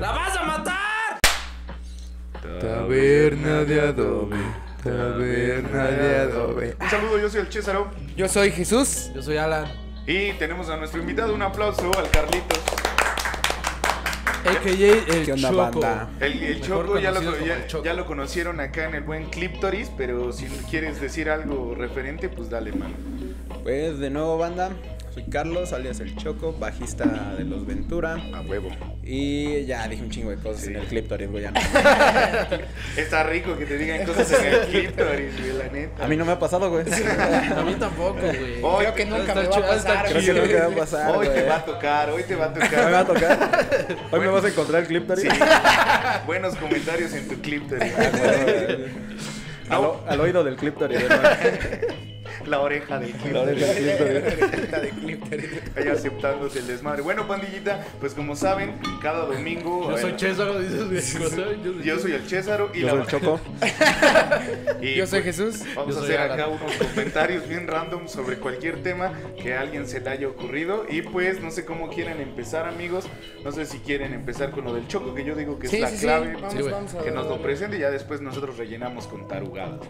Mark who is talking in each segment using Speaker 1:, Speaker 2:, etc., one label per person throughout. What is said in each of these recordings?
Speaker 1: ¡La vas a matar!
Speaker 2: Taberna de adobe. Taberna de adobe.
Speaker 3: Un saludo, yo soy el Césaro.
Speaker 2: Yo soy Jesús.
Speaker 1: Yo soy Alan,
Speaker 3: Y tenemos a nuestro invitado. Un aplauso al Carlitos.
Speaker 1: a.k.a. el
Speaker 2: ¿Qué onda,
Speaker 1: Choco.
Speaker 2: banda?
Speaker 3: El, el
Speaker 1: Mejor
Speaker 3: Choco, ya lo,
Speaker 1: conocido como
Speaker 3: ya-
Speaker 1: el Choco.
Speaker 3: ya lo conocieron acá en el buen Cliptoris, pero si quieres decir algo referente, pues dale, mano.
Speaker 4: Pues de nuevo banda, soy Carlos, alias El Choco, bajista de Los Ventura.
Speaker 3: A huevo.
Speaker 4: Y ya dije un chingo de cosas en el clip, Torres, güey, ya no.
Speaker 3: Está rico que te digan cosas en el Cliptoris, güey, la neta.
Speaker 4: A mí no me ha pasado, güey.
Speaker 1: A mí tampoco, güey.
Speaker 3: Hoy,
Speaker 5: Creo que nunca
Speaker 1: Está
Speaker 5: me va
Speaker 1: chido,
Speaker 5: a
Speaker 1: está
Speaker 5: pasar.
Speaker 1: chido.
Speaker 4: Creo que no me va a pasar,
Speaker 3: hoy te
Speaker 4: güey.
Speaker 3: va a tocar, hoy te va a
Speaker 4: Hoy me va a
Speaker 3: tocar.
Speaker 4: tocar. Hoy me vas a encontrar el clip, Torres.
Speaker 3: Sí. Buenos comentarios en tu Cliptoris.
Speaker 4: eh, Al, o- al oído del clip, Torres, hermano.
Speaker 3: La oreja del
Speaker 4: Al oído
Speaker 3: Cliptoris.
Speaker 4: del clip, Torres.
Speaker 3: Ahí aceptándose el desmadre. Bueno, pandillita, pues como saben, cada domingo.
Speaker 1: Yo soy
Speaker 3: eh,
Speaker 1: César, dices, güey. ¿sabes? Yo soy
Speaker 3: Yo soy el Césaro y
Speaker 4: Yo
Speaker 3: la
Speaker 4: soy el Choco.
Speaker 3: y,
Speaker 2: Yo soy
Speaker 3: pues,
Speaker 2: Jesús.
Speaker 3: Vamos
Speaker 1: Yo
Speaker 3: a
Speaker 1: soy
Speaker 3: hacer
Speaker 1: Alan.
Speaker 3: acá unos comentarios bien random sobre cualquier tema que a alguien se le haya ocurrido. Y pues no sé cómo quieren empezar, amigos. No sé si quieren empezar con lo del choco, que yo digo que
Speaker 5: Sí,
Speaker 3: es la
Speaker 5: sí, sí.
Speaker 3: clave.
Speaker 5: Vamos,
Speaker 1: Sí, güey.
Speaker 5: vamos a
Speaker 3: Que nos lo presente y ya después nosotros rellenamos con tarugadas.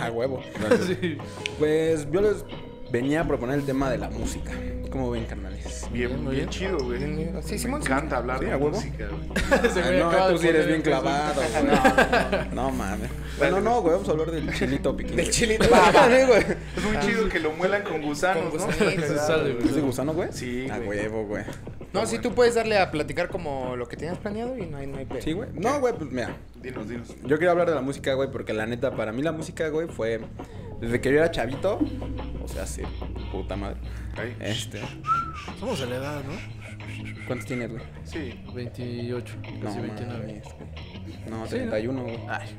Speaker 4: A huevo.
Speaker 1: Sí.
Speaker 4: Pues yo les venía a proponer el tema de la música. ¿Cómo ven, carnales?
Speaker 3: Bien, bien,
Speaker 5: muy bien.
Speaker 3: chido, güey.
Speaker 5: Bien, bien. Sí,
Speaker 3: Me
Speaker 5: Simón,
Speaker 3: encanta hablar
Speaker 4: Sí,
Speaker 3: de
Speaker 4: a huevo.
Speaker 3: música, güey.
Speaker 1: Ese
Speaker 4: Ah,
Speaker 1: güey acaba
Speaker 4: no,
Speaker 1: de
Speaker 4: tú sí eres
Speaker 1: poner
Speaker 4: bien
Speaker 1: el
Speaker 4: clavado, güey. No mames. Bueno, no, güey, vamos a hablar del chilito piquín.
Speaker 5: Del chilito.
Speaker 4: Va, va, sí, güey.
Speaker 3: Es muy chido que lo muelan con gusanos,
Speaker 5: Con
Speaker 3: ¿no?
Speaker 5: gusanitos.
Speaker 1: Se sale, güey.
Speaker 4: ¿Es de gusano, güey?
Speaker 3: Sí,
Speaker 4: A
Speaker 3: güey.
Speaker 4: huevo, güey.
Speaker 5: No, si tú puedes darle a platicar como lo que tenías planeado y no hay, no hay pedo.
Speaker 4: Sí, güey. No, güey, pues mira.
Speaker 3: Dinos, dinos.
Speaker 4: Yo quería hablar de la música, güey, porque la neta, para mí la música, güey, fue. Desde que yo era chavito, o sea, sí, puta madre.
Speaker 3: Ahí.
Speaker 4: Este.
Speaker 1: Somos de la edad, ¿no? Pues
Speaker 4: ¿Cuántos tienes, güey?
Speaker 3: Sí.
Speaker 1: 28, casi 29.
Speaker 4: mames, güey. No, 31, güey. Ay,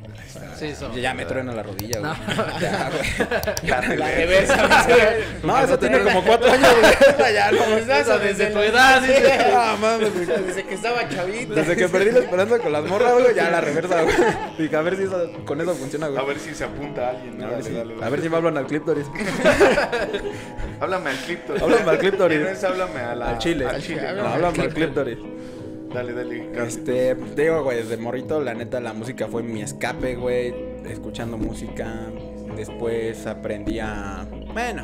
Speaker 1: Sí, somos.
Speaker 4: ya, ya me truena la rodilla, güey.
Speaker 1: No.
Speaker 4: Ya, güey.
Speaker 3: La
Speaker 5: reversa, güey.
Speaker 4: No, eso tiene como cuatro años, güey. Ya, no,
Speaker 5: Como estás,
Speaker 1: Esa
Speaker 5: o
Speaker 1: desde tu
Speaker 5: la-
Speaker 1: edad, dice.
Speaker 4: Ah, mames, güey.
Speaker 5: Desde que estaba chavita.
Speaker 4: Desde que perdí la esperanza con las morras, güey, ya la reversa, güey. Dije, a ver si eso- con eso funciona, güey.
Speaker 3: A ver si se apunta a alguien. ¿no?
Speaker 4: A ver
Speaker 3: Dale,
Speaker 4: si,
Speaker 3: dale, dale.
Speaker 4: a ver si me hablan al clítoris.
Speaker 3: Háblame al clítoris.
Speaker 4: Háblame al clítoris.
Speaker 3: Ya No es háblame a la-
Speaker 4: al chile.
Speaker 3: Al chile.
Speaker 4: No,
Speaker 3: ¿no?
Speaker 4: háblame al clítoris.
Speaker 3: Dale, dale. Carlos.
Speaker 4: Este, te digo, güey, desde morrito, la neta, la música fue mi escape, güey. Escuchando música. Después aprendí a. Bueno,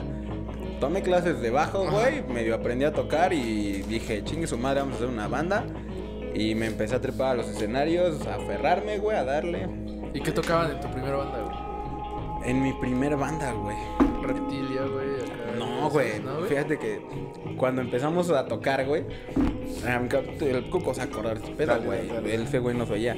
Speaker 4: tomé clases de bajo, güey. Medio aprendí a tocar y dije, chingue su madre, vamos a hacer una banda. Y me empecé a trepar a los escenarios, a aferrarme, güey, a darle.
Speaker 1: ¿Y qué tocaban en tu primera banda, güey?
Speaker 4: En mi primer banda, güey.
Speaker 1: Reptilia, güey. acá,
Speaker 4: No, güey.
Speaker 1: ¿no,
Speaker 4: Fíjate que cuando empezamos a tocar, güey. arranca- El coco se acordar, pero,
Speaker 3: Dale,
Speaker 4: güey.
Speaker 3: dale, dale.
Speaker 4: Él, ese güey, nos veía.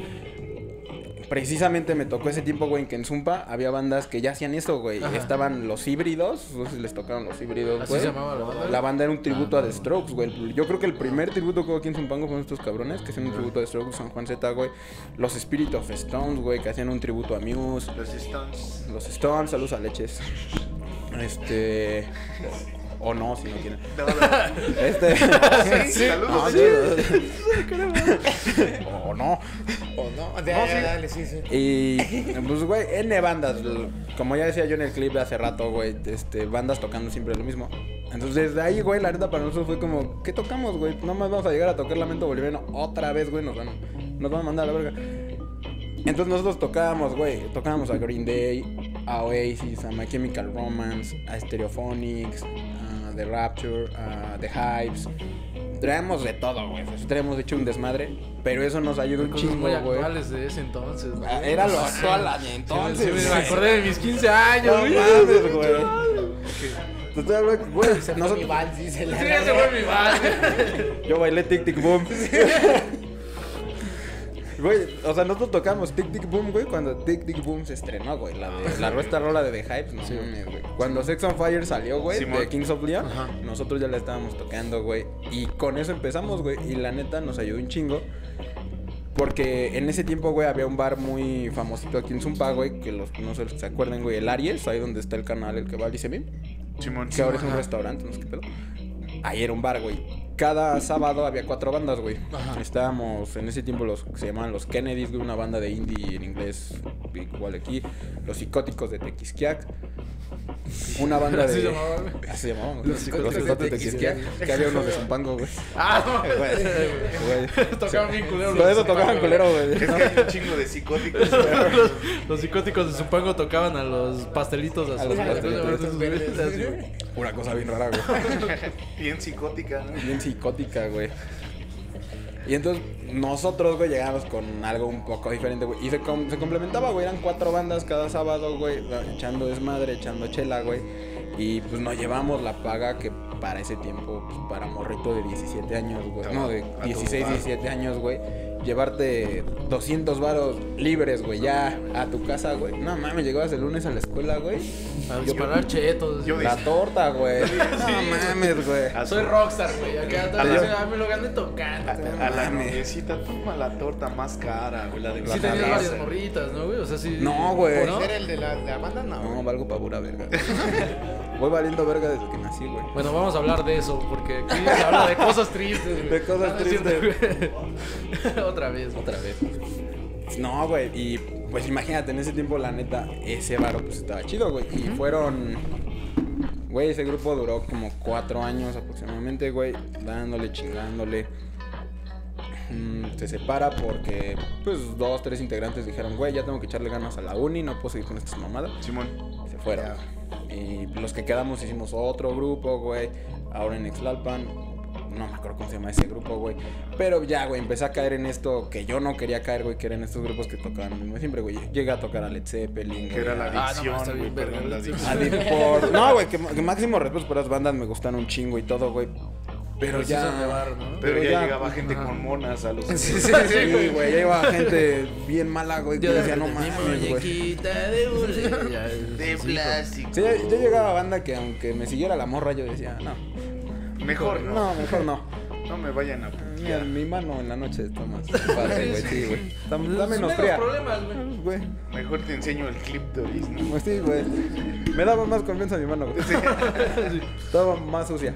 Speaker 4: Precisamente me tocó ese tiempo, güey, en que en Zumpa había bandas que ya hacían eso, güey.
Speaker 1: Ajá.
Speaker 4: Estaban los híbridos, no sé si les tocaron los híbridos,
Speaker 1: ¿Así
Speaker 4: güey.
Speaker 1: se llamaba la banda? Ah,
Speaker 4: La banda era un tributo a The Strokes, güey. Yo creo que el primer tributo que hubo aquí en Zumpango fueron estos cabrones, que hacían un tributo a The Strokes, San Juan Z, güey. Los Spirit of Stones, güey, que hacían un tributo a Muse.
Speaker 3: Los Stones.
Speaker 4: Los Stones, saludos a leches. Este. O no, si no quieren.
Speaker 3: No, no.
Speaker 4: Este.
Speaker 3: Sí,
Speaker 4: No,
Speaker 3: saludos.
Speaker 4: sí. O no.
Speaker 5: O no, de- dale, dale, sí, sí.
Speaker 4: Y. Pues, güey, N bandas. Como ya decía yo en el clip de hace rato, güey. Este, bandas tocando siempre lo mismo. Entonces, desde ahí, güey, la neta para nosotros fue como, ¿qué tocamos, güey? No más vamos a llegar a tocar Lamento Boliviano otra vez, güey. Nos van, nos van a mandar a la verga. Entonces nosotros tocábamos, güey, tocábamos a Green Day, a Oasis, a My Chemical Romance, a Stereophonics, a The Rapture, a The Hypes. Traemos de todo, güey. Pues, traemos hecho un desmadre, pero eso nos ayudó un
Speaker 1: Cosas
Speaker 4: chingo,
Speaker 1: muy
Speaker 4: güey.
Speaker 1: actuales de ese entonces, güey.
Speaker 4: Ah, Era lo actual la de
Speaker 1: Entonces,
Speaker 4: entonces.
Speaker 1: sí, me
Speaker 4: güey.
Speaker 1: acordé de mis 15 años,
Speaker 4: No
Speaker 1: güey.
Speaker 4: mames, güey. Te estoy hablando, güey.
Speaker 5: Mi
Speaker 4: nosotros-
Speaker 5: vals, dice la-
Speaker 1: Sí, ese fue mi banda.
Speaker 4: Yo bailé Tic Tic Boom. Güey, o sea, nosotros tocamos Tic Tic Boom, güey, cuando Tic Tic Boom se estrenó, güey. La de la esta rola de The Hypes, no mames, güey. Cuando Sex on Fire salió, güey,
Speaker 3: Simón.
Speaker 4: de Kings of Leon, nosotros ya la estábamos tocando, güey. Y con eso empezamos, güey. Y la neta nos ayudó un chingo. Porque en ese tiempo, güey, había un bar muy famosito aquí en Zumpa, güey, que los, no sé si se acuerdan, güey, el Aries, ahí donde está el canal, el que va al E ICB,
Speaker 3: Simón.
Speaker 4: que ahora es un restaurante, no sé qué pedo. ahí era un bar, güey. Cada sábado había cuatro bandas, güey. Estábamos en ese tiempo los que se llamaban los Kennedys, güey, una banda de indie en inglés igual aquí. Los psicóticos de Tequisquiac. Una banda
Speaker 1: Así
Speaker 4: de.
Speaker 1: llamaba, güey.
Speaker 4: Así se llamaban, güey.
Speaker 1: Los Psicóticos de Tequisquiac.
Speaker 4: Que había unos de Zumpango, güey.
Speaker 1: Ah, no.
Speaker 4: Güey, güey.
Speaker 1: Tocaban bien culero.
Speaker 4: Por
Speaker 1: los
Speaker 4: eso tocaban
Speaker 1: Zumpango,
Speaker 4: culero,
Speaker 3: Es que
Speaker 4: güey.
Speaker 3: hay un chingo de psicóticos.
Speaker 1: Los, los psicóticos de Zumpango tocaban a los pastelitos
Speaker 4: A
Speaker 1: azules.
Speaker 4: los
Speaker 1: Esos güeyes así, güey.
Speaker 4: Una cosa bien rara, güey.
Speaker 3: Bien psicótica, ¿no?
Speaker 4: bien psicótica, güey. Y entonces nosotros, güey, llegábamos con algo un poco diferente, güey. Y se, com- se complementaba, güey. Eran cuatro bandas cada sábado, güey. Echando desmadre, echando chela, güey. Y pues nos llevamos la paga que para ese tiempo, pues, para morrito de 17 años, güey. No, de
Speaker 3: A tu
Speaker 4: 16,
Speaker 3: bar.
Speaker 4: 17 años, güey. Llevarte 200 varos libres, güey, ya a tu casa, güey. No mames, llegabas el lunes a la escuela, güey.
Speaker 1: A disparar chetos.
Speaker 3: yo
Speaker 4: La
Speaker 3: Sí.
Speaker 4: torta, güey. No mames, güey.
Speaker 3: A
Speaker 1: Soy
Speaker 3: su-
Speaker 1: rockstar, güey. Acá
Speaker 3: A
Speaker 1: tal
Speaker 3: la-
Speaker 1: vez ah, me lo gané tocando.
Speaker 3: A la
Speaker 4: Mames.
Speaker 3: noviecita toma la torta más cara, güey, la de
Speaker 1: Sí tenías varias morritas, ¿no, güey? O sea, sí.
Speaker 4: No, güey.
Speaker 1: ¿No?
Speaker 5: ¿Por ser el de la, de la banda? No.
Speaker 4: No, valgo pa' pura verga. Voy valiendo verga desde que nací, güey.
Speaker 1: Bueno, vamos a hablar de eso, porque aquí se habla de cosas tristes, güey.
Speaker 4: De cosas
Speaker 1: Ah, no es cierto, güey. Otra vez, otra vez.
Speaker 4: No, güey. Y pues imagínate, en ese tiempo, la neta, ese varo pues estaba chido, güey. Y fueron. Güey, ese grupo duró como cuatro años aproximadamente, güey. Dándole, chingándole. Mm, se separa porque, pues, dos, tres integrantes dijeron, güey, ya tengo que echarle ganas a la uni, no puedo seguir con estas mamadas.
Speaker 3: Simón.
Speaker 4: se fueron. Y los que quedamos hicimos otro grupo, güey. Ahora en Exlalpan. No me acuerdo cómo se llama ese grupo, güey. Pero ya, güey, empecé a caer en esto que yo no quería caer, güey, que eran estos grupos que tocaban lo mismo siempre, güey. Llegué a tocar a Led Zeppelin,
Speaker 3: Que
Speaker 4: güey,
Speaker 3: era
Speaker 4: a-
Speaker 3: la adicción,
Speaker 1: Ah, no, está
Speaker 3: güey,
Speaker 1: bien, verga,
Speaker 3: perdón, la
Speaker 1: sí.
Speaker 3: adicción.
Speaker 4: a Deep Purple. No, güey, que, que máximo respeto por las bandas me gustan un chingo y todo, güey. Pero
Speaker 3: Pues
Speaker 1: Pero sí
Speaker 4: ya.
Speaker 1: son de bar,
Speaker 3: Pero
Speaker 1: ¿no?
Speaker 4: Pero
Speaker 3: ya,
Speaker 4: ya-
Speaker 3: llegaba gente con monas a los.
Speaker 1: Sí, sí,
Speaker 4: Sí,
Speaker 1: güey.
Speaker 4: güey, ya iba gente bien mala, güey, que
Speaker 1: Yo
Speaker 4: decía, no mames, güey.
Speaker 1: muñequita de burro. Ya, sí, Pues, sí,
Speaker 3: plástico.
Speaker 4: Sí, pues, yo yo llegaba a banda que aunque me siguiera la morra, yo decía, no,
Speaker 3: Mejor
Speaker 4: no,
Speaker 3: no.
Speaker 4: mejor no.
Speaker 3: No me vayan a
Speaker 4: Mi, mi mano en la noche está más padre, güey. Sí, güey. Está, está
Speaker 1: Los
Speaker 4: menos
Speaker 1: menos
Speaker 4: fría.
Speaker 1: problemas, güey.
Speaker 4: Güey.
Speaker 3: Mejor te enseño el clítoris, ¿no?
Speaker 4: Pues sí, güey. Me daba más confianza mi mano, güey. Estaba más sucia.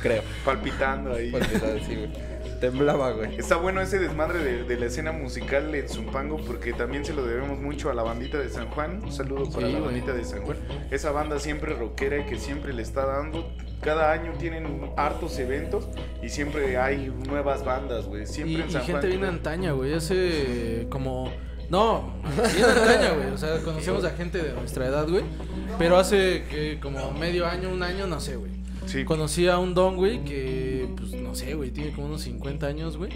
Speaker 4: Creo.
Speaker 3: Palpitando ahí.
Speaker 4: Porque la- sí, güey. Temblaba, güey.
Speaker 3: Está bueno ese desmadre de, de la escena musical en Zumpango porque también se lo debemos mucho a la bandita de San Juan. Un saludo para
Speaker 1: Sí,
Speaker 3: la
Speaker 1: güey.
Speaker 3: bandita de San Juan. Esa banda siempre rockera y que siempre le está dando. Cada año tienen hartos eventos y siempre hay nuevas bandas, güey. Siempre
Speaker 1: Y,
Speaker 3: en
Speaker 1: y
Speaker 3: San
Speaker 1: gente bien
Speaker 3: Juan.
Speaker 1: antaña, güey. Hace como. No, bien antaña, güey. O sea, conocemos a gente de nuestra edad, güey. Pero hace que como medio año, un año, no sé, güey.
Speaker 3: Sí.
Speaker 1: Conocí a un don, güey, que, pues no sé, güey, tiene como unos 50 años, güey.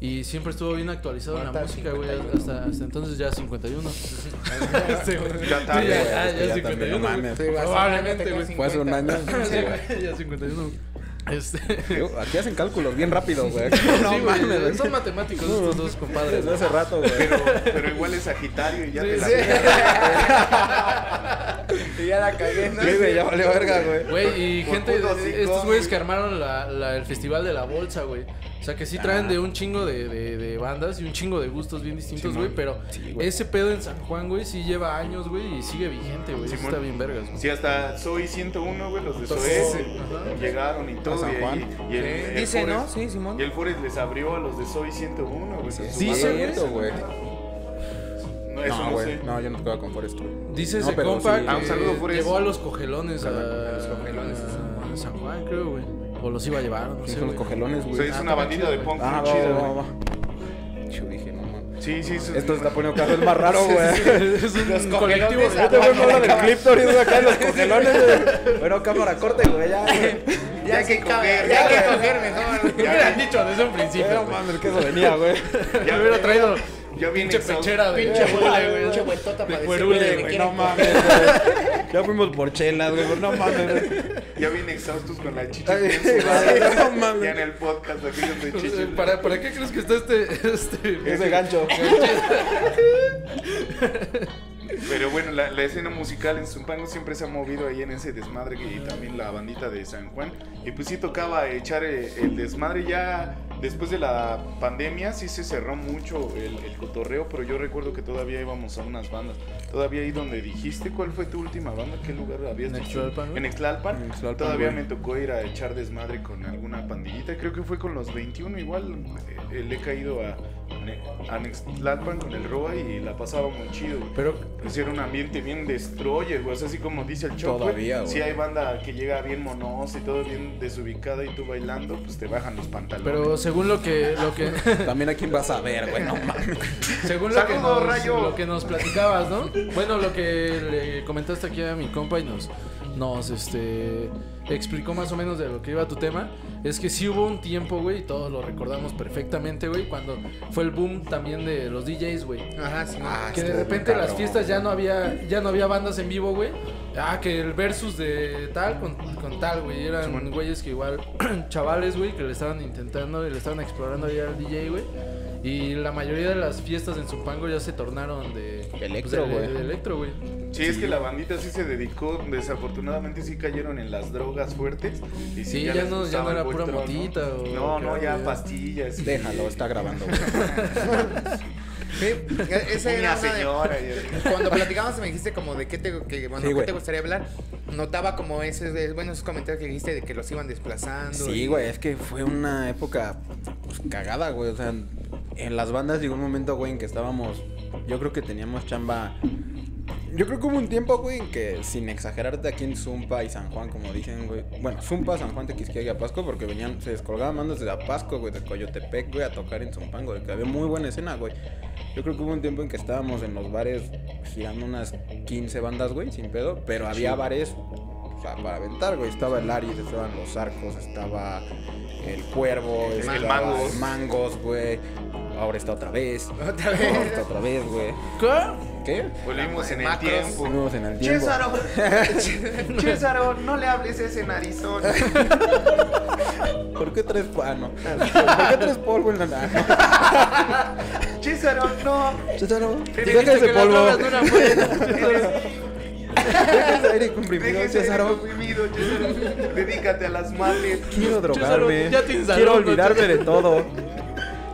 Speaker 1: Y siempre estuvo bien actualizado en la música, güey. Hasta, hasta entonces ya 51. Sí, güey.
Speaker 3: Ya tarde, güey,
Speaker 1: Sí, ya,
Speaker 4: es que ya
Speaker 1: ya
Speaker 4: también,
Speaker 1: 51.
Speaker 4: no
Speaker 1: güey.
Speaker 4: mames.
Speaker 5: Sí, vas a-
Speaker 1: Probablemente, güey.
Speaker 4: Fue hace un año. Sí,
Speaker 1: Sí,
Speaker 4: güey.
Speaker 1: güey, Ya 51. güey. Este.
Speaker 4: Yo- Aquí hacen cálculos bien rápido, güey. No
Speaker 1: sí, güey,
Speaker 4: mames, güey.
Speaker 1: Son matemáticos estos dos compadres.
Speaker 4: Desde
Speaker 1: güey.
Speaker 4: hace rato, güey.
Speaker 3: Pero, pero igual es Sagitario y ya te la
Speaker 1: Sí.
Speaker 5: Y ya la cagué, ¿no?
Speaker 4: Sí, güey, ya valió verga, güey.
Speaker 1: Güey, y
Speaker 3: Por
Speaker 1: gente,
Speaker 3: puto
Speaker 1: de-
Speaker 3: hocico,
Speaker 1: estos güeyes
Speaker 3: güey.
Speaker 1: que armaron la, la- el festival de la bolsa, güey. O sea, que sí traen de un chingo de, de- de bandas y un chingo de gustos bien distintos, güey. pero
Speaker 4: güey.
Speaker 1: ese pedo en San Juan, güey, sí lleva años, güey, y sigue vigente, güey. Sí
Speaker 3: Simón.
Speaker 1: está bien vergas, güey.
Speaker 3: Sí, hasta Soy 101, güey, los de
Speaker 1: Tocó,
Speaker 3: Soe
Speaker 1: ajá.
Speaker 3: llegaron y todo.
Speaker 4: San
Speaker 3: y-
Speaker 4: Juan.
Speaker 3: Y, el, el
Speaker 5: Dice, ¿no?
Speaker 3: Forest-
Speaker 5: Sí, Simón.
Speaker 3: Y el Forest les abrió a los de Soy 101, güey.
Speaker 4: Sí,
Speaker 3: a su
Speaker 1: sí,
Speaker 3: banda.
Speaker 1: güey.
Speaker 4: cierto, güey.
Speaker 3: No, eso
Speaker 4: No,
Speaker 3: no,
Speaker 4: güey.
Speaker 3: sé.
Speaker 4: No, yo no tocaba con Forest.
Speaker 1: Dice
Speaker 4: No,
Speaker 1: ese
Speaker 4: pero
Speaker 1: compa
Speaker 4: sí.
Speaker 1: que
Speaker 3: Ah, un saludo por eso.
Speaker 1: llevó a los cogelones a,
Speaker 4: A los
Speaker 1: cogelones a San Juan, creo, güey. O los iba a llevar, no
Speaker 4: Sí,
Speaker 1: sé,
Speaker 4: son los
Speaker 1: güey.
Speaker 4: cogelones,
Speaker 3: O sea,
Speaker 4: güey.
Speaker 3: es
Speaker 1: Ah,
Speaker 3: una
Speaker 1: está
Speaker 3: bandita
Speaker 1: chido,
Speaker 3: de
Speaker 1: güey.
Speaker 3: punk
Speaker 4: Ah,
Speaker 3: muy
Speaker 4: va,
Speaker 3: chida,
Speaker 4: va, va,
Speaker 3: güey.
Speaker 4: va. Yo dije, no mames.
Speaker 3: Sí, sí, eso es-
Speaker 4: Esto se está poniendo cada vez más raro, güey.
Speaker 1: Es un
Speaker 5: Los cogelones
Speaker 1: colectivo.
Speaker 5: a-
Speaker 4: Este güey me habla del clítoris, güey, acá en los cogelones, güey. Bueno, cámara, corte, güey, ya. güey.
Speaker 5: Ya, que coger,
Speaker 3: ya
Speaker 5: ya
Speaker 3: que
Speaker 5: que coger mejor.
Speaker 1: Me hubieran dicho desde un
Speaker 4: No
Speaker 1: principio, güey.
Speaker 4: mames, que eso venía, güey.
Speaker 1: Ya hubiera traído
Speaker 3: Ya viene
Speaker 1: pinche
Speaker 3: exhausto.
Speaker 1: pechera de
Speaker 5: Pinche huele, güey. Pinche
Speaker 1: de
Speaker 5: vueltota para
Speaker 1: cuerule,
Speaker 5: decirle,
Speaker 1: güey.
Speaker 5: güey.
Speaker 4: No mames, güey. Ya fuimos por chelas, güey, pero no mames, güey.
Speaker 3: Ya viene exhaustos con la chicha.
Speaker 4: Ay, güey, No
Speaker 3: Ya en
Speaker 4: mames.
Speaker 3: el podcast, aquí donde chicha.
Speaker 1: ¿Para, ¿Para qué crees que está este, este
Speaker 4: Ese gancho.
Speaker 3: Pero bueno, la, la escena musical en Zumpango siempre se ha movido ahí en ese desmadre que- y también la bandita de San Juan. Y pues sí tocaba echar eh, el, desmadre ya después de la pandemia sí se cerró mucho el, el cotorreo, pero yo recuerdo que todavía íbamos a unas bandas. Todavía ahí donde dijiste, ¿cuál fue tu última banda? ¿Qué lugar habías
Speaker 1: En
Speaker 3: dicho?
Speaker 1: Ixtlalpan, güey.
Speaker 3: En Exlalpan.
Speaker 4: En Ixtlalpan,
Speaker 3: Todavía
Speaker 4: güey.
Speaker 3: me tocó ir a echar desmadre con alguna pandillita. Creo que fue con los 21 igual. eh, le he caído a, a Ixtlalpan con el Roa y la pasaba muy chido, güey.
Speaker 1: Pero
Speaker 3: Pues era un ambiente bien destroyer, güey. O sea, así como dice el Choco.
Speaker 4: Todavía, güey.
Speaker 3: Si hay banda que llega bien monosa y todo bien desubicada y tú bailando, pues te bajan los pantalones.
Speaker 1: pero según lo que lo que
Speaker 4: También a quién vas a ver, güey, no mames.
Speaker 1: según lo que,
Speaker 3: Saludos,
Speaker 1: nos,
Speaker 3: Rayo.
Speaker 1: lo que nos platicabas, ¿no? Bueno, lo que le comentaste aquí a mi compa y nos nos este explicó más o menos de lo que iba tu tema, es que sí hubo un tiempo, güey, y todos lo recordamos perfectamente, güey, cuando fue el boom también de los DJs, güey.
Speaker 5: Ajá, sí.
Speaker 4: Ah,
Speaker 1: que de repente las fiestas ya no había ya no había bandas en vivo, güey. Ah, que el versus de tal con, con tal, güey. Eran güeyes que igual, chavales, güey, que le estaban intentando y le estaban explorando ahí al DJ, güey. Y la mayoría de las fiestas en Zumpango ya se tornaron de...
Speaker 4: Electro,
Speaker 1: pues, de-
Speaker 4: güey.
Speaker 1: de electro, güey.
Speaker 3: Sí, es que la bandita sí se dedicó, desafortunadamente sí cayeron en las drogas fuertes. Y
Speaker 1: Sí, ya
Speaker 3: les
Speaker 1: no- ya
Speaker 3: gustaba
Speaker 1: no era
Speaker 3: el
Speaker 1: pura
Speaker 3: buitrón,
Speaker 1: motita
Speaker 3: ¿no? No,
Speaker 1: o-
Speaker 3: no, ya
Speaker 1: ya.
Speaker 3: pastillas. y-
Speaker 4: Déjalo, está grabando, güey.
Speaker 5: Sí, esa
Speaker 3: Una
Speaker 5: era una de-
Speaker 3: señora. y así.
Speaker 5: Cuando platicábamos me dijiste como de qué te, que, bueno,
Speaker 4: Sí,
Speaker 5: qué
Speaker 4: güey.
Speaker 5: te gustaría hablar. Notaba como ese, de- bueno, esos comentarios que dijiste de que los iban desplazando.
Speaker 4: Sí,
Speaker 5: y-
Speaker 4: güey, es que fue una época pues, cagada, güey. O sea, en las bandas llegó un momento, güey, en que estábamos. Yo creo que teníamos chamba. Yo creo que hubo un tiempo, güey, en que, sin exagerarte, aquí en Zumpa y San Juan, como dicen, güey. Bueno, Zumpa, San Juan, Tequisquiaga y Apasco, porque venían, se descolgaban bandas de Apasco, güey, de Coyotepec, güey, a tocar en Zumpango, güey, que había muy buena escena, güey. Yo creo que hubo un tiempo en que estábamos en los bares girando unas 15 bandas, güey, sin pedo, pero había bares o sea, para aventar, güey. Estaba el Aries, estaban los arcos, estaba el cuervo,
Speaker 3: El
Speaker 4: estaba
Speaker 3: Mangos.
Speaker 4: el mangos, güey. Ahora está otra vez.
Speaker 5: Otra
Speaker 4: Ahora
Speaker 5: vez.
Speaker 4: está otra vez, güey.
Speaker 1: ¿Qué?
Speaker 4: ¿Qué?
Speaker 3: Volvimos en el
Speaker 5: Macros.
Speaker 3: tiempo.
Speaker 4: Fuimos en el tiempo.
Speaker 3: Chésaro, no le hables a ese narizón.
Speaker 4: ¿Por qué tres panos? ¿Por qué tres polvo en la nada?
Speaker 3: Chésaro, no.
Speaker 4: Chétaro,
Speaker 1: Dijiste
Speaker 4: deja ese
Speaker 1: que las drogas
Speaker 4: polvo.
Speaker 1: duran mucho.
Speaker 4: Deja ese aire comprimido,
Speaker 3: Déjese de
Speaker 4: Césaro.
Speaker 3: comprimido, Chésaro. Dedícate a las madres.
Speaker 4: Quiero
Speaker 1: Chétaro,
Speaker 4: drogarme.
Speaker 1: ya te instaló,
Speaker 4: Quiero
Speaker 1: ¿no?
Speaker 4: olvidarme de todo.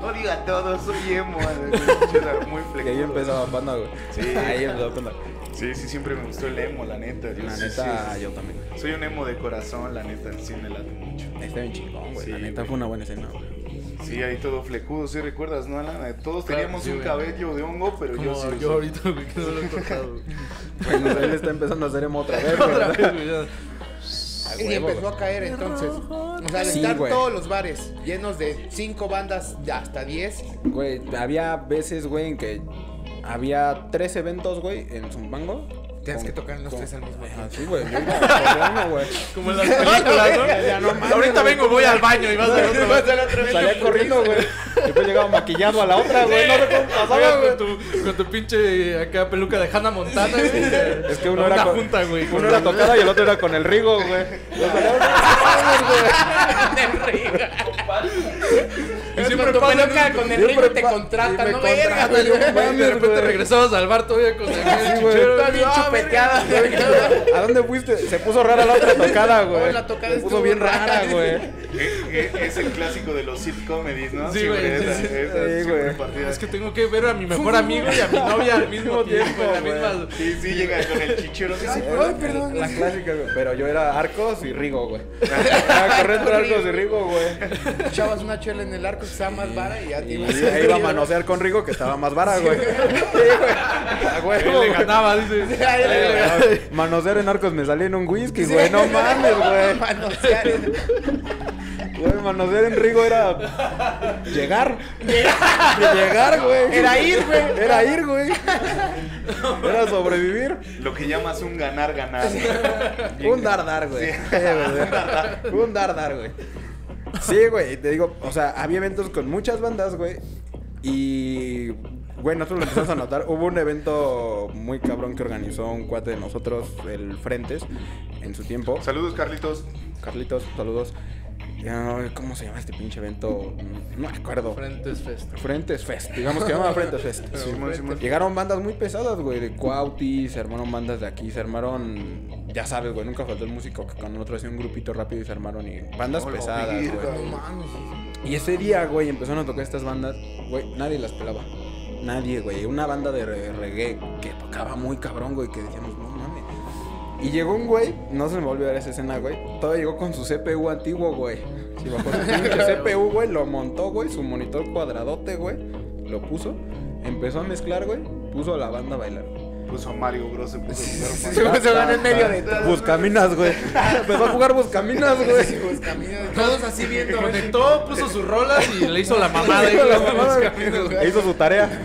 Speaker 3: Odio a todos, soy emo. Chésaro, muy
Speaker 4: Y ahí
Speaker 3: flexible.
Speaker 4: empezaba panda, güey.
Speaker 3: Sí.
Speaker 4: Ahí empezaba panda.
Speaker 3: Sí, sí, siempre me gustó el emo, la neta. Yo
Speaker 4: La
Speaker 3: sí,
Speaker 4: neta,
Speaker 3: sí,
Speaker 4: yo también.
Speaker 3: Soy un emo de corazón, la neta, sí me late mucho.
Speaker 4: Está bien chingón, güey.
Speaker 3: Sí,
Speaker 4: la neta
Speaker 3: güey.
Speaker 4: fue una buena escena, güey.
Speaker 3: Sí, ahí todo flecudo, ¿sí recuerdas, no, Alan? Eh, Todos
Speaker 1: Claro,
Speaker 3: teníamos
Speaker 1: sí,
Speaker 3: un
Speaker 1: güey.
Speaker 3: cabello de hongo, pero yo
Speaker 1: Como
Speaker 3: sí.
Speaker 1: yo,
Speaker 3: sí.
Speaker 1: ahorita, güey, que no lo he cortado. güey.
Speaker 4: Bueno, él está empezando a hacer emo otra vez, güey.
Speaker 1: Otra vez, güey, ya.
Speaker 5: Y empezó a caer entonces. O sea, al
Speaker 4: Sí,
Speaker 5: estar
Speaker 4: güey.
Speaker 5: todos los bares llenos de cinco bandas de hasta 10.
Speaker 4: Güey, había veces, güey, en que había tres eventos, güey, en Zumbango.
Speaker 5: Tienes
Speaker 4: Con-
Speaker 5: que tocar los
Speaker 4: con-
Speaker 5: tres al mismo tiempo.
Speaker 4: Ah, sí, güey. Yo iba por uno, güey.
Speaker 1: Como en las películas, ¿no? Ahorita vengo, voy al baño y vas a ver otro.
Speaker 4: Salía corriendo, güey. Después llegaba maquillado a la otra, güey. No sé cómo pasaba,
Speaker 1: Oigas
Speaker 4: güey.
Speaker 1: con tu, con tu pinche acá peluca de Hannah Montana, güey.
Speaker 4: Es que uno
Speaker 1: A
Speaker 4: era
Speaker 1: una
Speaker 4: con-
Speaker 1: junta, güey.
Speaker 4: Uno era tocada y el otro era con el Rigo, güey. Los salían-
Speaker 1: Y
Speaker 5: Siempre tu
Speaker 1: pasa,
Speaker 5: peluca
Speaker 1: ¿no?
Speaker 5: con el
Speaker 4: Siempre
Speaker 5: ritmo te
Speaker 4: pa-
Speaker 5: contrata,
Speaker 4: me
Speaker 5: no
Speaker 4: contrata,
Speaker 5: verga,
Speaker 4: güey, no
Speaker 5: güey.
Speaker 1: Y de
Speaker 4: mames,
Speaker 1: repente
Speaker 4: güey.
Speaker 1: regresabas al bar todavía con el
Speaker 4: güey.
Speaker 1: chichero.
Speaker 5: Está bien
Speaker 1: Ah,
Speaker 5: chupeteada.
Speaker 4: ¿A dónde fuiste? Se puso rara la otra tocada,
Speaker 5: Oh,
Speaker 4: güey.
Speaker 5: la tocada
Speaker 4: Se puso
Speaker 5: estuvo
Speaker 4: bien
Speaker 5: rara.
Speaker 4: rara, güey.
Speaker 3: Eh, eh, Es el clásico de los sitcomedies, ¿no?
Speaker 1: Sí,
Speaker 3: Siempre
Speaker 1: güey, sí,
Speaker 3: esa-
Speaker 1: sí.
Speaker 3: esa
Speaker 4: Sí,
Speaker 3: siempre
Speaker 4: güey.
Speaker 3: partida.
Speaker 1: Es que tengo que ver a mi mejor amigo y a mi novia al mismo tiempo. en la misma-
Speaker 3: Sí, sí, llega con el chichero. Ay,
Speaker 4: Ay, perdón. La clásica, güey. Pero yo era Arcos y Rigo, güey. Era correr entre Arcos y Rigo, güey.
Speaker 5: Echabas una chela en el arco, estaba más vara y ya te
Speaker 4: Y
Speaker 5: ibas.
Speaker 4: ahí iba a manosear con Rigo, que estaba más vara, güey. Sí, güey. A
Speaker 1: Él
Speaker 4: huevo,
Speaker 1: le
Speaker 4: güey.
Speaker 1: ganaba, dice.
Speaker 5: Ay, le ganaba.
Speaker 4: Manosear en Arcos me salía en un whisky, güey. No mames, güey.
Speaker 5: Manosear en-
Speaker 4: Güey, manosear en Rigo era llegar. Llegar, güey.
Speaker 5: Era ir, güey.
Speaker 4: Era ir, güey. Era sobrevivir.
Speaker 3: Lo que llamas un ganar-ganar. ¿no?
Speaker 4: Un dardar, güey.
Speaker 3: Sí.
Speaker 4: un dardar, güey. Sí, güey, te digo, o sea, había eventos con muchas bandas, güey. Y, güey, nosotros lo empezamos a notar. Hubo un evento muy cabrón que organizó un cuate de nosotros, el Frentes, en su tiempo.
Speaker 3: Saludos, Carlitos.
Speaker 4: Carlitos, saludos. Ya, ¿Cómo se llama este pinche evento? No me acuerdo.
Speaker 1: Frentes Fest.
Speaker 4: Frentes Fest, digamos que llamaba Frentes Fest.
Speaker 3: Simón, Simón.
Speaker 4: Llegaron bandas muy pesadas, güey, de Cuauti, se armaron bandas de aquí, se armaron ya sabes, güey, nunca faltó el músico que con otro hacía un grupito rápido y se armaron y bandas
Speaker 3: No, lo
Speaker 4: pesadas,
Speaker 3: virga,
Speaker 4: güey.
Speaker 3: güey.
Speaker 4: Y ese día, güey, empezaron a tocar estas bandas, güey, nadie las pelaba. Nadie, güey. Una banda de re- reggae que tocaba muy cabrón, güey, que decíamos, no mames. Y llegó un güey, no se me va a olvidar esa escena, güey. Todo llegó con su CPU antiguo, güey. Sí, bajó su pinche CPU, güey, lo montó, güey, su monitor cuadradote, güey. Lo puso, empezó a mezclar, güey, puso a la banda a bailar.
Speaker 3: Puso a Mario Bros. Se puso a
Speaker 5: Se
Speaker 3: jugar Mario.
Speaker 5: van en medio de todo.
Speaker 4: Buscaminas, güey. Empezó a jugar buscaminas, güey.
Speaker 5: pues,
Speaker 1: Todos así viendo. Conectó, puso sus rolas y le hizo la mamada.
Speaker 4: Hizo la
Speaker 1: güey,
Speaker 4: mamada,
Speaker 1: los caminos, güey.
Speaker 4: E hizo su tarea.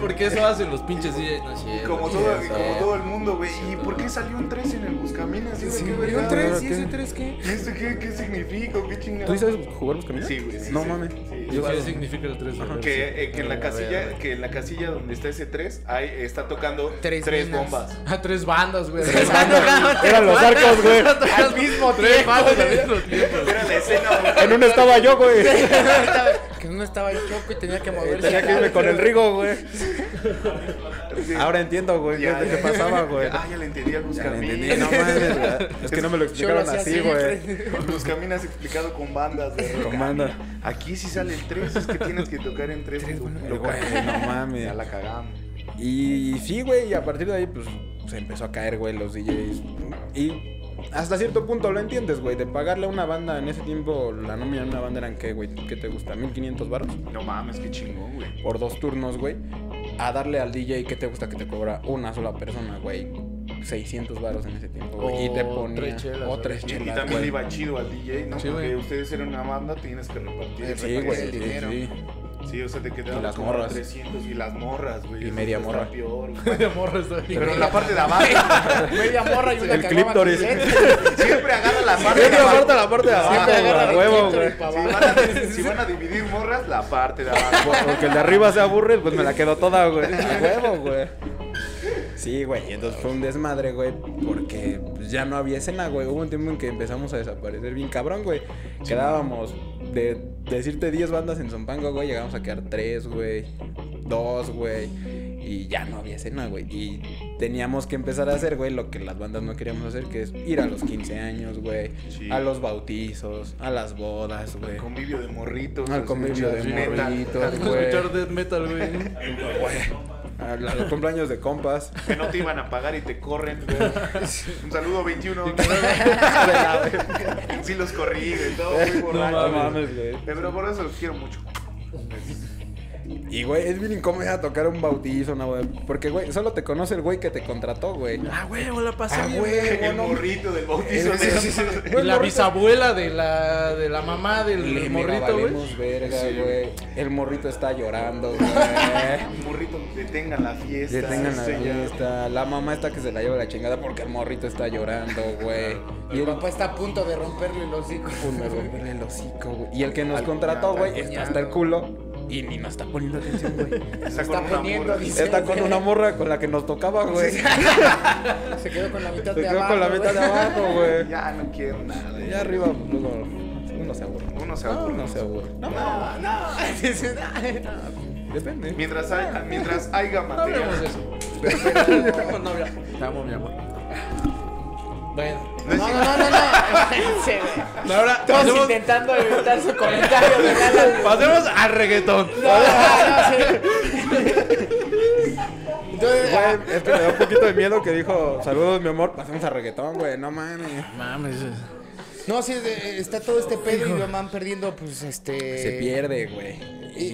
Speaker 1: Porque eso hacen los pinches DJs. No, shit,
Speaker 3: Como
Speaker 1: no,
Speaker 3: todo,
Speaker 1: shit,
Speaker 3: como
Speaker 1: no.
Speaker 3: todo el mundo, güey. ¿Y por qué salió un 3 en el Buscaminas? ¿Y ahora qué
Speaker 5: ¿Y
Speaker 3: verga?
Speaker 5: un 3? ¿Y ese 3 qué?
Speaker 3: ¿Y esto qué, qué significa? ¿Qué
Speaker 4: ¿Tú
Speaker 3: chingada?
Speaker 4: sabes jugar buscaminas?
Speaker 3: Sí, güey. sí,
Speaker 4: No
Speaker 3: sí.
Speaker 4: mames.
Speaker 3: Sí,
Speaker 1: Yo
Speaker 3: sí.
Speaker 1: sé qué significa el 3.
Speaker 3: Que, eh, que en la casilla, que en la casilla donde está ese 3, ahí está tocando
Speaker 5: Tres
Speaker 3: tres,
Speaker 5: minas.
Speaker 3: bombas.
Speaker 1: Ah, tres bandas, güey.
Speaker 4: Eran los arcos, güey.
Speaker 1: Al mismo tres bandas al mismo tiempo.
Speaker 3: Era la escena, güey.
Speaker 4: En uno estaba yo, güey.
Speaker 5: Que uno estaba el choco y tenía que moverse.
Speaker 4: Eh, Tenía que irme con el Rigo, güey. Ahora entiendo, güey, qué
Speaker 3: Ya,
Speaker 4: qué
Speaker 3: ya.
Speaker 4: pasaba, güey.
Speaker 3: Ah, ya le entendí al
Speaker 4: Ya lo
Speaker 3: Buscaminas.
Speaker 4: entendí, no mames, güey. Es que no me lo
Speaker 5: Yo lo
Speaker 4: explicaron
Speaker 5: hacía
Speaker 4: así,
Speaker 5: así,
Speaker 4: güey.
Speaker 3: Buscaminas explicado con bandas de rock.
Speaker 4: Comanda.
Speaker 3: Aquí sí sale el 3, es que tienes que tocar en 3.
Speaker 4: Güey, no mames.
Speaker 3: Ya la cagamos.
Speaker 4: Y sí, güey, y a partir de ahí, pues, se empezó a caer, güey, los DJs. Y hasta cierto punto lo entiendes, güey, de pagarle a una banda en ese tiempo, la nómina de una banda eran, ¿qué, güey? ¿Qué te gusta? ¿1500 baros?
Speaker 3: No mames, qué chingón, güey.
Speaker 4: por dos turnos, güey, a darle al DJ que te gusta que te cobra una sola persona, güey. 600 varos en ese tiempo, güey.
Speaker 1: O
Speaker 4: Y te ponía
Speaker 1: tres chelas,
Speaker 4: o
Speaker 1: güey.
Speaker 4: tres
Speaker 3: Y, y
Speaker 4: chelas,
Speaker 3: también
Speaker 4: güey.
Speaker 3: le iba chido al DJ, ¿no?
Speaker 1: Sí,
Speaker 3: Porque
Speaker 1: güey.
Speaker 3: ustedes eran una banda, tienes que repartir.
Speaker 4: Sí,
Speaker 3: repartir
Speaker 4: güey,
Speaker 3: el
Speaker 4: sí,
Speaker 3: dinero.
Speaker 4: sí.
Speaker 3: Sí, o sea, te quedaban
Speaker 4: Y las
Speaker 3: como
Speaker 4: morras.
Speaker 3: 300 y las morras, güey.
Speaker 4: Y
Speaker 3: Eso
Speaker 4: media
Speaker 3: está
Speaker 4: morra.
Speaker 3: peor, güey.
Speaker 1: De morro está bien.
Speaker 3: Pero en la parte de abajo,
Speaker 5: Media morra y una
Speaker 4: El
Speaker 5: cagaba
Speaker 4: clítoris.
Speaker 5: completo.
Speaker 3: siempre agarra la parte de
Speaker 4: Siempre
Speaker 3: abajo.
Speaker 4: aparta la parte de abajo,
Speaker 5: Siempre agarra
Speaker 4: güey,
Speaker 5: el
Speaker 4: a huevo,
Speaker 5: clítoris
Speaker 4: güey.
Speaker 5: pa'
Speaker 3: Si
Speaker 5: abajo.
Speaker 3: van, a, si van a dividir morras, la parte de abajo.
Speaker 4: Porque el de arriba se aburre, pues me la quedo toda, güey. A huevo, güey. Sí, güey, y entonces fue un desmadre, güey, porque pues, ya no había escena, güey. Hubo un tiempo en que empezamos a desaparecer bien cabrón, güey. Quedábamos de decirte 10 bandas en Zompango, güey, llegamos a quedar 3, güey, 2, güey, y ya no había escena, güey. Y teníamos que empezar a hacer, güey, lo que las bandas no queríamos hacer, que es ir a los 15 años, güey,
Speaker 3: Sí.
Speaker 4: a los bautizos, a las bodas, güey.
Speaker 3: Convivio de morritos.
Speaker 4: Al
Speaker 3: así,
Speaker 4: convivio de
Speaker 3: neta.
Speaker 4: morritos,
Speaker 1: Vamos a escuchar death metal, güey.
Speaker 4: A la- los cumpleaños de compas.
Speaker 3: Que no te iban a pagar y te corren. güey. Un saludo 21. sí los corrí, güey. Todo muy borracho.
Speaker 4: güey.
Speaker 3: Pero por eso los quiero mucho.
Speaker 4: Y, güey, es bien incómodo ir a tocar un bautizo, una boda. Porque, güey, solo te conoce el güey que te contrató, güey.
Speaker 1: Ah, güey, hola, pasé.
Speaker 4: Ah,
Speaker 1: bien,
Speaker 4: güey.
Speaker 3: El
Speaker 4: no.
Speaker 3: morrito del bautizo.
Speaker 4: Sí, sí, sí.
Speaker 3: de-
Speaker 1: Y la bisabuela de la, de la mamá del
Speaker 4: Le
Speaker 1: morrito, güey.
Speaker 4: valemos verga,
Speaker 3: Sí.
Speaker 4: güey. El morrito está llorando, güey.
Speaker 3: Morrito, detengan la fiesta.
Speaker 4: Detengan la
Speaker 3: Sí, ya.
Speaker 4: fiesta. La mamá está que se la lleva la chingada porque el morrito está llorando, güey. Y
Speaker 5: El
Speaker 4: el
Speaker 5: papá está a punto de romperle los hijos.
Speaker 4: Uno romperle el hocico, güey. Y el que nos
Speaker 3: Al-
Speaker 4: contrató, güey, está
Speaker 5: cuñado.
Speaker 4: hasta el culo. Y ni nos está poniendo atención, güey.
Speaker 3: Está
Speaker 5: Está
Speaker 3: con una
Speaker 5: poniendo,
Speaker 3: morra.
Speaker 5: dice.
Speaker 4: Está con una morra con la que nos tocaba, güey.
Speaker 5: Se quedó con la mitad
Speaker 4: Se
Speaker 5: de
Speaker 4: quedó
Speaker 5: abajo.
Speaker 4: con la
Speaker 5: güey.
Speaker 4: mitad de abajo, güey.
Speaker 3: Ya no quiero nada.
Speaker 4: Ya arriba, pues, luego, uno se aburre.
Speaker 3: Uno se aburre.
Speaker 4: Uno se aburre. No,
Speaker 3: No, no.
Speaker 5: Dice, "Ay, no".
Speaker 4: depende.
Speaker 3: Mientras, hay, mientras haya
Speaker 1: No hablemos de
Speaker 3: material.
Speaker 1: eso. Tengo novia. Te amo, mi amor. Bueno.
Speaker 3: No es
Speaker 5: No,
Speaker 3: cierto.
Speaker 5: no, no, no, no. Se-
Speaker 1: Ahora
Speaker 5: Todos
Speaker 1: pasemos,
Speaker 5: intentando evitar su comentario de Lala.
Speaker 1: pasemos al reggaetón.
Speaker 5: No, no, no, sí. Entonces, ah,
Speaker 4: Güey, es que me da un poquito de miedo que dijo, saludos mi amor, pasemos a reggaetón, güey, no mames.
Speaker 1: Mames.
Speaker 5: no, sí, de- está todo este pedo y lo van perdiendo, pues, este...
Speaker 4: Se pierde, güey.
Speaker 5: Y,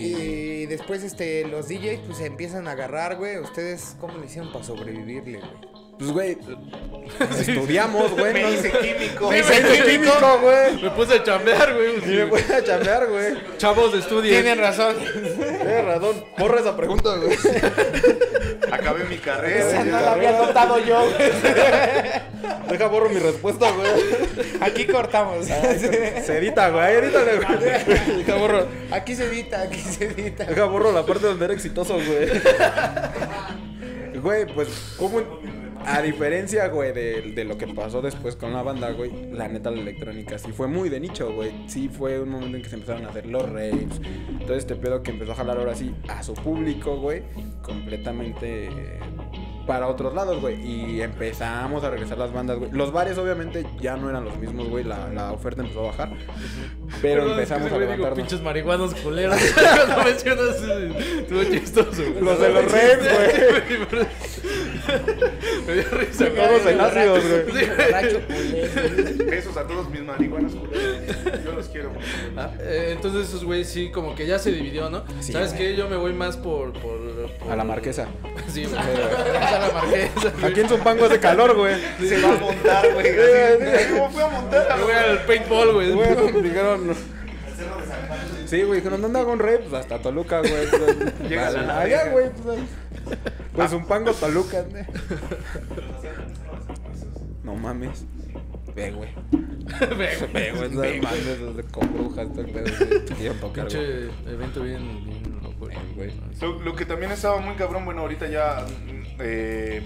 Speaker 5: y después, este, los DJs, pues, se empiezan a agarrar, güey. ¿Ustedes cómo le hicieron para sobrevivirle, güey?
Speaker 4: Pues, güey, estudiamos, güey.
Speaker 3: Me
Speaker 4: no-
Speaker 3: hice químico.
Speaker 4: Me hice químico, güey.
Speaker 1: Me puse a chambear,
Speaker 4: Y me
Speaker 1: güey.
Speaker 4: voy a chambear, güey.
Speaker 1: Chavos, estudien.
Speaker 5: razón.
Speaker 4: Eh, Radón, borra esa pregunta, güey.
Speaker 3: Acabé mi
Speaker 5: Esa no
Speaker 3: carrera.
Speaker 5: la había notado yo, güey.
Speaker 4: Deja borro mi respuesta, güey.
Speaker 5: Aquí cortamos.
Speaker 4: Ah, Se edita, güey, edítale, güey. Deja borro,
Speaker 5: Aquí se edita, aquí se edita.
Speaker 4: deja borro la parte donde era exitoso, güey. Güey, pues, ¿cómo? A diferencia, güey, de, de lo que pasó después con la banda, güey, la neta la electrónica sí fue muy de nicho, güey. Sí fue un momento en que se empezaron a hacer los raves. Todo este pedo que empezó a jalar ahora sí a su público, güey, completamente eh, para otros lados, güey. Y empezamos a regresar las bandas, güey. Los bares, obviamente, ya no eran los mismos, güey. La, la oferta empezó a bajar. Pero
Speaker 1: Perdón, es que
Speaker 4: empezamos
Speaker 1: ese
Speaker 4: a
Speaker 1: güey digo,
Speaker 4: levantarnos.
Speaker 1: Pinches marihuanos culeros. Cuando mencionas, eh, estuvo chistoso.
Speaker 4: Los de los Reds, güey.
Speaker 1: güey. Me dio risa.
Speaker 4: Todos en ácidos, güey.
Speaker 1: Sí, güey.
Speaker 5: Borracho culero.
Speaker 3: Besos a todos mis marihuanas culeros. Yo los quiero.
Speaker 1: Eh, Entonces esos güeyes sí, como que ya se dividió, ¿no?
Speaker 4: Sí,
Speaker 1: ¿Sabes
Speaker 4: güey.
Speaker 1: qué? Yo me voy más por... por, por-
Speaker 4: A la marquesa.
Speaker 1: Sí, güey. a la marquesa. güey.
Speaker 4: Aquí en Zumpango hace calor, güey.
Speaker 3: Se va a montar, güey. así. ¿Cómo fue a montar?
Speaker 1: Me voy al paintball, güey.
Speaker 4: Güey, dijeron. Sí, güey, dijeron, ¿dónde hago un rey? Pues hasta Toluca, güey. Pues,
Speaker 3: Llegas a la verga.
Speaker 4: allá,
Speaker 3: Ah.
Speaker 4: güey. Pues, pues un pango Toluca, ¿no? No mames. Ve, güey.
Speaker 1: Ve, güey.
Speaker 4: Ve, güey. No mames, los de con brujas, todo el pedo. güey. Te quieren tocar, güey.
Speaker 1: Pinche evento bien, bien loco, güey.
Speaker 3: Lo, lo que también estaba muy cabrón, bueno, ahorita ya mm, eh,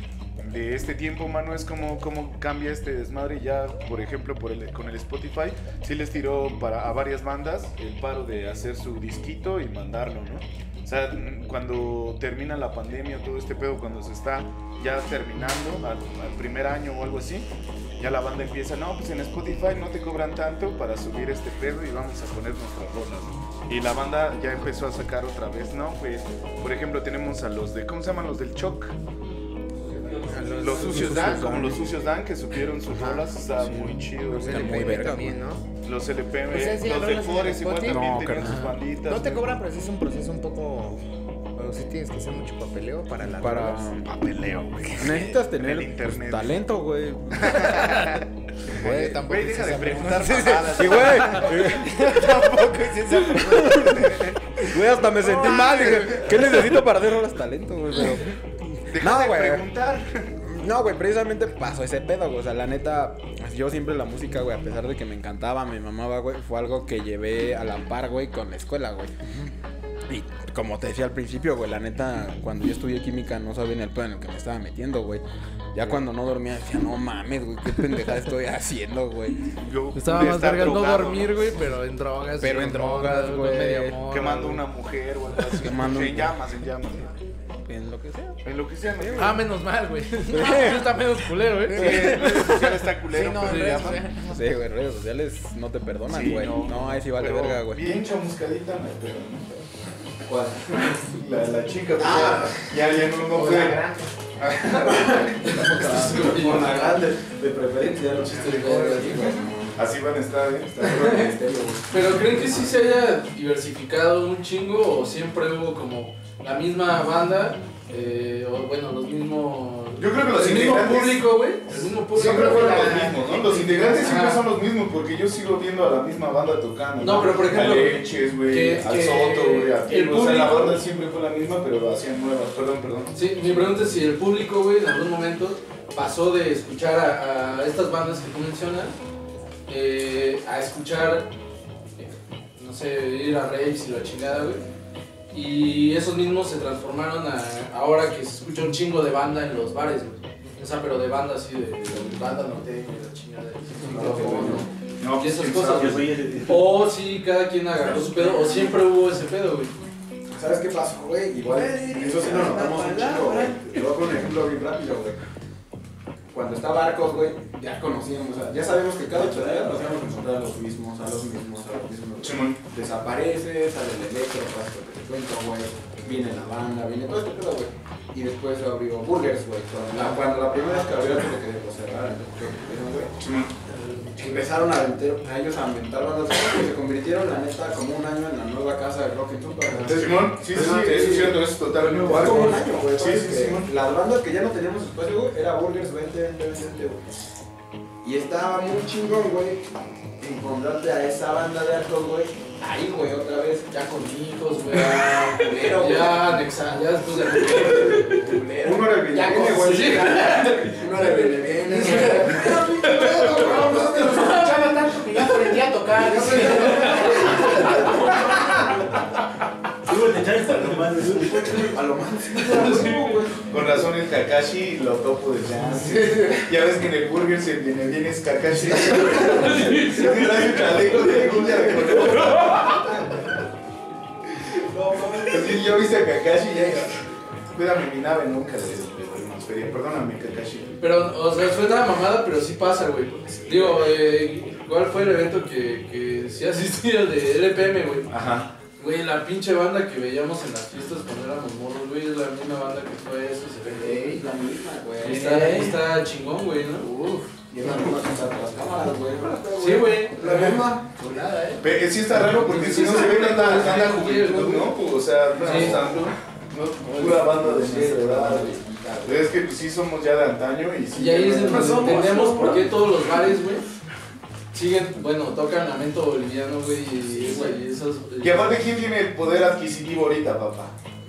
Speaker 3: de este tiempo, mano, es como, como cambia este desmadre. Ya, por ejemplo, por el, con el Spotify, sí les tiró para, a varias bandas el paro de hacer su disquito y mandarlo, ¿no? O sea, mm, cuando termina la pandemia, todo este pedo, cuando se está ya terminando, al, al primer año o algo así, ya la banda empieza, no, pues en Spotify no te cobran tanto para subir este pedo y vamos a poner nuestras rolas. Y la banda ya empezó a sacar otra vez, ¿no? Pues, por ejemplo, tenemos a los de, ¿cómo se llaman los del Choc? Los, sucios Dan, como los sucios Dan que subieron sus rolas, está muy chido. ¿eh?
Speaker 5: Los
Speaker 4: Está
Speaker 5: LPM
Speaker 4: muy verga,
Speaker 5: también, ¿no?
Speaker 3: Los LPM,
Speaker 5: O sea, sí,
Speaker 3: los
Speaker 5: las Pues rolas
Speaker 3: del
Speaker 5: en
Speaker 3: Forest igual
Speaker 5: Spotify.
Speaker 3: también
Speaker 4: No,
Speaker 3: tenían
Speaker 4: carnal.
Speaker 3: sus banditas. ¿eh?
Speaker 5: No te
Speaker 3: ¿no?
Speaker 5: cobran, pero sí es un proceso un poco. Pero sí tienes que hacer mucho papeleo para la
Speaker 4: Para.
Speaker 3: Papeleo, güey.
Speaker 4: Necesitas
Speaker 3: En
Speaker 4: tener
Speaker 3: el internet.
Speaker 4: pues, talento, güey.
Speaker 5: Güey,
Speaker 3: Güey, deja de preguntar
Speaker 4: Y,
Speaker 3: mamadas.
Speaker 4: güey.
Speaker 3: pues,
Speaker 4: Güey, hasta me sentí mal. Dije, ¿qué necesito para hacer rolas talento, güey? Pero.
Speaker 3: Deja
Speaker 4: No,
Speaker 3: de
Speaker 4: güey.
Speaker 3: preguntar.
Speaker 4: No, güey, precisamente pasó ese pedo, güey. O sea, la neta, yo siempre la música, güey, a pesar de que me encantaba, me mamaba, güey, fue algo que llevé a la par, güey, con la escuela, güey. Y como te decía al principio, güey, la neta, cuando yo estudié química no sabía ni el pedo en el que me estaba metiendo, güey. Ya cuando no dormía decía, no mames, güey, qué pendejada estoy haciendo, güey.
Speaker 3: Yo
Speaker 1: Estaba
Speaker 3: de
Speaker 1: más
Speaker 3: estar
Speaker 1: verga no
Speaker 3: drogado,
Speaker 1: dormir, güey, pero en drogas.
Speaker 4: Pero
Speaker 1: güey,
Speaker 4: en drogas,
Speaker 1: con
Speaker 4: güey.
Speaker 1: media mona,
Speaker 3: Quemando
Speaker 1: güey.
Speaker 3: una mujer o algo así.
Speaker 4: Quemando
Speaker 3: en
Speaker 4: un-
Speaker 3: llamas, en llamas.
Speaker 4: En lo que sea.
Speaker 3: En lo que sea, me
Speaker 1: Ah, menos mal, güey. Ah, Eso está menos culero,
Speaker 3: Sí,
Speaker 1: eh.
Speaker 3: en redes sociales está culero,
Speaker 5: Sí, no,
Speaker 3: pero
Speaker 5: en
Speaker 3: en
Speaker 5: redes
Speaker 3: llamas.
Speaker 5: sociales.
Speaker 4: No sé, güey, redes sociales no te perdonan,
Speaker 3: Sí,
Speaker 4: güey. No. ahí sí vale
Speaker 3: Pero
Speaker 4: verga, güey.
Speaker 3: Bien chamuscadita, me pegó. La, la chica, pues,
Speaker 1: Ah.
Speaker 3: ya, ya no, no fue.
Speaker 6: Por la grande, de preferencia, los chistes de
Speaker 3: Así van a estar, ¿eh?
Speaker 1: Pero ¿creen que sí se haya diversificado un chingo o siempre hubo como la misma banda? Eh, o bueno, los mismos...
Speaker 3: Yo creo que los
Speaker 1: El mismo
Speaker 3: integrantes-
Speaker 1: público, güey. El mismo público.
Speaker 3: Siempre fueron los mismos, ¿no?
Speaker 1: Ah.
Speaker 3: Los integrantes siempre
Speaker 1: Ajá.
Speaker 3: son los mismos porque yo sigo viendo a la misma banda tocando.
Speaker 1: No, pero por ejemplo,
Speaker 3: A Leches, güey,
Speaker 1: que-
Speaker 3: al
Speaker 1: que
Speaker 3: Soto, güey, a
Speaker 1: el
Speaker 3: Tino. O sea, la
Speaker 1: público-
Speaker 3: banda siempre fue la misma, pero hacían nuevas. Perdón, perdón.
Speaker 1: Sí, mi pregunta es si el público, güey, en algún momento pasó de escuchar a, a estas bandas que tú mencionas eh, a escuchar, eh, no sé, ir a raves y la chingada, güey. Y esos mismos se transformaron a ahora que se escucha un chingo de banda en los bares, güey. O sea, pero de banda así, de, de banda norteña, y la chingada. y-
Speaker 3: No,
Speaker 1: Y esas
Speaker 3: quién
Speaker 1: cosas,
Speaker 3: sabe.
Speaker 1: O sí, cada quien agarró su pedo, o siempre hubo ese pedo, güey.
Speaker 6: ¿Sabes qué pasó, güey? Igual, eso sí lo notamos un chico, güey. Te voy a poner un ejemplo bien rápido, güey. Cuando está Barcos, güey, ya conocíamos, o sea, ya sabemos que cada ocho días nos vamos a encontrar a los mismos, a los mismos, a los mismos.
Speaker 3: Simón.
Speaker 6: Desaparece, sale el electro, pasa lo que te cuento, güey. Viene la banda, viene todo este pedo, güey. Y después abrió Burgers, güey. Cuando la, cuando la primera vez que abrió, tuve que lo cerraron, entonces, ¿no, güey.
Speaker 3: Simón.
Speaker 6: Empezaron a, aventar- a ellos a inventar bandas de rock y se convirtieron, la neta, como un año en la nueva casa de rock en Tumpa.
Speaker 3: Simón, sí, sí, sí,
Speaker 6: Ajá,
Speaker 3: eso es
Speaker 6: sí.
Speaker 3: cierto, eso es totalmente
Speaker 6: Fue como un
Speaker 3: igual.
Speaker 6: año,
Speaker 4: pues,
Speaker 6: güey.
Speaker 3: Sí, sí,
Speaker 6: que
Speaker 3: Simón.
Speaker 6: Las bandas que ya no teníamos espacio, güey, era Burgers 20, 20, 20, güey. Y estaba muy chingón, güey, encontrarte a esa banda de altos, güey, ahí, güey, otra vez.
Speaker 1: Ya con hijos, güey. Ya,
Speaker 6: Culero, güey.
Speaker 1: ya, anexa- ya después de...
Speaker 6: Culero.
Speaker 3: Uno era el que
Speaker 6: Ya
Speaker 3: viene,
Speaker 6: con-
Speaker 3: güey.
Speaker 6: sí. Uno era el que viene, güey. Era mi pedo, cabrón, no te lo
Speaker 5: Escuchaba tanto que ya aprendí a tocar.
Speaker 6: A lo más. güey.
Speaker 3: Con razón el Kakashi lo topo de ya. Ya ves que en el burger se viene bien es Kakashi. Se me da un chaleco de ninja de color. Pues Así, yo viste a Kakashi y ya. Cuídame mi nave, nunca le dimos feria. Perdóname, Kakashi.
Speaker 1: Pero, o sea, suena a mamada, pero sí pasa, güey. Digo, eh, ¿cuál fue el evento que, que sí asistía de LPM, güey?
Speaker 3: Ajá.
Speaker 1: Güey, la pinche banda que veíamos en las fiestas cuando éramos morros, güey, es la misma banda que fue eso, se ve.
Speaker 6: Ey, la misma, güey.
Speaker 1: Está, está chingón, güey, ¿no?
Speaker 6: Uf, y es la misma cosa para las cámaras, güey.
Speaker 1: Sí, güey.
Speaker 6: La misma. Pues nada, eh.
Speaker 3: Pero sí está raro porque si no se ve tanta tanta juventud, ¿no? Pues, o sea, no
Speaker 1: Sí.
Speaker 3: es tanto. No, pura banda de nuestra edad. Es que pues, sí somos ya de antaño y sí.
Speaker 1: Y ahí es
Speaker 3: no,
Speaker 1: donde
Speaker 3: somos.
Speaker 1: entendemos por qué todos los bares, güey, siguen, bueno, tocan lamento boliviano, güey, y, güey, y esas...
Speaker 3: Que aparte, ¿quién tiene el poder adquisitivo ahorita, papá?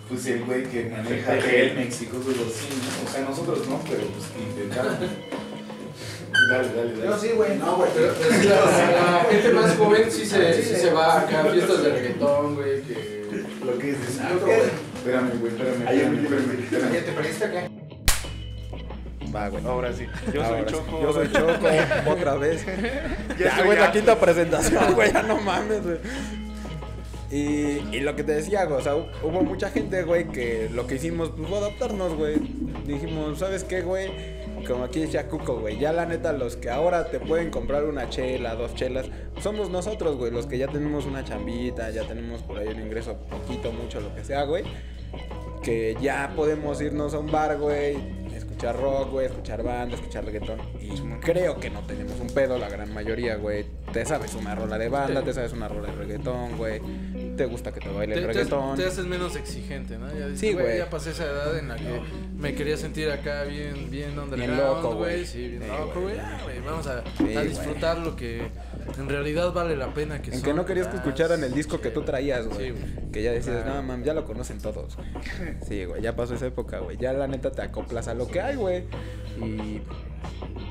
Speaker 3: Pues el güey que maneja el México, cosas así, ¿no? O sea, nosotros no, pero pues intentamos. Dale, dale, dale.
Speaker 6: Yo sí, güey. No, güey.
Speaker 1: Pero, pero sí, la, la gente más joven sí se, sí se va acá a fiestas de reggaetón, güey, que...
Speaker 3: Lo que es de
Speaker 6: ¿qué?
Speaker 3: Espérame, güey, espérame. espérame, espérame, espérame.
Speaker 6: ¿Ya te perdiste o qué?
Speaker 4: Va, güey.
Speaker 3: Ahora sí. Yo soy
Speaker 4: Ahora sí.
Speaker 3: Choco.
Speaker 4: Yo soy Choco, otra vez. Ya,
Speaker 3: estoy
Speaker 4: güey, la
Speaker 3: harto.
Speaker 4: quinta presentación, güey, ya no mames, güey. Y, y lo que te decía, güey, o sea, hu- hubo mucha gente, güey, que lo que hicimos pues, fue adaptarnos, güey. Dijimos, ¿sabes qué, güey? Como aquí es Yacuco, güey. Ya la neta, los que ahora te pueden comprar una chela, dos chelas, somos nosotros, güey. Los que ya tenemos una chambita, ya tenemos por ahí un ingreso poquito, mucho, lo que sea, güey. Que ya podemos irnos a un bar, güey. Escuchar rock, güey, escuchar banda, escuchar reggaetón. Y creo que no tenemos un pedo, la gran mayoría, güey. Te sabes una rola de banda, te sabes una rola de reggaetón, güey. Te gusta que te baile el
Speaker 1: Te, te,
Speaker 4: reggaetón.
Speaker 1: te haces menos exigente, ¿no? Ya dices,
Speaker 4: Sí,
Speaker 1: "Güey,
Speaker 4: güey.
Speaker 1: Ya pasé esa edad en la que me quería sentir acá bien, bien underground,
Speaker 4: loco,
Speaker 1: güey.
Speaker 4: güey.
Speaker 1: Sí, bien
Speaker 4: Sí,
Speaker 1: loco, güey. Ah, güey, Vamos a, a
Speaker 4: güey.
Speaker 1: disfrutar lo que en realidad vale la pena que
Speaker 4: En
Speaker 1: son
Speaker 4: que no querías que
Speaker 1: las
Speaker 4: escucharan el disco que tú
Speaker 1: chelas.
Speaker 4: traías, güey.
Speaker 1: Sí, güey.
Speaker 4: que ya decías,
Speaker 1: Claro.
Speaker 4: no, mam, ya lo conocen todos. güey". Sí, güey, ya pasó esa época, güey. Ya la neta te acoplas a lo que hay, güey. Y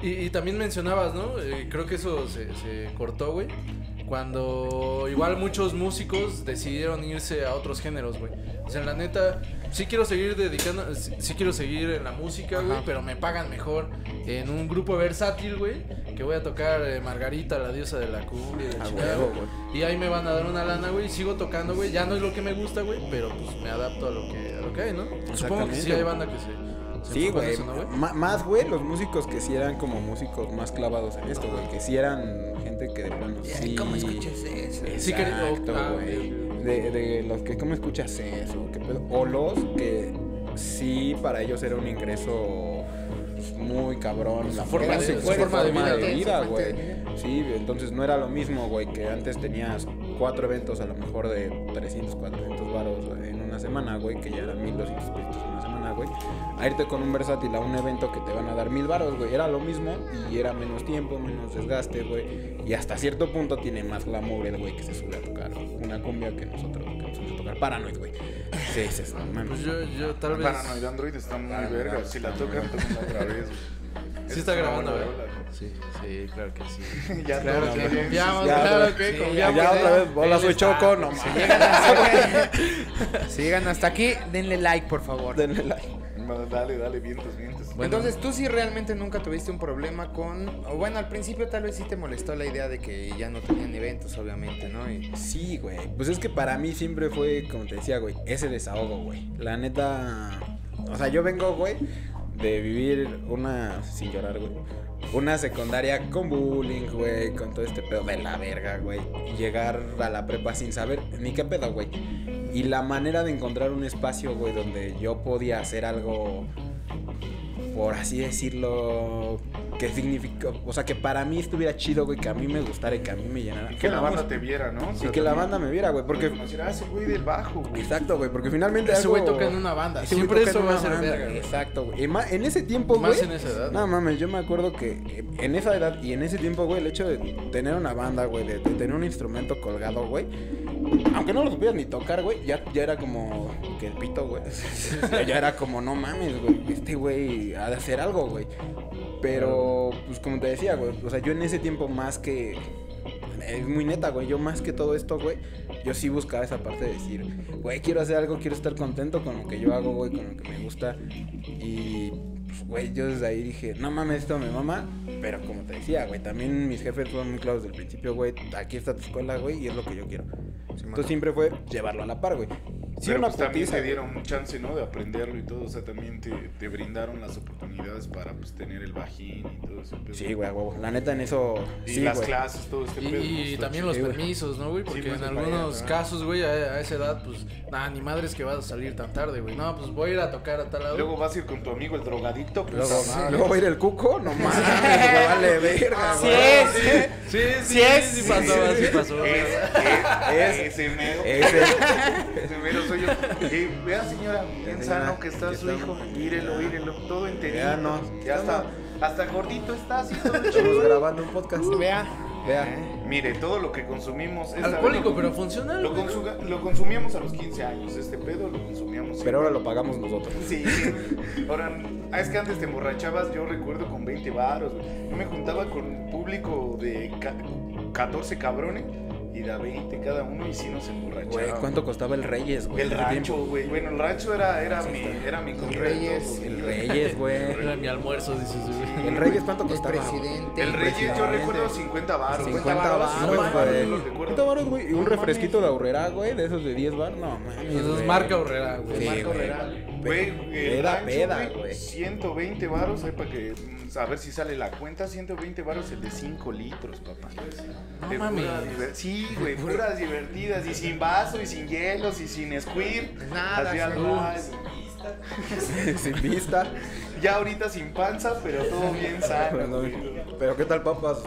Speaker 1: Y, y también mencionabas, ¿no? Eh, creo que eso se, se cortó, güey. Cuando igual muchos músicos decidieron irse a otros géneros, güey. O sea, la neta, sí quiero seguir dedicando, sí, sí quiero seguir en la música, güey, pero me pagan mejor en un grupo versátil, güey, que voy a tocar eh, Margarita, la diosa de la cumbia, de
Speaker 4: A
Speaker 1: chingada,
Speaker 4: Ah, huevo,
Speaker 1: Y ahí me van a dar una lana, güey, y sigo tocando, güey. Ya no es lo que me gusta, güey, pero pues me adapto a lo que, a lo que hay, ¿no? Supongo que
Speaker 4: Exactamente,
Speaker 1: sí hay
Speaker 4: güey.
Speaker 1: banda que se... se
Speaker 4: Sí,
Speaker 1: enfoca
Speaker 4: güey.
Speaker 1: en eso, ¿no,
Speaker 4: Ma- Más, güey, los músicos que sí eran como músicos más clavados en esto, güey. Que sí eran gente que de plano sí.
Speaker 5: ¿Cómo escuchas eso?
Speaker 1: Sí, que-
Speaker 4: Exacto,
Speaker 1: o- ah,
Speaker 4: güey. De, de los que, ¿cómo escuchas eso? ¿Qué pedo? O los que sí, para ellos era un ingreso pues, muy cabrón. La
Speaker 1: forma
Speaker 4: era
Speaker 1: de-
Speaker 4: su-
Speaker 1: su
Speaker 4: fue su
Speaker 1: forma de vida,
Speaker 5: ¿no? Su fuente de
Speaker 4: güey. Sí, entonces no era lo mismo, güey, que antes tenías cuatro eventos a lo mejor de 300, 400 varos en una semana, güey, que ya eran 1200 pesos en una semana, güey. A irte con un versátil a un evento que te van a dar mil varos, güey. Era lo mismo y era menos tiempo, menos desgaste, güey. Y hasta cierto punto tiene más glamour el güey que se sube a tocar una cumbia que nosotros que nos vamos a tocar. Paranoid, güey. Sí, sí, sí. no mames.
Speaker 1: Pues yo, yo tal vez... Ah,
Speaker 3: Paranoid Android está muy verga. Si la tocan, tocan otra vez.
Speaker 1: Sí está grabando,
Speaker 3: güey.
Speaker 1: ¿verdad? Sí, sí, claro que sí.
Speaker 3: Ya
Speaker 1: Claro que
Speaker 3: todos tienen
Speaker 1: confiamos,
Speaker 4: Ya,
Speaker 1: claro
Speaker 4: otra
Speaker 1: que
Speaker 4: vez.
Speaker 1: confiamos.
Speaker 4: ya
Speaker 1: en
Speaker 4: otra
Speaker 1: él.
Speaker 4: vez, hola,
Speaker 1: Él
Speaker 4: soy
Speaker 1: está-
Speaker 4: Choco, no mames.
Speaker 5: Si llegan hasta aquí, denle like, por favor.
Speaker 4: Denle like.
Speaker 3: sus- Dale, dale, vientos, vientos.
Speaker 1: Bueno.
Speaker 5: Entonces, tú sí realmente nunca tuviste un problema con. o bueno, al principio tal vez sí te molestó la idea de que ya no tenían eventos, obviamente, ¿no? Y-
Speaker 4: Sí, güey. Pues es que para mí siempre fue, como te decía, güey, ese desahogo, güey. La neta. O sea, yo vengo, güey, de vivir una. Sin llorar, güey. Una secundaria con bullying, güey, con todo este pedo de la verga, güey. Y llegar a la prepa sin saber ni qué pedo, güey. Y la manera de encontrar un espacio, güey, donde yo podía hacer algo por así decirlo, que significó, o sea, que para mí estuviera chido, güey, que a mí me gustara y que a mí me llenara.
Speaker 3: Que
Speaker 4: Fue
Speaker 3: la
Speaker 4: la
Speaker 3: banda
Speaker 4: música.
Speaker 3: te viera, ¿no? O
Speaker 4: Y
Speaker 3: sea,
Speaker 4: que la
Speaker 3: también
Speaker 4: banda me viera, güey, porque...
Speaker 3: reconocer, ah, ese güey del bajo, güey.
Speaker 4: Exacto, güey, porque finalmente
Speaker 1: Ese güey
Speaker 4: algo-
Speaker 1: toca en una banda.
Speaker 4: Ese güey
Speaker 1: Siempre
Speaker 4: toca en
Speaker 1: eso va
Speaker 4: una
Speaker 1: a ser
Speaker 4: banda,
Speaker 1: verga, güey.
Speaker 4: Exacto, güey. Y ma- En ese tiempo, güey...
Speaker 1: Más en esa edad.
Speaker 4: No mames, yo me acuerdo que eh, en esa edad y en ese tiempo, güey, el hecho de tener una banda, güey, de, de tener un instrumento colgado, güey, aunque no lo supieras ni tocar, güey, ya, ya era como que el pito, güey. ya, ya era como, no mames, güey, este güey ha de hacer algo, güey. Pero, pues como te decía, güey, o sea, yo en ese tiempo más que. Es muy neta, güey. Yo más que todo esto, güey, yo sí buscaba esa parte de decir, güey, quiero hacer algo, quiero estar contento con lo que yo hago, güey, con lo que me gusta. Y, pues, güey, yo desde ahí dije, no mames, esto me mama. Pero como te decía, güey, también mis jefes fueron muy claros desde el principio, güey, aquí está tu escuela, güey, y es lo que yo quiero.
Speaker 5: Sí, mano.
Speaker 4: Entonces siempre fue llevarlo a la par, güey. Sí,
Speaker 3: Pero
Speaker 4: una
Speaker 3: pues también
Speaker 4: putiza,
Speaker 3: te
Speaker 4: güey.
Speaker 3: dieron un chance, ¿no? De aprenderlo y todo. O sea, también te, te brindaron las oportunidades para pues, tener el bajín y todo eso.
Speaker 4: Sí, güey, a huevo. La neta en eso.
Speaker 3: Y
Speaker 4: sí,
Speaker 3: las
Speaker 4: güey.
Speaker 3: clases, todo este
Speaker 1: Y,
Speaker 3: pedo.
Speaker 1: y
Speaker 3: pues, está
Speaker 1: también
Speaker 3: chido.
Speaker 1: los
Speaker 4: chido, güey.
Speaker 1: permisos, ¿no, güey? Porque
Speaker 3: pues,
Speaker 1: en
Speaker 3: me
Speaker 1: algunos
Speaker 3: parece, ¿no?
Speaker 1: casos, güey, a, a esa edad, pues, nada, ni madres que vas a salir tan tarde, güey. No, pues voy a ir a tocar a tal lado.
Speaker 3: Luego vas a ir con tu amigo el drogadicto. Pues,
Speaker 4: Luego, ah,
Speaker 3: sí.
Speaker 4: luego va a ir el cuco, no mames, me vale verga,
Speaker 7: Sí
Speaker 4: güey.
Speaker 7: es.
Speaker 1: sí, sí,
Speaker 7: Sí es.
Speaker 1: sí, sí pasó, sí pasó.
Speaker 3: Es,
Speaker 4: Es-
Speaker 3: es, ese mero.
Speaker 4: Ese-
Speaker 3: Ese mero soy yo. Y vea, señora, bien
Speaker 4: señora,
Speaker 3: sano que está
Speaker 4: que
Speaker 3: su
Speaker 4: está-
Speaker 3: hijo. Mírelo, mírelo. Todo enterito.
Speaker 4: Ya no.
Speaker 3: Ya está. Hasta gordito está así. todo
Speaker 4: Estamos
Speaker 3: chulo.
Speaker 4: grabando un podcast.
Speaker 5: Vea.
Speaker 4: Vea.
Speaker 3: Mire, todo lo que consumimos es
Speaker 1: Alcohólico, pero funcional.
Speaker 3: Lo,
Speaker 1: güey.
Speaker 3: consuga- lo consumíamos a los 15 años, este pedo lo consumíamos.
Speaker 4: Pero ahora lo pagamos nosotros.
Speaker 3: Sí, ahora, ah, es que antes te emborrachabas, yo recuerdo con 20 varos, güey. Yo me juntaba con un público de ca- 14 cabrones y da 20 cada uno y sí nos
Speaker 4: Güey,
Speaker 3: emborrachábamos.
Speaker 4: ¿cuánto costaba el Reyes, güey?
Speaker 3: El
Speaker 4: En ese
Speaker 3: rancho, güey. Bueno, el rancho era, era mi, era mi concreto,
Speaker 5: Reyes,
Speaker 3: güey.
Speaker 4: tiempo? El Reyes, güey.
Speaker 1: Era mi almuerzo, dices, güey.
Speaker 4: El Reyes, ¿cuánto
Speaker 5: El
Speaker 4: costaba?
Speaker 5: presidente.
Speaker 3: El Reyes, yo recuerdo 50 varos.
Speaker 4: 50
Speaker 3: varos,
Speaker 4: baros,
Speaker 3: varos,
Speaker 4: güey.
Speaker 3: lo recuerdo.
Speaker 4: 50 baros, güey. Y un refresquito de aurrera, güey, de esos de 10 bar. No, mames.
Speaker 1: Eso es
Speaker 4: güey.
Speaker 1: marca horrera, güey.
Speaker 4: Sí,
Speaker 1: marca
Speaker 4: güey.
Speaker 1: horrera.
Speaker 3: Güey, el
Speaker 4: Peda,
Speaker 3: rancho,
Speaker 4: peda,
Speaker 3: güey,
Speaker 4: güey.
Speaker 3: 120 varos, ahí para que mm, a ver si sale la cuenta, 120 varos el de 5 litros, papá. De
Speaker 1: mames.
Speaker 3: puras diver- Sí, güey, puras divertidas y sin vaso y sin hielos y sin squid.
Speaker 5: Nada,
Speaker 3: Así al-
Speaker 5: sin luz.
Speaker 3: ay,
Speaker 4: Sin vista.
Speaker 3: Ya ahorita sin panza, pero todo bien sano. güey.
Speaker 4: Perdón. Pero ¿qué tal papas?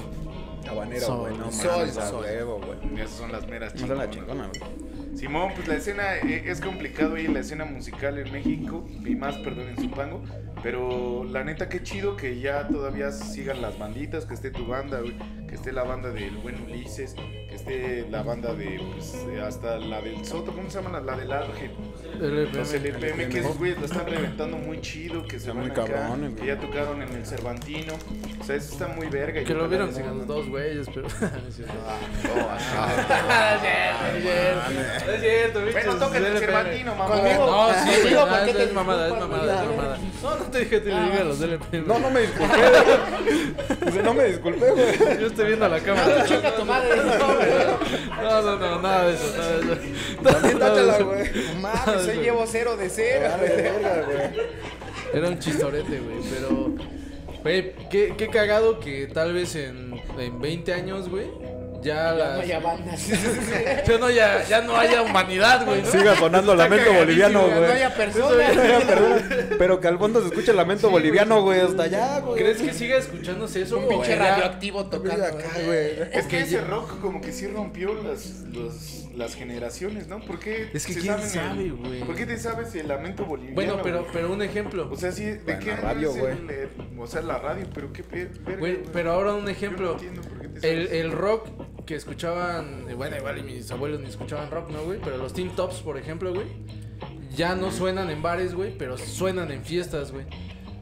Speaker 4: Habanero,
Speaker 1: Sol.
Speaker 4: güey. No,
Speaker 5: Sol,
Speaker 4: mames, a
Speaker 5: sol.
Speaker 4: huevo, güey.
Speaker 3: Esas son las meras
Speaker 4: No son la
Speaker 3: chingonas.
Speaker 4: chingona, güey.
Speaker 3: Simón, pues la escena eh, es complicado y la escena musical en México, y más, perdón, en Zumpango, pero la neta qué chido que ya todavía sigan las banditas, que esté tu banda, güey, que esté la banda del buen Ulises, que esté la banda de, pues, de hasta la del Soto, ¿cómo se llama? La del Ángel.
Speaker 1: LPM.
Speaker 3: Los LPM, que esos güeyes la están reventando muy chido, que se
Speaker 4: Están
Speaker 3: van
Speaker 4: muy
Speaker 3: acá,
Speaker 4: cabrones,
Speaker 3: que
Speaker 4: güey.
Speaker 3: ya tocaron en el Cervantino, o sea, eso está muy verga. y
Speaker 1: Que lo
Speaker 3: ojalá
Speaker 1: vieron
Speaker 3: les
Speaker 1: sin
Speaker 3: hagan-
Speaker 1: los dos güeyes, pero. No es cierto.
Speaker 3: Oh, No
Speaker 1: es cierto,
Speaker 3: Bueno, toquen el Cervantino, mamá.
Speaker 1: No, sí,
Speaker 7: Conmigo,
Speaker 1: güey,
Speaker 7: ¿por
Speaker 1: no,
Speaker 7: qué
Speaker 1: es,
Speaker 7: te
Speaker 1: es mamada, es
Speaker 7: disculpas,
Speaker 1: mamada, es
Speaker 7: güey?
Speaker 1: mamada. No, no te dije que te le diga a los LPM.
Speaker 4: No, no me disculpé, güey. O sea, No me disculpé, güey.
Speaker 1: Yo estoy viendo a la cámara.
Speaker 7: Chinga tu madre.
Speaker 1: No, no, no, nada de eso, nada de eso.
Speaker 4: También
Speaker 1: Nada de
Speaker 4: tátala,
Speaker 1: eso.
Speaker 4: güey.
Speaker 5: Mames, yo llevo cero de cero.
Speaker 4: Vale, verga, güey.
Speaker 1: Era un chistorete, güey, pero... Güey, qué, qué cagado que tal vez en, en 20 años, güey, ya
Speaker 7: No
Speaker 1: las...
Speaker 7: haya bandas.
Speaker 1: Ya no, ya, ya no haya humanidad, güey, ¿no?
Speaker 4: Siga sonando lamento boliviano,
Speaker 7: No
Speaker 4: güey.
Speaker 7: haya personas.
Speaker 4: Perdón, Pero que al fondo se escuche el lamento boliviano, güey, hasta allá, güey.
Speaker 1: ¿Crees que siga escuchándose eso?
Speaker 7: Un
Speaker 1: o
Speaker 7: pinche
Speaker 1: era-
Speaker 7: radioactivo tocando.
Speaker 4: acá, güey. Ah,
Speaker 3: Es que ese rock como que sí rompió las, los- las generaciones, ¿no? ¿Por qué
Speaker 1: Es que
Speaker 3: se
Speaker 1: quién
Speaker 3: saben el-
Speaker 1: sabe, güey.
Speaker 3: ¿Por qué te sabes el lamento boliviano?
Speaker 1: Bueno, pero,
Speaker 3: güey?
Speaker 1: pero un ejemplo.
Speaker 3: O sea, sí, ¿de
Speaker 4: Bueno,
Speaker 3: qué
Speaker 4: la
Speaker 3: año
Speaker 4: radio,
Speaker 3: es
Speaker 4: güey.
Speaker 3: el, eh, O sea, la radio, pero qué pe- verga,
Speaker 1: Güey,
Speaker 3: güey.
Speaker 1: pero ahora un
Speaker 3: Yo no
Speaker 1: ejemplo.
Speaker 3: entiendo por qué te
Speaker 1: El,
Speaker 3: sabes.
Speaker 1: el rock que escuchaban, eh, bueno, igual y mis abuelos ni escuchaban rock, ¿no, güey? Pero los Team Tops, por ejemplo, güey, ya no suenan en bares, güey, pero suenan en fiestas, güey.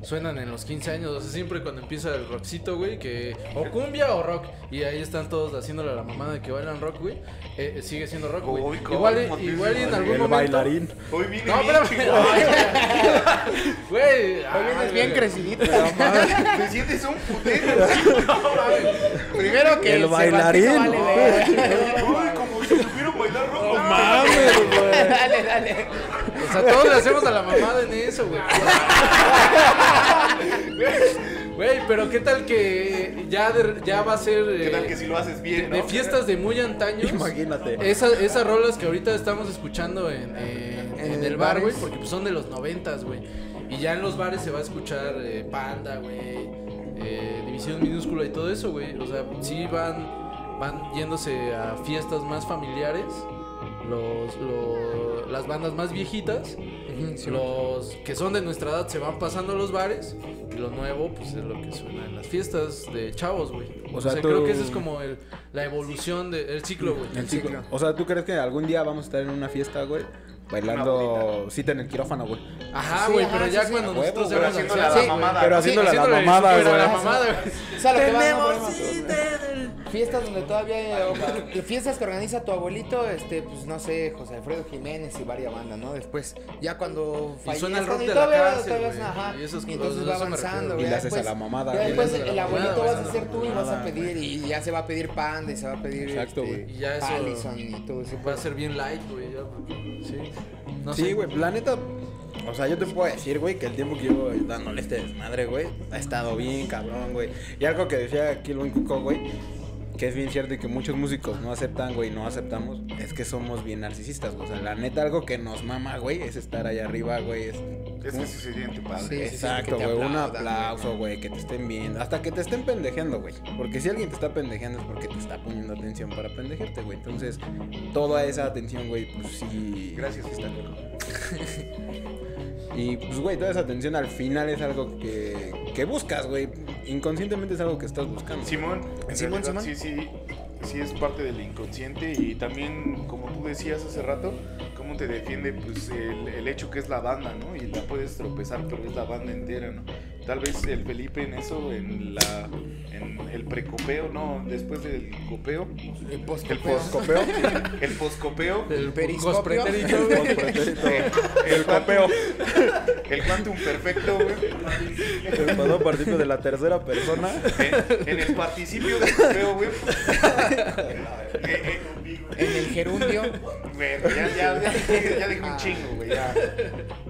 Speaker 1: Suenan en los 15 años, o sea, siempre cuando empieza el rockcito, güey, que o cumbia o rock. Y ahí están todos haciéndole a la mamada de que bailan rock, güey. eh, eh, sigue siendo rock,
Speaker 3: Uy,
Speaker 1: güey.
Speaker 3: cómo
Speaker 1: Igual,
Speaker 3: te
Speaker 1: y- igual y en
Speaker 3: digo,
Speaker 1: algún
Speaker 4: El
Speaker 1: momento...
Speaker 4: bailarín.
Speaker 3: Hoy vine
Speaker 1: No,
Speaker 3: bien
Speaker 1: espérame.
Speaker 3: chingón.
Speaker 1: Güey,
Speaker 5: Hoy vienes bien
Speaker 1: crecido.
Speaker 5: crecidito.
Speaker 3: Te sientes un putero.
Speaker 5: Primero que
Speaker 4: El
Speaker 5: Cervantino
Speaker 4: bailarín.
Speaker 5: vale verga.
Speaker 3: Uy, como si supieran bailar rock. No
Speaker 4: Mames, Ah, güey.
Speaker 5: Dale, dale.
Speaker 1: O sea, todos le hacemos a la mamada en eso, güey. Güey, pero qué tal que ya, de- ya va a ser eh,
Speaker 3: ¿Qué tal que si lo haces bien, no?
Speaker 1: de fiestas de muy antaños.
Speaker 4: Imagínate.
Speaker 1: Esa- esas rolas que ahorita estamos escuchando en, en- en el bar, güey, porque pues, son de los noventas, güey. Y ya en los bares se va a escuchar eh, Panda, güey, eh, División Minúscula y todo eso, güey. O sea, sí van, van yéndose a fiestas más familiares, los, lo- las bandas más viejitas, los que son de nuestra edad se van pasando a los bares y lo nuevo, pues es lo que suena en las fiestas de chavos, güey.
Speaker 4: O
Speaker 1: O sea,
Speaker 4: sea, tú-
Speaker 1: creo que esa es como el- la evolución del ciclo, güey.
Speaker 4: El ciclo. O sea, ¿tú crees que algún día vamos a estar en una fiesta, güey? Bailando cita en el quirófano, güey.
Speaker 1: Ajá,
Speaker 7: Sí,
Speaker 1: güey,
Speaker 7: ajá,
Speaker 1: pero
Speaker 7: sí,
Speaker 1: ya
Speaker 7: sí.
Speaker 1: cuando
Speaker 4: A
Speaker 1: nosotros
Speaker 4: huevo,
Speaker 1: ya
Speaker 3: Pero haciendo
Speaker 1: éramos
Speaker 3: la
Speaker 1: ancianos,
Speaker 7: Sí,
Speaker 3: mamada.
Speaker 4: Pero
Speaker 3: güey.
Speaker 4: haciéndole la
Speaker 1: haciéndole
Speaker 4: mamada,
Speaker 1: súper a la
Speaker 4: güey.
Speaker 1: mamada, güey.
Speaker 7: O sea, lo que va, no problema. Fiestas donde todavía
Speaker 5: De fiestas que organiza tu abuelito, este, pues no sé, José Alfredo Jiménez y varias bandas, ¿no? Después, ya cuando
Speaker 1: Y suena el
Speaker 5: fallezcan
Speaker 1: rock de la
Speaker 5: todavía-
Speaker 1: cárcel,
Speaker 5: todavía
Speaker 1: güey,
Speaker 5: ajá,
Speaker 1: y esas
Speaker 5: y
Speaker 1: cosas,
Speaker 5: entonces
Speaker 1: a
Speaker 5: va
Speaker 1: eso me refiero.
Speaker 5: avanzando,
Speaker 4: Y
Speaker 5: güey,
Speaker 4: le haces
Speaker 5: después-
Speaker 4: a la mamada,
Speaker 5: ya
Speaker 4: güey.
Speaker 5: Después
Speaker 1: Le haces a
Speaker 5: el
Speaker 1: la
Speaker 5: abuelito
Speaker 1: mamada,
Speaker 5: vas a
Speaker 1: güey.
Speaker 5: ser tú y vas a pedir, y ya se va a pedir panda, y se va a pedir
Speaker 4: Exacto,
Speaker 5: este,
Speaker 1: güey. Y ya eso-
Speaker 5: Allison y todo ese
Speaker 1: Va a ser bien light, güey. ya, Sí. No
Speaker 4: sí,
Speaker 1: sé.
Speaker 4: güey, la neta. O sea, yo te puedo decir, güey, que el tiempo que llevo dándole este desmadre, güey, ha estado bien cabrón, güey. Y algo que decía aquí el buen Cuco, güey, que es bien cierto y que muchos músicos no aceptan, güey, no aceptamos, es que somos bien narcisistas, güey. O sea, la neta, algo que nos mama, güey, es estar allá arriba, güey. Es,
Speaker 3: Es que sí se siente padre.
Speaker 5: Sí, sí, sí,
Speaker 4: Exacto,
Speaker 5: que te
Speaker 4: güey. Un
Speaker 5: aplaudan,
Speaker 4: aplauso, güey. Que te estén viendo. Hasta que te estén pendejeando, güey. Porque si alguien te está pendejeando es porque te está poniendo atención para pendejarte, güey. Entonces, toda esa atención, güey, pues sí.
Speaker 3: Gracias, Stan.
Speaker 4: Y pues, güey, toda esa atención al final es algo que, que buscas, güey. Inconscientemente es algo que estás buscando.
Speaker 3: Simón, en
Speaker 5: Simón,
Speaker 3: realidad,
Speaker 5: Simón.
Speaker 3: Sí, sí, sí es parte del inconsciente y también, como tú decías hace rato, cómo te defiende pues, el, el hecho que es la banda, ¿no? Y la puedes tropezar, pero es la banda entera, ¿no? Tal vez el Felipe en eso, en, la, en el precopeo, no, después del copeo,
Speaker 5: El
Speaker 3: el
Speaker 5: postcopeo.
Speaker 3: poscopeo, el poscopeo,
Speaker 1: El
Speaker 5: periscopio.
Speaker 1: cospreterito, güey.
Speaker 3: eh, el copeo, el quantum perfecto, güey.
Speaker 2: El pasado partido de la tercera persona.
Speaker 3: En, en el participio del copeo, güey. Eh, eh,
Speaker 5: En el gerundio.
Speaker 3: Bueno, ya, ya, ya, dije- ya dije un chingo, güey. ya.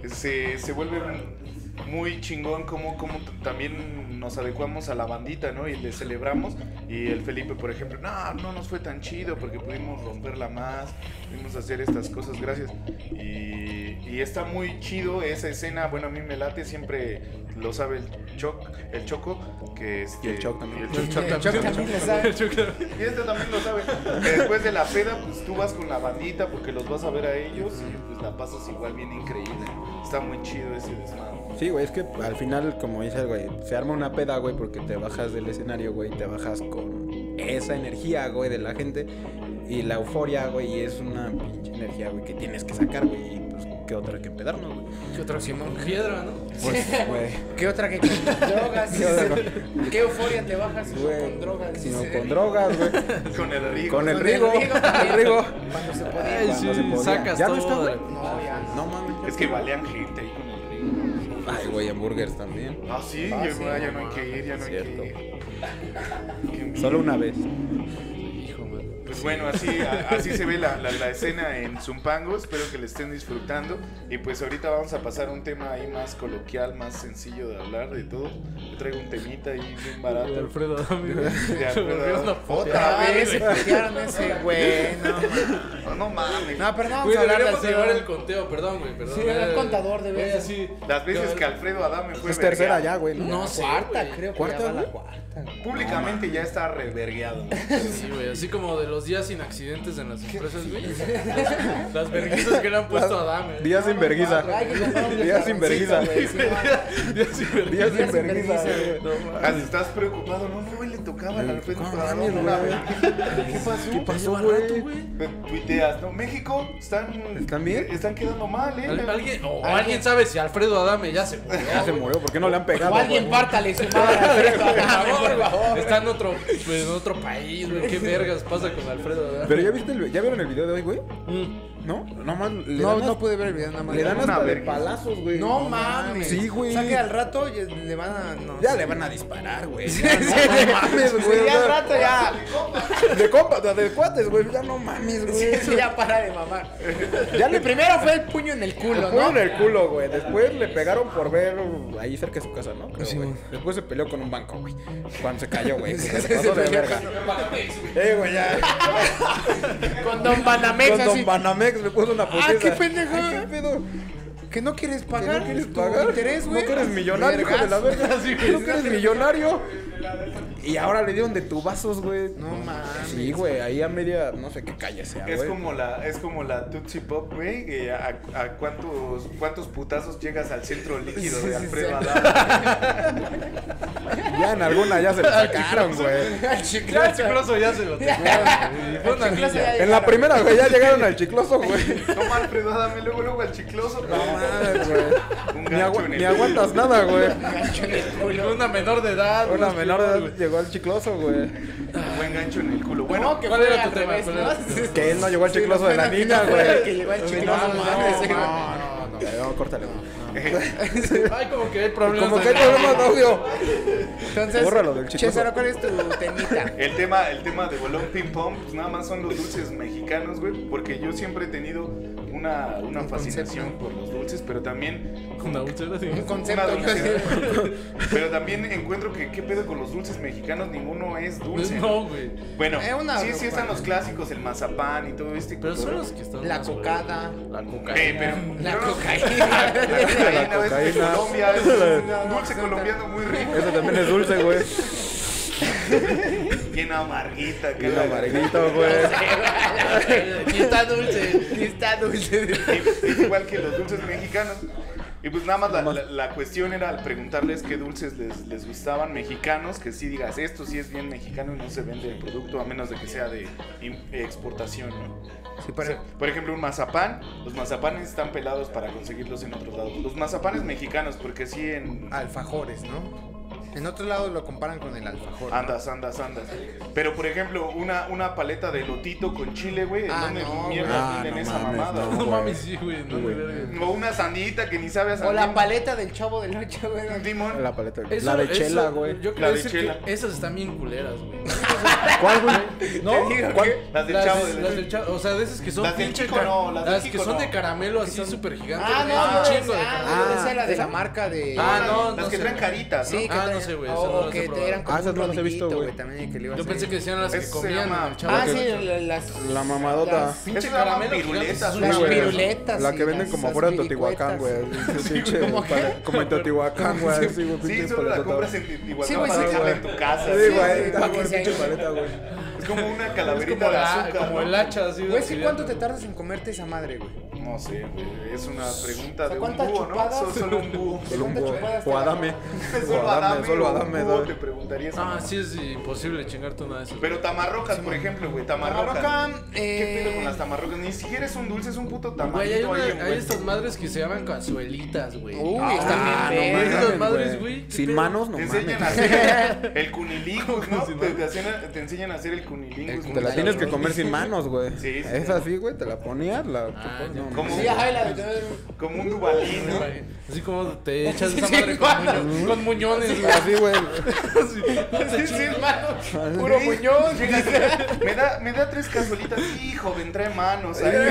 Speaker 3: Se, se vuelve un- muy chingón como, como t- también nos adecuamos a la bandita, ¿no? Y le celebramos. Y el Felipe, por ejemplo, no, no nos fue tan chido porque pudimos romperla más, pudimos hacer estas cosas, gracias. Y, y está muy chido esa escena. Bueno, a mí me late, siempre lo sabe el, choc, el Choco. Que este-
Speaker 4: Y el Choc también.
Speaker 3: y el Choc
Speaker 1: Choc también.
Speaker 5: también le sabe.
Speaker 1: El Choc también.
Speaker 3: y este también lo sabe. Que después de la peda, pues tú vas con la bandita porque los vas a ver a ellos y pues la pasas igual bien increíble. Está muy chido ese desmadre.
Speaker 4: Sí, güey, es que al final, como dices, güey, se arma una peda, güey, porque te bajas del escenario, güey, te bajas con esa energía, güey, de la gente y la euforia, güey, y es una pinche energía, güey, que tienes que sacar, güey, y pues, ¿qué otra que empedarnos, güey?
Speaker 1: ¿Qué otra? Simón Piedra, ¿no?
Speaker 4: Pues, güey,
Speaker 5: ¿Qué otra que con drogas?
Speaker 4: ¿Qué otra?
Speaker 5: ¿Qué euforia te bajas si no
Speaker 4: güey,
Speaker 5: con drogas?
Speaker 4: sino con drogas, güey,
Speaker 3: Con el rico.
Speaker 4: con el
Speaker 5: Con
Speaker 4: rigo,
Speaker 5: el rigo también.
Speaker 4: el rigo.
Speaker 5: Cuando se podía.
Speaker 1: Ay,
Speaker 4: Cuando se
Speaker 1: sí,
Speaker 4: podía.
Speaker 1: sacas
Speaker 4: ¿Ya no
Speaker 1: todo.
Speaker 4: está, güey?
Speaker 5: No, ya.
Speaker 4: No mames.
Speaker 3: Es que balean gente ahí con el rico.
Speaker 4: Ay, güey, hamburgers también.
Speaker 3: Ah, sí,
Speaker 5: Ah,
Speaker 3: ya,
Speaker 5: sí,
Speaker 3: ya
Speaker 5: no
Speaker 3: no hay que ir, ya no hay
Speaker 4: Cierto.
Speaker 3: que ir. Qué envidia.
Speaker 4: Solo una vez.
Speaker 3: Pues bueno, así, a- así se ve la, la- la escena en Zumpango. Espero que le estén disfrutando. Y pues ahorita vamos a pasar a un tema ahí más coloquial, más sencillo de hablar de todo. Yo traigo un temita ahí bien
Speaker 1: De
Speaker 3: barato.
Speaker 1: Alfredo Adame, güey.
Speaker 3: De
Speaker 1: Se volvió
Speaker 3: Alfredo.
Speaker 1: una
Speaker 5: Otra
Speaker 1: puteada,
Speaker 5: vez se
Speaker 1: güey.
Speaker 5: putearon ese güey. No, mames.
Speaker 3: No, no mames.
Speaker 5: no pero no vamos
Speaker 1: Güey,
Speaker 5: a hablar de
Speaker 1: deberíamos
Speaker 5: así.
Speaker 1: llevar el conteo, perdón, güey, perdón. Eh,
Speaker 5: Sí, era el contador de
Speaker 1: Güey,
Speaker 5: veces.
Speaker 1: así.
Speaker 3: Las veces
Speaker 1: Yo-
Speaker 3: que Alfredo Adame fue
Speaker 4: Es tercera
Speaker 3: vergueado.
Speaker 4: ya, güey, ¿no?
Speaker 1: No sé,
Speaker 5: Cuarta,
Speaker 1: güey.
Speaker 5: creo que
Speaker 4: ¿Cuarta,
Speaker 5: ya va
Speaker 4: güey?
Speaker 5: la cuarta. güey.
Speaker 3: Públicamente ya está revergueado.
Speaker 1: Sí, güey, así como de los días sin accidentes en las empresas, güey. Las vergüenzas que le han puesto a Dame.
Speaker 2: Días sin vergüenza.
Speaker 5: Hay que comprar un
Speaker 2: Días sin vergüenza.
Speaker 5: restaurancito, güey, sí,
Speaker 1: Días sin vergüenza.
Speaker 2: Días sin
Speaker 5: sin vergüenza,
Speaker 2: vergüenza.
Speaker 5: güey. pues,
Speaker 2: güey.
Speaker 3: Hasta estás preocupado, no, no, güey, le tocaba al Alfredo Adame.
Speaker 4: mames,
Speaker 3: no,
Speaker 4: güey.
Speaker 3: la- ¿Qué pasó?
Speaker 1: ¿Qué pasó, güey?
Speaker 3: Te Tuiteas, no, México están,
Speaker 4: ¿Están bien?
Speaker 3: están quedando mal, eh.
Speaker 1: Al- Alguien, o alguien sabe si Alfredo Adame ya se murió.
Speaker 4: Ya se murió, ¿por qué no le han pegado?
Speaker 5: O alguien
Speaker 4: güey?
Speaker 5: pártale su madre.
Speaker 1: Por
Speaker 5: Adame,
Speaker 1: favor,
Speaker 5: por favor.
Speaker 1: güey. Está en otro, pues, en otro país, güey. ¿Qué vergas pasa con Alfredo Adame?
Speaker 4: Pero ya viste, el- ya vieron el video de hoy, güey?
Speaker 1: Mm.
Speaker 4: No, no más.
Speaker 5: No, no pude ver el video nada más.
Speaker 4: Le dan
Speaker 3: Una
Speaker 4: hasta de
Speaker 3: verga.
Speaker 4: palazos, güey.
Speaker 5: No mames.
Speaker 4: Sí, güey.
Speaker 5: O sea que al rato ya le van a. No,
Speaker 4: Ya
Speaker 5: sí.
Speaker 4: le van a disparar, güey.
Speaker 5: Sí,
Speaker 4: Ya,
Speaker 5: sí.
Speaker 4: no mames, güey.
Speaker 5: Sí,
Speaker 4: o
Speaker 5: ya al
Speaker 4: sea,
Speaker 5: rato ya.
Speaker 4: De compa, de, de cuates, güey. Ya no mames,
Speaker 5: Sí,
Speaker 4: güey.
Speaker 5: sí, ya para de mamar.
Speaker 4: Ya
Speaker 5: El primero fue el puño en el
Speaker 4: le
Speaker 5: culo,
Speaker 4: puso
Speaker 5: ¿no?
Speaker 4: en el culo, güey. Después le pegaron por ver uh, ahí cerca de su casa, ¿no? Creo, güey. Después se peleó con un banco, güey. Cuando se cayó, güey. porque se pasó de verga. Eh, güey, ya.
Speaker 5: Con Don Banamex
Speaker 4: Con
Speaker 5: así.
Speaker 4: Don Banamex le puso una putiza.
Speaker 5: Ah, qué pendejo.
Speaker 4: Ay, qué pedo.
Speaker 5: Que no quieres
Speaker 4: ¿Que
Speaker 5: pagar.
Speaker 4: no quieres
Speaker 5: tu
Speaker 4: pagar?
Speaker 5: interés, güey.
Speaker 4: ¿No que eres millonario, hijo de la
Speaker 5: Vergas.
Speaker 4: verga?
Speaker 1: Sí, güey.
Speaker 4: ¿No que eres millonario? Y ahora le dieron de tubazos, güey.
Speaker 5: No mames.
Speaker 4: Sí, güey, ahí a media, no sé qué calle sea,
Speaker 3: Es
Speaker 4: güey.
Speaker 3: como la, es como la Tootsie Pop, güey, que a, a cuántos, cuántos putazos llegas al centro líquido
Speaker 5: Sí,
Speaker 3: de
Speaker 5: sí,
Speaker 3: Alfredo
Speaker 5: sí.
Speaker 3: Adame.
Speaker 4: Ya en alguna ya se lo
Speaker 5: Ah,
Speaker 4: sacaron, güey.
Speaker 5: Al
Speaker 1: Ya el
Speaker 5: chiclazo.
Speaker 1: chicloso ya se lo tenía, güey. Fue una
Speaker 5: Al chicloso
Speaker 1: niña.
Speaker 5: ya
Speaker 4: En la
Speaker 5: llegaron.
Speaker 4: primera, güey, ya llegaron al chicloso, güey.
Speaker 3: Toma Alfredo Adame, luego, luego al chicloso. No,
Speaker 4: Madre, güey.
Speaker 3: un
Speaker 4: Ni,
Speaker 3: gancho
Speaker 4: agua-
Speaker 3: en
Speaker 4: ni
Speaker 3: el-
Speaker 4: aguantas nada, güey.
Speaker 1: Una menor de edad.
Speaker 4: Una
Speaker 1: unos
Speaker 4: menor de
Speaker 1: pies,
Speaker 4: edad llegó al chicloso, güey.
Speaker 3: un buen gancho en el culo. Bueno,
Speaker 5: No, que
Speaker 1: ¿cuál
Speaker 5: fue
Speaker 1: era tu
Speaker 5: al
Speaker 1: tema?
Speaker 5: revés,
Speaker 1: ¿Cuál
Speaker 5: ¿no?
Speaker 1: era tu tema?
Speaker 4: Que él no llegó al
Speaker 5: Sí,
Speaker 4: chicloso
Speaker 5: no,
Speaker 4: de la
Speaker 5: que no
Speaker 4: niña,
Speaker 5: fue el
Speaker 4: güey.
Speaker 5: que llegó al
Speaker 4: No,
Speaker 5: chicloso,
Speaker 4: no,
Speaker 5: no mames,
Speaker 4: no,
Speaker 5: güey.
Speaker 4: no, no, no, córtale. güey.
Speaker 1: Ay, como que hay problemas.
Speaker 4: Como
Speaker 1: de-
Speaker 4: que hay problemas de audio.
Speaker 5: Entonces,
Speaker 4: Bórralo del chiquito.
Speaker 5: César, ¿cuál es tu temita?
Speaker 3: El tema, el tema de bolón ping pong, pues nada más son los dulces mexicanos, güey, porque yo siempre he tenido una, una
Speaker 5: Un
Speaker 3: fascinación por los dulces, pero también
Speaker 1: Con la úlcera, sí.
Speaker 5: Un
Speaker 3: una
Speaker 5: concepto.
Speaker 3: dulce- pero también encuentro que qué pedo con los dulces mexicanos, ninguno es dulce.
Speaker 1: Pues, No, güey.
Speaker 3: Bueno,
Speaker 5: Eh, una-
Speaker 3: sí, sí están los clásicos, el mazapán y todo este.
Speaker 1: Pero son
Speaker 3: cotorreo.
Speaker 1: los que están.
Speaker 5: La
Speaker 1: más, güey.
Speaker 5: cocada.
Speaker 1: La cocaína.
Speaker 3: Eh, pero-
Speaker 5: Mm, La
Speaker 3: pero no-
Speaker 5: cocaína.
Speaker 3: La cocaína,
Speaker 4: La
Speaker 3: ves, de
Speaker 4: cocaína.
Speaker 3: Colombia, es un dulce colombiano muy rico.
Speaker 4: Eso también es dulce, güey.
Speaker 3: Bien amarguita, que
Speaker 4: Bien
Speaker 3: la-
Speaker 4: amarguito, güey.
Speaker 5: Y está dulce. y está dulce.
Speaker 3: Es es igual que los dulces mexicanos. Y pues nada más la, la- la cuestión era al preguntarles qué dulces les, les gustaban mexicanos, que sí digas, esto sí es bien mexicano y no se vende el producto a menos de que sea de im- exportación, ¿no?
Speaker 5: Sí,
Speaker 3: O sea, por ejemplo, un mazapán, los mazapanes están pelados para conseguirlos en otros lados. Los mazapanes mexicanos, porque sí en...
Speaker 5: alfajores, ¿no? En otros lados lo comparan con el alfajor.
Speaker 3: Andas, andas, andas. Pero por ejemplo, una, una paleta de lotito con chile, güey, ¿en
Speaker 5: Ah,
Speaker 3: dónde
Speaker 5: no,
Speaker 3: mierda
Speaker 4: güey.
Speaker 3: venden
Speaker 4: Ah, no
Speaker 3: esa
Speaker 4: mames,
Speaker 3: mamada?
Speaker 1: No
Speaker 4: güey.
Speaker 1: mames, sí, güey. No, güey. verga.
Speaker 3: O una sandita que ni sabe a
Speaker 5: O la
Speaker 3: sandía.
Speaker 5: paleta del chavo del ocho, güey.
Speaker 3: Timón.
Speaker 4: La paleta.
Speaker 1: Eso-
Speaker 4: la de
Speaker 1: eso-
Speaker 4: chela, güey.
Speaker 1: Yo
Speaker 3: La
Speaker 1: creo
Speaker 3: de
Speaker 1: decir
Speaker 3: chela.
Speaker 1: que esas están bien culeras, güey.
Speaker 4: ¿Cuál, güey?
Speaker 1: ¿No?
Speaker 3: Las del
Speaker 1: las,
Speaker 3: chavo.
Speaker 1: de-
Speaker 3: del-
Speaker 1: las del chavo, o sea, de esas que son
Speaker 3: Las del
Speaker 1: pinche
Speaker 3: Kiko
Speaker 1: ca-
Speaker 3: no, las
Speaker 1: las,
Speaker 3: del
Speaker 1: que
Speaker 3: Kiko
Speaker 1: son
Speaker 3: no.
Speaker 1: de caramelo así súper gigantes.
Speaker 5: Ah, no,
Speaker 1: un
Speaker 5: no,
Speaker 1: chingo de
Speaker 5: ah, no,
Speaker 1: caramelo.
Speaker 4: Ah,
Speaker 5: esa es la de
Speaker 4: ¿esa?
Speaker 5: la marca de.
Speaker 1: Ah, no,
Speaker 3: las
Speaker 1: no
Speaker 3: que
Speaker 1: sé.
Speaker 3: traen caritas, ¿no?
Speaker 5: Sí, que
Speaker 1: Ah, no
Speaker 5: traen-
Speaker 1: sé, güey,
Speaker 5: o-
Speaker 1: eso no
Speaker 5: O
Speaker 1: las he
Speaker 5: que
Speaker 1: probado.
Speaker 5: eran
Speaker 4: Ah,
Speaker 5: como
Speaker 4: esas
Speaker 5: un
Speaker 4: no las he visto,
Speaker 5: rodillito,
Speaker 4: güey.
Speaker 5: güey, también que le iba a
Speaker 1: Yo
Speaker 5: hacer.
Speaker 1: pensé que decían las que
Speaker 3: Ese se
Speaker 1: comían
Speaker 3: llama-
Speaker 1: el chavo.
Speaker 5: Ah,
Speaker 1: que-
Speaker 5: sí, la- las.
Speaker 4: La mamadota.
Speaker 5: las-
Speaker 1: Pinche
Speaker 3: Esas llaman
Speaker 1: caramelo gigante,
Speaker 3: piruletas,
Speaker 1: es
Speaker 3: ¿no?
Speaker 1: una
Speaker 5: Las
Speaker 4: güey.
Speaker 5: piruletas
Speaker 4: La
Speaker 5: y
Speaker 4: que venden
Speaker 5: las-
Speaker 4: como afuera de
Speaker 5: esas
Speaker 4: Teotihuacán, güey. Sí, pinche
Speaker 5: ¿Cómo qué?
Speaker 4: pale- Como en Teotihuacán, güey. Sí, güey,
Speaker 3: Sí,
Speaker 4: pinche
Speaker 3: solo la
Speaker 4: paletota.
Speaker 3: compras en Teotihuacán
Speaker 5: Sí, güey,
Speaker 3: para
Speaker 5: sí,
Speaker 3: dejarla
Speaker 5: sí.
Speaker 3: en tu casa.
Speaker 4: Sí,
Speaker 3: ¿sí?
Speaker 4: güey.
Speaker 5: sí,
Speaker 4: está,
Speaker 5: porque
Speaker 4: güey,
Speaker 5: se-
Speaker 4: pinche paleta, güey.
Speaker 3: Es como una
Speaker 1: Es
Speaker 3: calaverita de
Speaker 1: como, la-
Speaker 3: azúcar.
Speaker 1: como
Speaker 3: ¿no?
Speaker 1: el hacha así. de
Speaker 5: Güey, sí,
Speaker 1: gigante.
Speaker 5: ¿cuánto te tardas en comerte esa madre, güey?
Speaker 3: No sé, güey. Es una pregunta de un
Speaker 5: ¿cuántas
Speaker 3: búho, ¿no?
Speaker 5: chupadas?
Speaker 3: Solo, solo un búho.
Speaker 5: ¿De cuántas chupadas te
Speaker 4: O
Speaker 5: la-
Speaker 4: Adame.
Speaker 3: Solo Adame.
Speaker 4: Solo
Speaker 3: o
Speaker 4: Adame,
Speaker 3: un búho
Speaker 4: ¿sabes?
Speaker 3: te preguntaría eso.
Speaker 1: Ah, sí, es imposible chingarte una de esas.
Speaker 3: Pero tamarrocas, por ejemplo, güey. Tamarrocas.
Speaker 5: Tamarroca,
Speaker 3: ¿Qué pedo con las
Speaker 5: eh.
Speaker 3: tamarrocas? Ni siquiera es un dulce, es un puto
Speaker 1: Güey, hay,
Speaker 3: tamarito.
Speaker 1: una-
Speaker 3: ahí,
Speaker 1: hay
Speaker 3: güey.
Speaker 1: estas madres que se llaman cazuelitas, güey.
Speaker 5: Uy,
Speaker 1: Ah,
Speaker 5: están bien
Speaker 1: no
Speaker 5: vergas.
Speaker 1: mames. Esas madres, güey, ¿qué
Speaker 4: Sin
Speaker 1: pedo?
Speaker 4: manos, no
Speaker 3: Te
Speaker 4: mames.
Speaker 3: enseñan a hacer el cunilingus, ¿no? Te, te hacen- te enseñan a hacer el cunilingus.
Speaker 4: Te la tienes que comer sin manos, güey.
Speaker 3: Sí, sí,
Speaker 4: Es
Speaker 3: sí.
Speaker 4: así, güey. Te la ponías, la chupabas, no,
Speaker 3: Como,
Speaker 5: Sí, ajá, y la de.
Speaker 3: como un dubalín, ¿no?
Speaker 1: Güey, Así como te echas esa
Speaker 5: Sí,
Speaker 1: madre con,
Speaker 5: igual.
Speaker 1: muñones, con muñones, güey.
Speaker 4: Así, güey.
Speaker 5: Sí, sí, hermano.
Speaker 3: Puro muñón. Me da, me da tres cazuelitas. Sí, joven, trae manos. Ahí,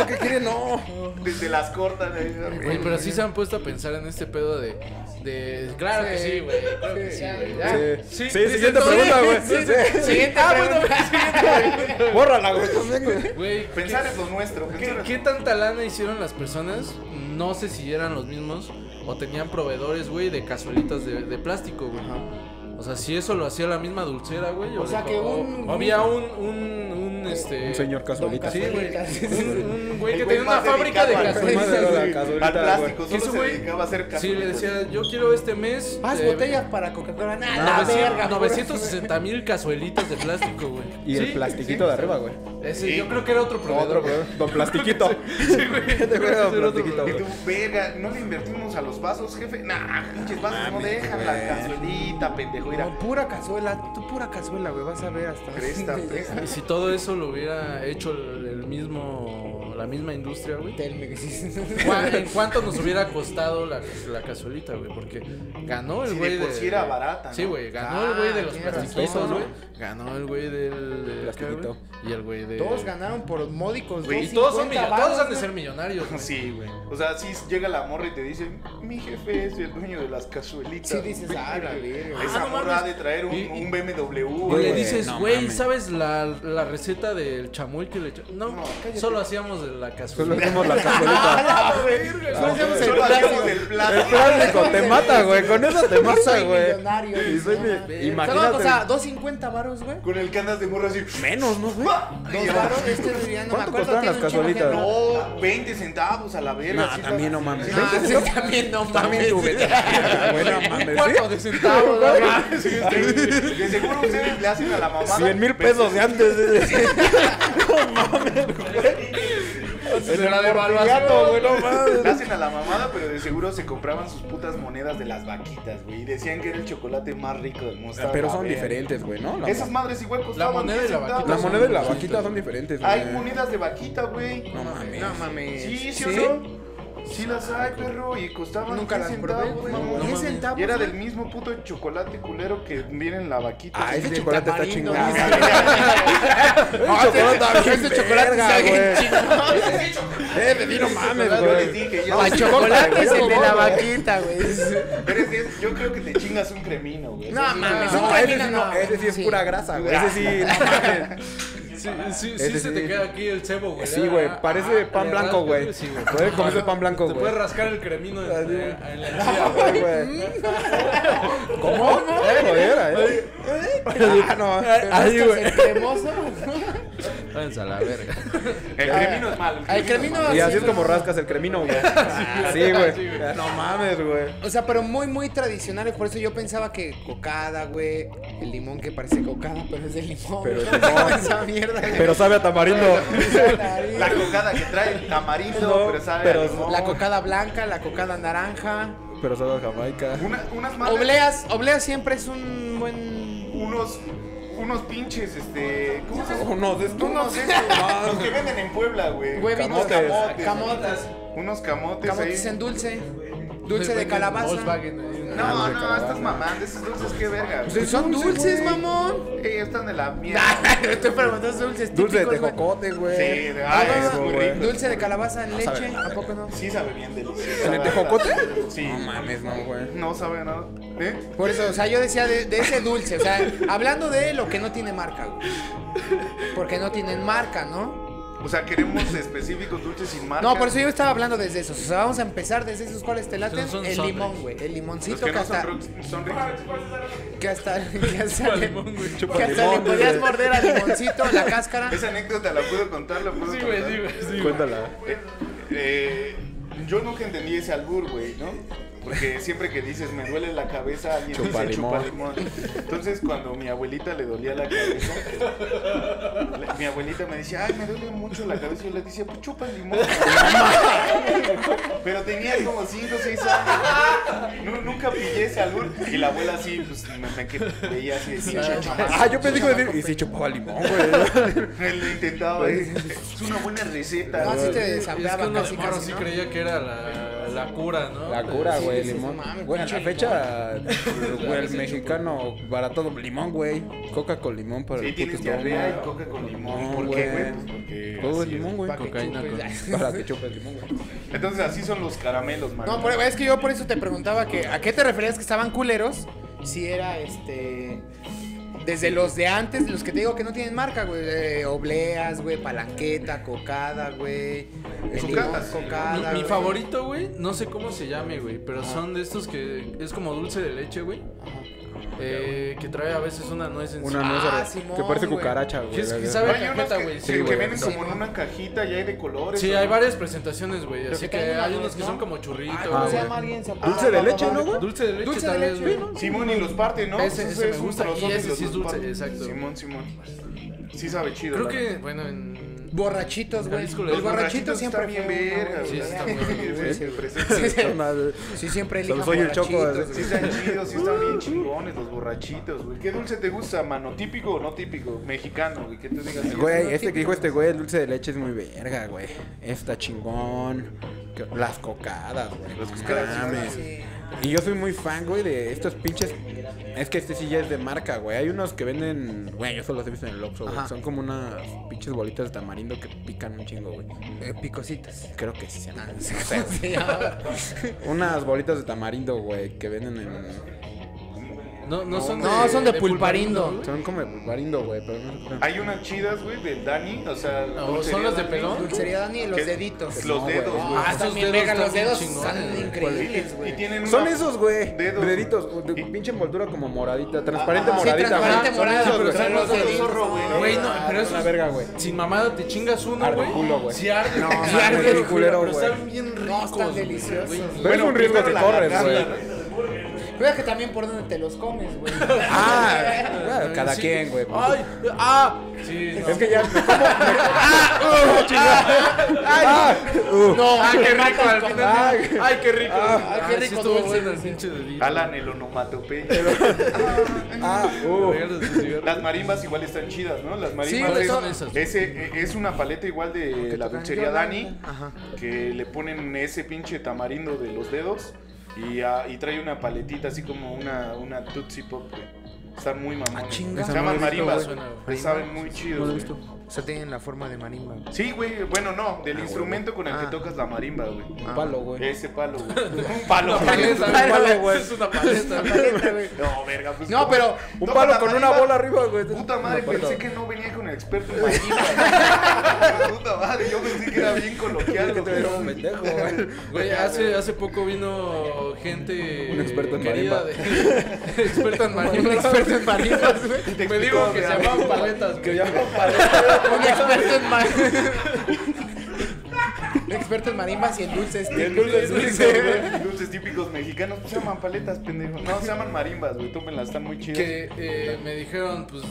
Speaker 4: No, ¿qué quiere? No.
Speaker 3: desde las cortas. ahí.
Speaker 1: Güey, pero sí se han puesto a pensar en este pedo de. de claro que sí, güey. Claro que sí, güey.
Speaker 5: Ah,
Speaker 1: ya.
Speaker 4: Sí,
Speaker 1: dicen
Speaker 4: siguiente
Speaker 1: todo.
Speaker 4: pregunta, güey. Sí.
Speaker 5: Siguiente
Speaker 4: Bórrala, güey, también, güey.
Speaker 1: Güey,
Speaker 3: Pensar es lo nuestro.
Speaker 1: ¿qué,
Speaker 3: pensar es-
Speaker 1: qué tanta lana hicieron las personas? No sé si eran los mismos o tenían proveedores, güey, de cazuelitas de, de plástico, güey. O sea, si eso lo hacía la misma dulcera, güey. O,
Speaker 5: sea,
Speaker 1: de-
Speaker 5: que
Speaker 1: o-
Speaker 5: un-
Speaker 1: o había un, un, un, este...
Speaker 4: Un señor cazuelita.
Speaker 1: Sí, güey. Un un güey
Speaker 3: El
Speaker 1: que
Speaker 3: güey
Speaker 1: tenía una
Speaker 3: más
Speaker 1: fábrica de
Speaker 3: dedicado al-
Speaker 1: cazuelitas,
Speaker 4: Madre,
Speaker 1: güey.
Speaker 4: la cazuelita,
Speaker 3: Al plástico,
Speaker 1: Que
Speaker 3: solo
Speaker 1: ese
Speaker 3: se
Speaker 1: güey,
Speaker 3: dedicaba a hacer
Speaker 1: sí, le
Speaker 3: cazuelitas.
Speaker 1: decía, yo quiero este mes...
Speaker 5: Haz
Speaker 1: eh,
Speaker 5: botellas para Coca-Cola. Nah, la verga.
Speaker 1: 960 mil cazuelitas de plástico, güey.
Speaker 4: Y el
Speaker 1: Sí,
Speaker 4: plastiquito de arriba, güey.
Speaker 1: sí. Ese, yo creo que era otro proveedor.
Speaker 4: Otro,
Speaker 1: güey.
Speaker 4: güey. Don Plastiquito.
Speaker 1: Sí, güey. creo que
Speaker 4: Este güey era
Speaker 1: ese
Speaker 4: Don
Speaker 1: era otro
Speaker 4: Plastiquito,
Speaker 3: Y tú,
Speaker 4: güey.
Speaker 3: verga, no le invertimos a los vasos, jefe. Nah, pinches vasos no dejan la cazuelita, pendejo. Mira,
Speaker 5: No, pura cazuela, tú pura cazuela, güey, vas a ver hasta.
Speaker 3: Cresta, cresta.
Speaker 1: Y si todo eso lo hubiera hecho el, el mismo, la misma industria, güey.
Speaker 5: Telme, que sí.
Speaker 1: ¿cuá- ¿En cuánto nos hubiera costado la, la cazuelita, güey? Porque ganó el
Speaker 3: Si de
Speaker 1: güey
Speaker 3: por sí era barata,
Speaker 1: Sí,
Speaker 3: ¿no?
Speaker 1: güey. Ganó
Speaker 5: Ah,
Speaker 1: el güey de los
Speaker 5: tienes razón,
Speaker 1: plastiquitos,
Speaker 5: ¿no?
Speaker 1: güey. Ganó el güey del... del
Speaker 4: Plastiquito.
Speaker 1: acá, güey, Y el güey de...
Speaker 5: Todos ganaron por módicos,
Speaker 1: Güey,
Speaker 5: güey.
Speaker 1: y todos, son millon- todos han de ser millonarios, güey.
Speaker 3: Sí, güey. O sea, si llega la morra y te dice, mi jefe es el dueño de las cazuelitas.
Speaker 5: Sí, dices,
Speaker 3: Verga,
Speaker 5: "Ah, la verga".
Speaker 3: Esa
Speaker 1: Ah, no
Speaker 3: morra
Speaker 1: mames.
Speaker 3: ha de traer un,
Speaker 1: Y- y-
Speaker 3: un BMW.
Speaker 1: Y le
Speaker 4: Güey,
Speaker 1: dices,
Speaker 4: no
Speaker 1: güey,
Speaker 4: mames.
Speaker 1: ¿sabes la, la receta del chamoy que le echó? No, solo hacíamos de la
Speaker 4: Solo
Speaker 1: cazuela.
Speaker 4: hacemos la
Speaker 5: Ah,
Speaker 4: cazuelita.
Speaker 5: Solo
Speaker 4: Pues
Speaker 5: hacemos el
Speaker 3: Solo hacíamos
Speaker 5: plástico.
Speaker 3: del
Speaker 4: El
Speaker 3: plástico.
Speaker 4: plástico te mata, güey. Con eso te mata,
Speaker 5: Soy
Speaker 4: güey.
Speaker 5: millonario,
Speaker 4: Y
Speaker 5: dices,
Speaker 4: soy
Speaker 5: no
Speaker 4: mi-
Speaker 5: mames.
Speaker 4: Imagínate.
Speaker 5: O sea, 250 varos, güey.
Speaker 3: Con el que andas de morra así. Ah,
Speaker 4: Menos, ¿no, güey?
Speaker 3: y
Speaker 5: Dos
Speaker 3: ahora,
Speaker 5: varos, este güey, ya no me
Speaker 4: ¿Cuánto
Speaker 5: acuerdo,
Speaker 4: costaban
Speaker 5: tiene
Speaker 4: las
Speaker 5: un chingo
Speaker 4: cazuelitas?
Speaker 5: que no.
Speaker 3: No, 20 oh, centavos a la verga.
Speaker 4: Nah,
Speaker 3: sí,
Speaker 4: también no
Speaker 3: sí,
Speaker 4: mames.
Speaker 3: sí,
Speaker 4: No,
Speaker 5: Ah,
Speaker 3: sí,
Speaker 5: sí, también no mames.
Speaker 4: Ah, Buena mames. Cuarto de centavo,
Speaker 3: sí, sí. De seguro ustedes le hacen a la mamada.
Speaker 4: 100 mil pesos de antes.
Speaker 1: En la devaluación.
Speaker 4: Gato, güey, no mames.
Speaker 3: Le hacen a la mamada, pero de seguro se compraban sus putas monedas de las vaquitas, güey. Y decían que era el chocolate más rico del mundo. Estaba
Speaker 4: Pero
Speaker 3: la
Speaker 4: son
Speaker 3: verga.
Speaker 4: diferentes, güey, ¿no? La,
Speaker 3: Esas madres igual costaban
Speaker 1: moneda
Speaker 3: 10
Speaker 1: y la vaquita
Speaker 4: la
Speaker 3: centavos.
Speaker 4: moneda y la vaquita son diferentes, güey.
Speaker 3: Hay monedas de vaquita, güey.
Speaker 4: No mames.
Speaker 5: No mames.
Speaker 3: Sí, sí, o
Speaker 5: Sí.
Speaker 3: no. Sí las hay, perro, y costaban
Speaker 5: Nunca
Speaker 3: 10
Speaker 5: las probé,
Speaker 3: centavos,
Speaker 5: güey.
Speaker 3: mamón.
Speaker 5: 10 centavos,
Speaker 3: Y era del
Speaker 5: güey.
Speaker 3: mismo puto chocolate culero que viene en la vaquita.
Speaker 4: Ah,
Speaker 3: Sí,
Speaker 4: ese
Speaker 5: de
Speaker 4: chocolate está
Speaker 5: tamarindo,
Speaker 4: chingado.
Speaker 5: dice.
Speaker 4: Ah, chocolate
Speaker 5: Ese chocolate está bien
Speaker 4: Eh, me vino mames,
Speaker 3: Yo les
Speaker 4: güey.
Speaker 3: dije, yo
Speaker 5: El chocolate es el de la vaquita, güey.
Speaker 3: Eres de esos- yo creo que te chingas un cremino, güey.
Speaker 5: No mames, un
Speaker 4: No, ese
Speaker 5: camino
Speaker 4: sí
Speaker 5: no.
Speaker 4: no, ese sí es pura grasa, güey. Ese sí, no mames.
Speaker 1: Sí, sí,
Speaker 4: Ese
Speaker 1: sí se te
Speaker 4: sí.
Speaker 1: queda aquí el cebo, güey.
Speaker 4: Sí, güey,
Speaker 1: Ah,
Speaker 4: parece
Speaker 1: ah,
Speaker 4: pan
Speaker 1: le
Speaker 4: blanco,
Speaker 1: rascas,
Speaker 4: güey. Puedes comerse pan blanco,
Speaker 1: Te puedes
Speaker 4: güey.
Speaker 1: rascar el cremino en,
Speaker 4: Así.
Speaker 1: eh, en la encía, güey.
Speaker 4: Ay, güey. ¿Cómo? Eso era, eh. Ah, no.
Speaker 5: Ahí, güey. cremoso.
Speaker 1: Váyanse a la verga.
Speaker 3: El cremino es malo.
Speaker 5: El cremino
Speaker 4: Y así
Speaker 5: sí,
Speaker 4: es como rascas el cremino, güey. Ah, Sí,
Speaker 1: Sí, güey.
Speaker 4: güey. No mames, güey.
Speaker 5: O sea, pero muy, muy tradicionales. Por eso yo pensaba que cocada, güey. El limón que parece cocada, pero es de limón.
Speaker 4: Pero es
Speaker 5: no,
Speaker 4: limón.
Speaker 5: esa mierda. güey.
Speaker 4: Pero sabe a tamarindo.
Speaker 3: La cocada que trae el tamarindo,
Speaker 4: No,
Speaker 3: pero sabe
Speaker 4: pero
Speaker 3: a limón.
Speaker 5: La cocada blanca, la cocada naranja.
Speaker 4: Pero sabe a Jamaica.
Speaker 3: Una- unas madres-
Speaker 5: Obleas, obleas siempre es un buen.
Speaker 3: unos unos pinches este, ¿cómo se llama?
Speaker 4: Unos de estos.
Speaker 3: Unos estos, los que venden en Puebla, güey.
Speaker 5: Huevitos,
Speaker 4: Camotes.
Speaker 5: camotes, camotas.
Speaker 3: Unos camotes,
Speaker 5: Camotes
Speaker 3: ahí.
Speaker 5: en dulce. Dulce de
Speaker 1: Venden
Speaker 5: calabaza.
Speaker 1: Volkswagen, eh, en-
Speaker 3: No,
Speaker 4: Ah,
Speaker 3: no,
Speaker 4: cabrón.
Speaker 3: estas mamás, esos dulces qué verga. güey.
Speaker 5: Son dulces, mamón.
Speaker 3: Ey, están de la
Speaker 5: Ah,
Speaker 3: mierda.
Speaker 5: Te preguntas dulces
Speaker 4: Dulce de
Speaker 5: típicos, güey.
Speaker 4: tejocote, güey.
Speaker 3: Sí, de
Speaker 5: Ah,
Speaker 3: ay, es
Speaker 4: no,
Speaker 3: muy
Speaker 4: güey.
Speaker 3: rico.
Speaker 5: Dulce de calabaza en leche, ¿a poco no?
Speaker 3: Sí sabe bien delicioso.
Speaker 4: ¿En el tejocote?
Speaker 3: Sí.
Speaker 4: No mames, no, güey.
Speaker 3: No sabe nada. ¿Eh?
Speaker 5: Por eso, o sea, yo decía de, de ese dulce, o sea, hablando de lo que no tiene marca, güey. Porque no tienen marca, ¿no?
Speaker 3: O sea, queremos específicos dulces sin marca.
Speaker 5: No, por eso yo estaba hablando desde esos. O sea, vamos a empezar desde esos cuales te laten.
Speaker 1: Son- son
Speaker 5: el
Speaker 1: sombras.
Speaker 5: limón, güey. El
Speaker 3: Los
Speaker 5: limoncito
Speaker 3: que
Speaker 5: que
Speaker 3: no son,
Speaker 5: hasta.
Speaker 3: ro- son ricos.
Speaker 5: Que hasta. Que hasta, le,
Speaker 1: limón, güey.
Speaker 5: que hasta le
Speaker 4: limón,
Speaker 5: podías
Speaker 4: dice.
Speaker 5: morder al limoncito, la cáscara.
Speaker 3: Esa anécdota la puedo contar, la puedo
Speaker 1: Sí,
Speaker 3: contar.
Speaker 1: güey, sí, güey. sí, güey.
Speaker 4: Cuéntala.
Speaker 3: Eh, eh, yo nunca entendí ese albur, güey, ¿no? Porque siempre que dices me duele la cabeza, alguien
Speaker 4: Chupa
Speaker 3: dice
Speaker 4: limón.
Speaker 3: chupa limón. Entonces, cuando mi abuelita le dolía la cabeza, la- mi abuelita me decía, ay, me duele mucho la cabeza. Y yo le decía, pues chupa limón. Pero tenía como 5 o 6 años. Nu- nunca pillé ese albur. Y la abuela así, pues me, me que- veía así de pinche chamaco.
Speaker 4: Ah, yo pensé que iba a decir. Y sí, chupaba limón, güey.
Speaker 3: Le intentaba. Es, es una buena receta.
Speaker 5: No, así te
Speaker 1: Y es que
Speaker 5: desabraba
Speaker 1: uno
Speaker 5: casi,
Speaker 1: de morro
Speaker 5: casi,
Speaker 1: sí
Speaker 5: ¿no?
Speaker 1: creía que era la, la cura, ¿no?
Speaker 4: La cura,
Speaker 5: Sí,
Speaker 4: güey,
Speaker 5: sí, sí,
Speaker 4: limón.
Speaker 5: mames,
Speaker 4: Güey, a la
Speaker 5: pinche
Speaker 4: fecha, güey, el mexicano barato limón, güey. Coca con limón para
Speaker 3: Sí,
Speaker 4: el puto
Speaker 3: tienes diarrea y
Speaker 4: estómago.
Speaker 3: coca con limón.
Speaker 4: No,
Speaker 3: ¿Por
Speaker 4: güey.
Speaker 3: qué, güey? Pues porque.
Speaker 4: Todo
Speaker 3: así
Speaker 4: el
Speaker 3: es.
Speaker 4: limón, güey.
Speaker 1: Cocaína con...
Speaker 4: Para que chupes limón, güey.
Speaker 3: Entonces, así son los caramelos, man.
Speaker 5: No, por- es que yo por eso te preguntaba que a qué te referías que estaban culeros si era este desde los de antes, los que te digo que no tienen marca, güey, eh, obleas, güey, palanqueta, cocada, güey, el
Speaker 3: Cocada,
Speaker 5: limón,
Speaker 3: sí.
Speaker 5: cocada.
Speaker 1: Mi, mi
Speaker 5: güey.
Speaker 1: favorito, güey, no sé cómo se llame, güey, pero son de estos que es como dulce de leche, güey. Eh, que trae a veces una nuez encima.
Speaker 4: Una nuez
Speaker 5: Ah,
Speaker 4: arre-
Speaker 5: Simón,
Speaker 4: que parece
Speaker 5: güey.
Speaker 4: cucaracha, güey.
Speaker 1: Que es-
Speaker 4: la
Speaker 1: que
Speaker 4: verdad.
Speaker 1: sabe-
Speaker 3: hay unos
Speaker 1: cajeta,
Speaker 3: que,
Speaker 1: güey,
Speaker 3: sí,
Speaker 1: sí,
Speaker 3: que
Speaker 1: güey.
Speaker 3: vienen como
Speaker 5: Sí.
Speaker 3: en una cajita y hay de colores.
Speaker 1: Ah, Sí,
Speaker 3: ¿no?
Speaker 1: hay varias presentaciones, güey, así
Speaker 5: que
Speaker 1: que
Speaker 5: hay una
Speaker 1: hay
Speaker 5: nuez,
Speaker 1: unos que
Speaker 5: ¿no?
Speaker 1: son como churritos,
Speaker 5: Ah, ¿Cómo se
Speaker 1: güey.
Speaker 5: llama alguien? Se-
Speaker 4: Dulce de leche, ¿no, güey?
Speaker 1: Dulce de leche,
Speaker 5: Dulce de
Speaker 1: tal
Speaker 5: leche,
Speaker 1: vez,
Speaker 5: güey.
Speaker 1: güey.
Speaker 3: Simón y los parte, ¿no?
Speaker 1: Ese-
Speaker 3: Pues
Speaker 1: ese me gusta,
Speaker 3: trozote
Speaker 1: y ese
Speaker 3: los
Speaker 1: sí es
Speaker 3: dos
Speaker 1: dulce,
Speaker 3: parte.
Speaker 1: exacto.
Speaker 3: Simón, Simón. Sí sabe chido.
Speaker 1: Creo
Speaker 3: la
Speaker 1: que, bueno, en...
Speaker 5: Borrachitos, güey.
Speaker 1: Jalisco,
Speaker 5: Los
Speaker 1: los
Speaker 5: borrachitos siempre
Speaker 3: están bien
Speaker 5: fue una
Speaker 3: verga,
Speaker 5: buena
Speaker 1: Sí,
Speaker 3: güey.
Speaker 1: está
Speaker 5: idea.
Speaker 3: Sí, sí,
Speaker 5: Sí,
Speaker 3: presente.
Speaker 5: sí.
Speaker 4: Madre.
Speaker 5: Sí, siempre elijan
Speaker 4: Soy el Choco,
Speaker 5: borrachitos,
Speaker 3: Sí
Speaker 5: güey.
Speaker 3: están chidos, sí están bien chingones los borrachitos, güey. ¿Qué dulce te gusta, mano? ¿Típico o no típico? Mexicano, güey. Que tú digas.
Speaker 4: Güey, este que dijo este güey, el dulce de leche es muy verga, güey. Está chingón. Que- Las cocadas, güey.
Speaker 3: Las
Speaker 4: no
Speaker 3: cocadas, sí,
Speaker 4: mames.
Speaker 5: sí.
Speaker 4: Y yo soy muy fan, güey, de estos pinches. Es que este sí ya es de marca, güey. Hay unos que venden. Güey, yo solo los he visto en el Oxxo, güey. Son como unas pinches bolitas de tamarindo que pican un chingo, güey.
Speaker 5: Eh, picositas.
Speaker 4: Creo que sí se llaman.
Speaker 5: No sé cómo se llama.
Speaker 4: Unas bolitas de tamarindo, güey, que venden en.
Speaker 1: No, no son
Speaker 5: No, son de pulparindo.
Speaker 1: güey.
Speaker 4: Son como de pulparindo, güey, pero no sé.
Speaker 3: Hay unas chidas, güey, del Dani. O sea,
Speaker 1: ¿O
Speaker 3: dulcería
Speaker 1: son las de
Speaker 3: Dani.
Speaker 1: pelón?
Speaker 5: Dulcería Dani y los
Speaker 3: ¿Qué?
Speaker 5: deditos.
Speaker 3: Los
Speaker 4: No,
Speaker 3: dedos,
Speaker 4: güey.
Speaker 3: güey.
Speaker 5: Ah, están
Speaker 1: Esos
Speaker 5: bien
Speaker 1: dedos
Speaker 5: verga, los
Speaker 1: están
Speaker 5: dedos
Speaker 1: bien
Speaker 5: están
Speaker 1: chingones.
Speaker 5: increíbles,
Speaker 3: Y
Speaker 5: güey.
Speaker 3: tienen
Speaker 4: Son
Speaker 3: una-
Speaker 4: esos, güey.
Speaker 3: dedos,
Speaker 4: Deditos. de- pinche envoltura como moradita. Transparente
Speaker 5: Sí,
Speaker 4: moradita. güey.
Speaker 5: transparente
Speaker 4: Son
Speaker 5: morada,
Speaker 4: esos,
Speaker 5: pero
Speaker 4: güey.
Speaker 5: traen los
Speaker 3: Son los
Speaker 5: deditos.
Speaker 3: zorro, güey.
Speaker 1: Güey, no, pero
Speaker 4: Es
Speaker 1: eso
Speaker 4: una verga, güey.
Speaker 1: Sin mamada, te chingas uno,
Speaker 4: Arde
Speaker 1: güey.
Speaker 4: culo, güey.
Speaker 1: Sí arde.
Speaker 4: No,
Speaker 1: sí
Speaker 4: mames,
Speaker 1: arde,
Speaker 4: qué
Speaker 1: güey,
Speaker 4: culero,
Speaker 1: pero
Speaker 4: güey.
Speaker 1: están bien ricos.
Speaker 5: No, están
Speaker 1: güey.
Speaker 5: deliciosos.
Speaker 4: Pero es un riesgo que
Speaker 3: primero la
Speaker 4: corres,
Speaker 3: garganta,
Speaker 4: güey.
Speaker 3: ¿no?
Speaker 5: Cuida que también por donde te los comes, güey.
Speaker 4: Ah, claro, cada
Speaker 1: Sí.
Speaker 4: quien, güey.
Speaker 1: Ay, ah. Sí, no.
Speaker 4: Es que ya. ¿cómo? Ah, uh, chingada. Ah, uh. Tú.
Speaker 1: No, ay, qué rico al final.
Speaker 4: Ay.
Speaker 1: Ay, qué rico.
Speaker 4: Ah,
Speaker 1: Ah,
Speaker 5: qué
Speaker 1: sí
Speaker 5: rico
Speaker 1: estuvo
Speaker 5: dulce.
Speaker 1: bueno el pinche dedito.
Speaker 3: Alan el onomatopeya.
Speaker 4: Ah, uh.
Speaker 1: Regalos de cigarro.
Speaker 3: Las marimbas igual están chidas, ¿no? Las
Speaker 1: Sí,
Speaker 3: marimbas.
Speaker 1: güey, son esas.
Speaker 3: Ese eh, es una paleta igual de la dulcería Dani, que le ponen ese pinche tamarindo de los dedos y, ah, y trae una paletita así como una, una Tootsie Pop, güey. Están muy mamones.
Speaker 5: chinga.
Speaker 3: Se
Speaker 5: Esa no la
Speaker 3: llaman
Speaker 5: he visto,
Speaker 3: marimbas,
Speaker 1: güey.
Speaker 3: güey. Pero Saben muy chidos, güey.
Speaker 5: O sea, tienen la forma de marimba. güey.
Speaker 3: Sí, güey. Bueno, no, del instrumento con el que
Speaker 5: Ah.
Speaker 3: tocas la marimba, güey.
Speaker 4: Un palo, güey.
Speaker 3: Ese palo, güey. Un palo,
Speaker 1: Una
Speaker 3: güey.
Speaker 1: paleta,
Speaker 5: Ay,
Speaker 1: güey.
Speaker 5: güey.
Speaker 1: Es una paleta.
Speaker 3: No, verga, pues.
Speaker 5: No, pero
Speaker 4: Un
Speaker 3: Toca
Speaker 4: palo
Speaker 3: la
Speaker 4: con una
Speaker 3: marimba.
Speaker 4: bola arriba, güey.
Speaker 3: Puta madre,
Speaker 4: Una puerta.
Speaker 3: pensé que no venía con el experto en marimba. Puta madre, yo pensé que era bien coloquial.
Speaker 4: Que te
Speaker 3: güey.
Speaker 4: veas un pendejo, güey.
Speaker 1: Güey, hace, hace poco vino gente.
Speaker 4: Un experto en
Speaker 1: querida
Speaker 4: marimba.
Speaker 1: de- experto en marimba. experto en marimbas, güey. Me digo que se llamaban paletas, güey.
Speaker 5: Un experto en marimbas. Un experto en marimbas y en dulces.
Speaker 3: Y en dulces, dulces, güey, dulces típicos mexicanos, pues se llaman paletas, pendejo. No, se llaman marimbas, güey, tómenlas, están muy chidas.
Speaker 1: que eh, me dijeron, pues,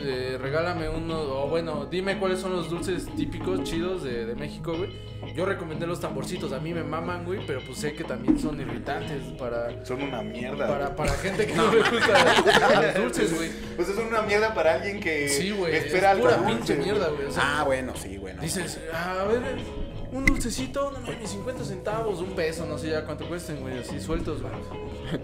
Speaker 1: eh, regálame uno, o bueno, dime cuáles son los dulces típicos chidos de, de México, güey. Yo recomendé los tamborcitos, a mí me maman, güey, pero pues sé que también son irritantes para,
Speaker 3: Son una mierda.
Speaker 1: para, para gente que no le gusta los dulces, güey.
Speaker 3: güey. Pues es una mierda para alguien que
Speaker 1: Sí, güey, es
Speaker 3: espera algo
Speaker 1: pura
Speaker 3: dulce,
Speaker 1: pinche
Speaker 3: güey.
Speaker 1: mierda, güey. o sea,
Speaker 4: Ah, bueno, sí, bueno.
Speaker 1: dices, a ver, un dulcecito, no mames, 50 centavos, un peso, no sé ya cuánto cuesten, güey, así sueltos, güey.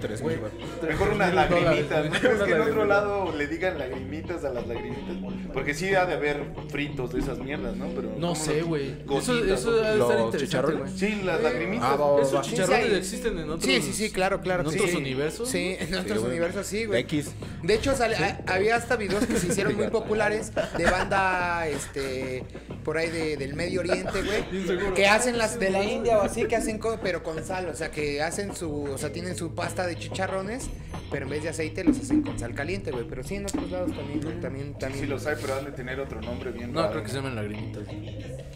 Speaker 4: Tres
Speaker 1: Güey,
Speaker 4: mil, güey.
Speaker 3: Mejor unas
Speaker 1: mil dólares,
Speaker 3: lagrimitas,
Speaker 1: güey.
Speaker 3: ¿no? Es que en otro lado le digan lagrimitas a las lagrimitas. Porque sí ha de haber fritos de esas mierdas, ¿no? Pero
Speaker 1: No
Speaker 3: ¿cómo
Speaker 1: sé,
Speaker 3: los-
Speaker 1: güey. Eso,
Speaker 3: Gotitas,
Speaker 1: eso debe
Speaker 4: Los
Speaker 1: estar interesante,
Speaker 4: chicharrones.
Speaker 1: güey.
Speaker 3: Sí, las lagrimitas.
Speaker 4: Ah, va, va, va.
Speaker 1: ¿Esos chicharrones
Speaker 5: Sí, hay.
Speaker 1: existen en otros
Speaker 5: Sí, sí, sí, claro, claro.
Speaker 1: ¿En
Speaker 5: que
Speaker 1: otros
Speaker 5: sí.
Speaker 1: universos?
Speaker 5: Sí, en otros
Speaker 4: güey.
Speaker 5: universos sí, güey.
Speaker 4: X.
Speaker 5: De hecho, sale- a- había hasta videos que se hicieron muy populares de banda, este, por ahí de- del Medio Oriente, güey. Que hacen las de la India o así, que hacen, co- pero con sal. O sea, que hacen su, o sea, tienen su pasta de chicharrones, pero en vez de aceite los hacen con sal caliente, güey. Pero sí, en otros lados también, güey, también,
Speaker 3: Sí, sí
Speaker 5: también.
Speaker 3: los hay, pero han de tener otro nombre bien
Speaker 1: No,
Speaker 3: raro.
Speaker 1: creo que se llaman lagrimitas.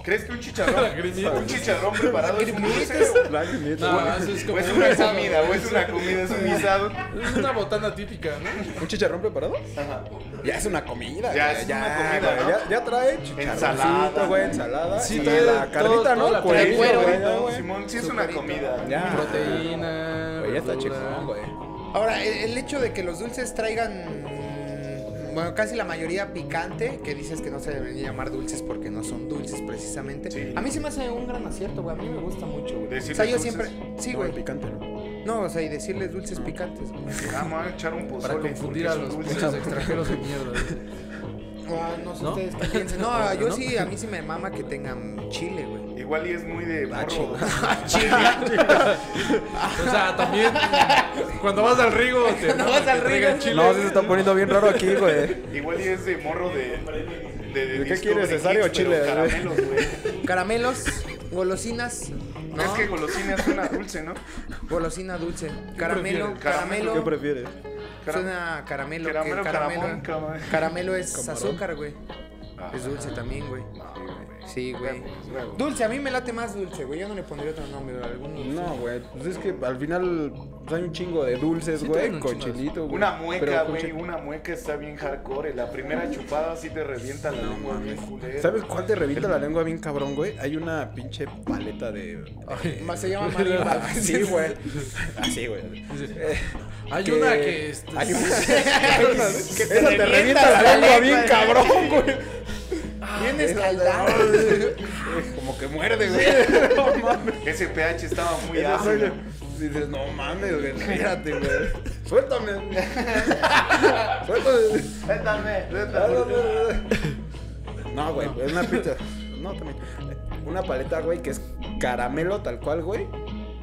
Speaker 3: ¿Crees que un chicharrón,
Speaker 1: Lagrimitas.
Speaker 3: un chicharrón preparado es un dulce?
Speaker 1: No, eso pues, es
Speaker 3: ¿O
Speaker 1: como
Speaker 3: es una comida? ¿O es una comida? ¿Es un guisado?
Speaker 1: Es una botana típica, ¿no?
Speaker 4: ¿Un chicharrón preparado?
Speaker 3: Ajá.
Speaker 4: Ya es una comida.
Speaker 3: Ya
Speaker 4: güey,
Speaker 3: es una comida,
Speaker 4: güey,
Speaker 3: ¿no?
Speaker 4: Ya, ya trae chicharroncito,
Speaker 3: Ensalada.
Speaker 4: güey, ensalada.
Speaker 1: Sí,
Speaker 4: y
Speaker 1: trae
Speaker 4: eh, la
Speaker 1: todo-
Speaker 4: carnita,
Speaker 1: toda
Speaker 4: ¿no?
Speaker 1: la
Speaker 5: trae
Speaker 4: Cuerito,
Speaker 5: cuero,
Speaker 4: güey,
Speaker 3: No,
Speaker 4: güey.
Speaker 3: Simón, sí es una comida.
Speaker 4: Ya.
Speaker 1: Proteína.
Speaker 4: Güey, ya está
Speaker 1: verdura.
Speaker 4: chingón, güey.
Speaker 5: Ahora, el, el hecho de que los dulces traigan, mm, bueno, casi la mayoría picante, que dices que no se deberían llamar dulces porque no son dulces precisamente.
Speaker 3: Sí.
Speaker 5: A mí se me hace un gran acierto, güey. A mí me gusta mucho, güey.
Speaker 3: Decirles
Speaker 5: o sea, yo
Speaker 3: dulces.
Speaker 5: siempre. Sí,
Speaker 4: No, el
Speaker 5: güey.
Speaker 4: picante, ¿no?
Speaker 5: No, o sea, y decirles dulces picantes. güey.
Speaker 3: Vamos Ah, a echar un pozole.
Speaker 1: Para confundir
Speaker 3: porque son
Speaker 1: a los
Speaker 3: dulces.
Speaker 1: pinches extranjeros de mierda. güey.
Speaker 5: Ah, no sé
Speaker 1: ¿No?
Speaker 5: ustedes qué piensan. Ah, No, yo
Speaker 1: ¿No?
Speaker 5: sí, a mí sí me mama que tengan chile, güey.
Speaker 3: Igual y es muy de
Speaker 1: Ah,
Speaker 3: morro.
Speaker 1: O sea, también cuando vas al Rigo te
Speaker 5: Cuando vas
Speaker 1: te
Speaker 5: al
Speaker 1: traigan
Speaker 5: Rigo.
Speaker 1: chile.
Speaker 4: No, sí se está poniendo bien raro aquí, güey.
Speaker 3: Igual y es de morro de... de, de
Speaker 4: ¿De qué
Speaker 3: Discovery
Speaker 4: quieres, cesárea o
Speaker 3: Kids, pero
Speaker 4: chile?
Speaker 3: Caramelos, güey.
Speaker 5: Caramelos, golosinas. ¿no?
Speaker 3: Es que golosina suena dulce, ¿no?
Speaker 5: Golosina dulce. Caramelo,
Speaker 3: prefieres?
Speaker 5: caramelo.
Speaker 4: ¿Qué prefieres?
Speaker 3: Caram-
Speaker 5: Suena a caramelo. que
Speaker 3: Caramelo,
Speaker 5: caramelo,
Speaker 3: caramón, caramón. Ah.
Speaker 5: caramelo es azúcar, güey. Es dulce también, güey. Sí, güey. Dulce, a mí me late más dulce, güey. Yo no le pondría otro nombre, algún
Speaker 4: No, güey. Pues es que al final pues, hay un chingo de dulces,
Speaker 1: Sí,
Speaker 4: güey.
Speaker 1: traen un
Speaker 4: con
Speaker 1: chingo de-
Speaker 4: chilito, güey.
Speaker 3: Una
Speaker 4: Pero
Speaker 3: mueca,
Speaker 4: con
Speaker 3: güey,
Speaker 4: chi-
Speaker 3: una mueca está bien hardcore. La primera chupada sí te revienta la lengua bien culera.
Speaker 4: ¿Sabes cuál te revienta la lengua bien cabrón, güey? Hay una pinche paleta de.
Speaker 5: Más se llama marimba. güey.
Speaker 4: Así, güey. Así, güey.
Speaker 1: Hay una que. este, es-
Speaker 4: Hay una que te Esa te revienta
Speaker 5: la
Speaker 4: la lengua
Speaker 5: lengua,
Speaker 4: bien
Speaker 5: güey.
Speaker 4: cabrón, güey.
Speaker 5: Bien escaldado.
Speaker 4: Como que muerde, güey. No mames.
Speaker 3: Ese pH estaba muy
Speaker 4: Ese
Speaker 3: ácido.
Speaker 4: sueño. Dices, no mames, güey. Espérate, güey. Suéltame. Suéltame.
Speaker 3: Suéltame,
Speaker 4: No, güey, es una pizza. No, también. Una paleta, güey, que es caramelo tal cual, güey.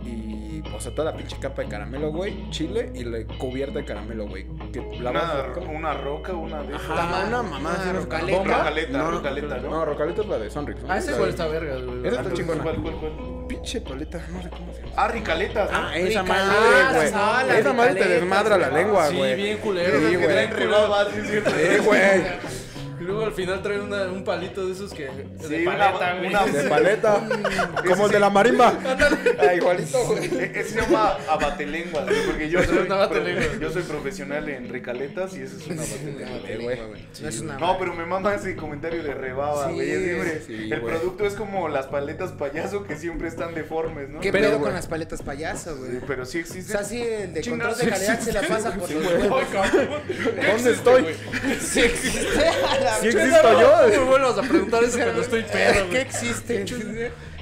Speaker 4: Y, o sea, toda la pinche capa de caramelo, güey. Chile y la cubierta de caramelo, güey. Que la
Speaker 3: Una,
Speaker 4: vas a-
Speaker 3: una roca, una de esas.
Speaker 4: Ajá, una mamá.
Speaker 5: Ah,
Speaker 4: así, una-
Speaker 5: rocaleta.
Speaker 4: ¿Bomba?
Speaker 3: Rocaleta, rocaleta, ¿no?
Speaker 4: No, rocaleta es la de Sonrix. ¿no?
Speaker 1: Ah, ese
Speaker 4: La
Speaker 1: cuál
Speaker 4: de-
Speaker 1: está verga, güey.
Speaker 4: Esa
Speaker 3: Ah,
Speaker 4: está
Speaker 3: entonces,
Speaker 4: chingona.
Speaker 3: ¿Cuál, cuál, cuál?
Speaker 4: Pinche paleta, no sé cómo se llama.
Speaker 3: Ah, ricaletas, ¿no?
Speaker 4: Ah, esa
Speaker 5: Ricaletas,
Speaker 4: madre, güey.
Speaker 5: ah, las
Speaker 4: esa madre te
Speaker 5: ricaletas,
Speaker 4: desmadra la
Speaker 5: güey.
Speaker 4: lengua,
Speaker 1: Sí,
Speaker 4: güey.
Speaker 1: bien culero.
Speaker 4: Sí,
Speaker 1: bien
Speaker 4: güey.
Speaker 1: culero.
Speaker 3: sí, es cierto.
Speaker 4: Sí, güey.
Speaker 1: Luego al final traen una- un palito de esos que. de
Speaker 3: Sí, una-
Speaker 1: paleta, güey.
Speaker 3: una-
Speaker 4: De paleta. Como el de la marimba. Ah, igualito, güey.
Speaker 3: E- Ese se llama abatelengua, güey, porque yo
Speaker 1: Es
Speaker 3: soy,
Speaker 1: una abatelengua.
Speaker 3: yo soy profesional en recaletas y ese es un abatelengua.
Speaker 5: No es
Speaker 1: Ah,
Speaker 5: una
Speaker 3: No, pero me mama ese comentario de rebaba,
Speaker 5: Sí,
Speaker 3: güey. es libre.
Speaker 4: sí,
Speaker 3: el
Speaker 4: güey.
Speaker 3: producto es como las paletas payaso que siempre están deformes, ¿no?
Speaker 5: ¿Qué
Speaker 3: pero,
Speaker 5: pedo con las paletas payaso, güey?
Speaker 3: Sí,
Speaker 5: O
Speaker 3: pero sí existe.
Speaker 5: sea, sí, el de control
Speaker 3: Chingado, sí
Speaker 5: de calidad se la pasa por los huevos.
Speaker 4: ¿Dónde estoy?
Speaker 5: Sí existe. a la
Speaker 4: Sí
Speaker 5: verga.
Speaker 4: existo
Speaker 1: No me
Speaker 4: yo.
Speaker 1: vuelvas a preguntar eso cuando estoy pedo,
Speaker 5: ¿Qué
Speaker 1: güey.
Speaker 5: existe?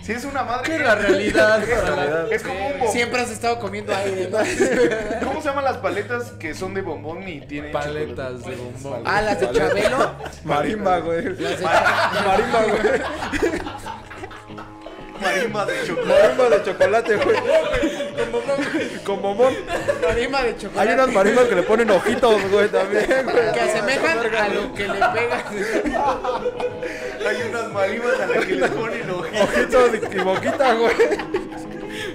Speaker 3: Sí, es una madre.
Speaker 1: ¿Qué es la realidad?
Speaker 3: Es como- Es como un bombón.
Speaker 5: Siempre has estado comiendo aire, ¿no?
Speaker 3: ¿Cómo se llaman las paletas que son de bombón y tienen chocolate?
Speaker 1: Paletas de bombón.
Speaker 5: Ah, las de Chabelo.
Speaker 4: Marimba, güey.
Speaker 5: Las de
Speaker 4: Marimba, güey.
Speaker 3: Marimba de chocolate.
Speaker 4: Marimba de chocolate, güey. Con bombón.
Speaker 5: Chabelo de chocolate.
Speaker 4: Hay unas marimbas que le ponen ojitos, güey, también, güey.
Speaker 5: que asemejan a lo que le pegas.
Speaker 3: Hay unas marimbas a las que les ponen ojitos.
Speaker 4: Ojitos y, y boquita, güey.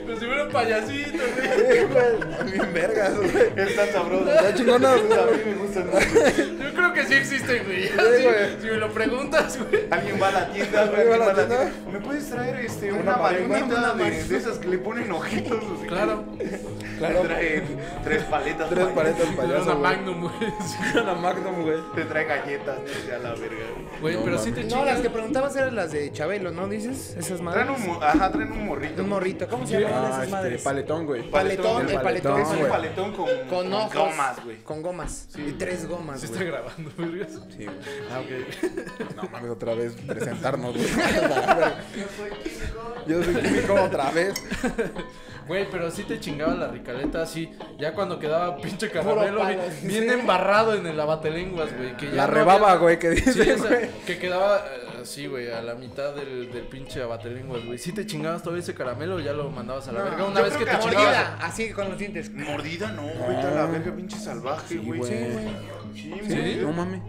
Speaker 1: Pero si fueran payasitos, güey.
Speaker 4: Bien vergas, güey.
Speaker 3: Están sabrosas.
Speaker 4: Está chingona, güey.
Speaker 3: A mí me gustan mucho.
Speaker 1: Yo creo que sí existen, güey.
Speaker 4: Sí, güey.
Speaker 1: Si, si me lo preguntas, güey.
Speaker 3: Alguien va a la tienda, güey.
Speaker 4: ¿Alguien
Speaker 3: alguien
Speaker 4: va a la
Speaker 3: va a la tienda. ¿Me puedes traer este, una,
Speaker 4: marimba?
Speaker 3: marimbita de, de esas que le ponen ojitos? Así que-
Speaker 1: Claro.
Speaker 4: Claro.
Speaker 3: Traen tres paletas.
Speaker 4: Tres
Speaker 3: payaso.
Speaker 4: paletas
Speaker 1: Era una
Speaker 4: payaso, güey.
Speaker 1: magnum, güey. Sí.
Speaker 4: Una Magnum, güey.
Speaker 3: Te trae galletas, no sé, a la verga.
Speaker 1: Güey, pero sí te
Speaker 5: No,
Speaker 1: chingas.
Speaker 5: las que preguntabas eran las de Chabelo, ¿no? ¿Dices? Esas
Speaker 3: Traen
Speaker 5: madres.
Speaker 3: un, mo- ajá, traen un morrito.
Speaker 5: Un morrito. ¿Cómo se llaman
Speaker 4: Ah,
Speaker 5: esas
Speaker 4: este,
Speaker 5: madres?
Speaker 4: paletón, güey.
Speaker 5: Paletón, el paletón,
Speaker 3: Es un
Speaker 4: güey.
Speaker 3: paletón con,
Speaker 5: Con ojos.
Speaker 3: gomas, güey.
Speaker 5: Con gomas. Y tres gomas,
Speaker 1: Sí está
Speaker 5: güey.
Speaker 1: grabando, vergas.
Speaker 4: Sí, güey.
Speaker 1: Ah, ok.
Speaker 4: No mames, otra vez presentarnos, güey. Yo soy químico otra vez.
Speaker 1: Güey, pero sí te chingaba la ricaleta así. Ya cuando quedaba pinche caramelo,
Speaker 5: palo,
Speaker 1: güey,
Speaker 5: sí.
Speaker 1: bien embarrado en el abatelenguas, güey. que ya
Speaker 4: La
Speaker 1: no
Speaker 4: rebaba,
Speaker 1: había-
Speaker 4: güey, que
Speaker 1: Sí,
Speaker 4: dice,
Speaker 1: o sea,
Speaker 4: güey.
Speaker 1: que quedaba eh, así, güey, a la mitad del, del pinche abatelenguas, güey. Si te chingabas todo ese caramelo, ya lo mandabas a la verga. Una
Speaker 3: yo
Speaker 1: vez que
Speaker 3: creo
Speaker 1: te
Speaker 3: que
Speaker 1: chingabas.
Speaker 5: Mordida, así con los dientes.
Speaker 3: Mordida no, güey, está la verga pinche salvaje, güey.
Speaker 4: Ah. güey.
Speaker 3: Sí, güey. Sí, güey.
Speaker 4: No mames.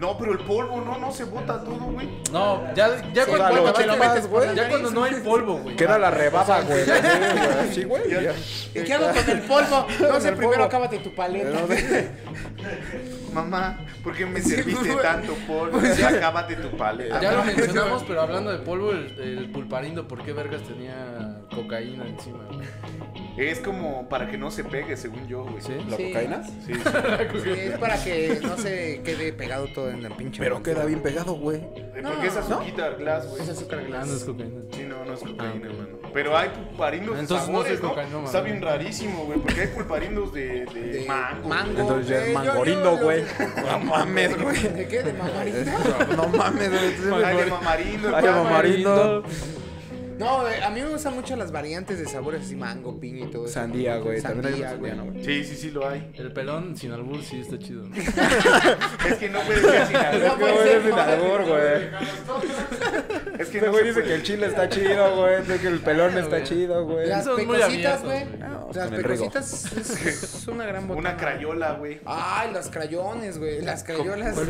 Speaker 3: No, pero el polvo no, no se bota todo, güey.
Speaker 1: No, ya, ya cuando,
Speaker 4: lo
Speaker 1: cuando te lo
Speaker 4: chupas,
Speaker 1: metes,
Speaker 4: güey.
Speaker 1: Ya cuando no hay polvo, güey.
Speaker 4: Queda la rebaba, güey. Sí, güey. ya.
Speaker 5: ¿Y qué hago con el polvo? No sé,
Speaker 4: el
Speaker 5: primero
Speaker 4: polvo.
Speaker 5: acábate tu paleta.
Speaker 3: Mamá, ¿por qué me serviste tanto polvo? Ya acábate tu paleta.
Speaker 1: Ya lo mencionamos, pero hablando de polvo, el, el pulparindo, ¿por qué vergas tenía cocaína encima? güey?
Speaker 3: Es como para que no se pegue, según yo, güey.
Speaker 1: ¿Sí?
Speaker 4: ¿La
Speaker 5: Sí.
Speaker 4: cocaína?
Speaker 3: Sí, sí.
Speaker 5: Sí, es para que no se quede pegado todo en la pinche.
Speaker 4: Pero
Speaker 5: bolsa.
Speaker 4: queda bien pegado, güey.
Speaker 3: Porque es azuquita glass, güey.
Speaker 5: Es azúcar
Speaker 1: Ah,
Speaker 5: glass.
Speaker 1: no es cocaína.
Speaker 3: Sí, no, no es cocaína, hermano. Pero hay pulparindos de
Speaker 1: Entonces, no
Speaker 3: sabores,
Speaker 1: es
Speaker 3: ¿no?
Speaker 1: cocaína,
Speaker 3: Está
Speaker 1: mamá.
Speaker 3: bien rarísimo, güey, porque hay pulparindos de, de,
Speaker 5: De
Speaker 3: mango.
Speaker 5: mango.
Speaker 4: Entonces ya
Speaker 5: Eh,
Speaker 4: es
Speaker 5: yo- yo
Speaker 4: mangorindo,
Speaker 5: lo-
Speaker 4: güey. No mames, güey.
Speaker 5: ¿De qué? ¿De mangorindo?
Speaker 4: No mames, güey.
Speaker 3: Hay de mamarindo.
Speaker 4: Ay,
Speaker 3: ya,
Speaker 4: mamarindo.
Speaker 5: No, eh, a mí me gustan mucho las variantes de sabores así mango, piña y todo eso.
Speaker 4: Sandía, güey. También hay una
Speaker 5: Sandía,
Speaker 4: sandía, ¿no, güey?
Speaker 3: Sí, sí, sí lo hay.
Speaker 1: El pelón sin albur sí está chido. ¿no?
Speaker 3: Es que no puedes decir
Speaker 4: Es
Speaker 3: nada.
Speaker 4: que, Este güey, es sin albur, güey.
Speaker 3: Es que
Speaker 4: Este
Speaker 3: no
Speaker 4: güey
Speaker 3: se
Speaker 4: dice
Speaker 3: puede.
Speaker 4: que el chile está chido, güey. Dice que el pelón está chido, güey.
Speaker 5: Las
Speaker 1: Son muy
Speaker 5: pecositas,
Speaker 1: abiertos,
Speaker 5: güey.
Speaker 1: güey.
Speaker 4: Ah, vamos
Speaker 5: Las
Speaker 4: con el Rigo.
Speaker 5: pecositas es, es una gran botana.
Speaker 3: Una crayola, güey.
Speaker 5: Ay, las crayones, güey. Las crayolas. Las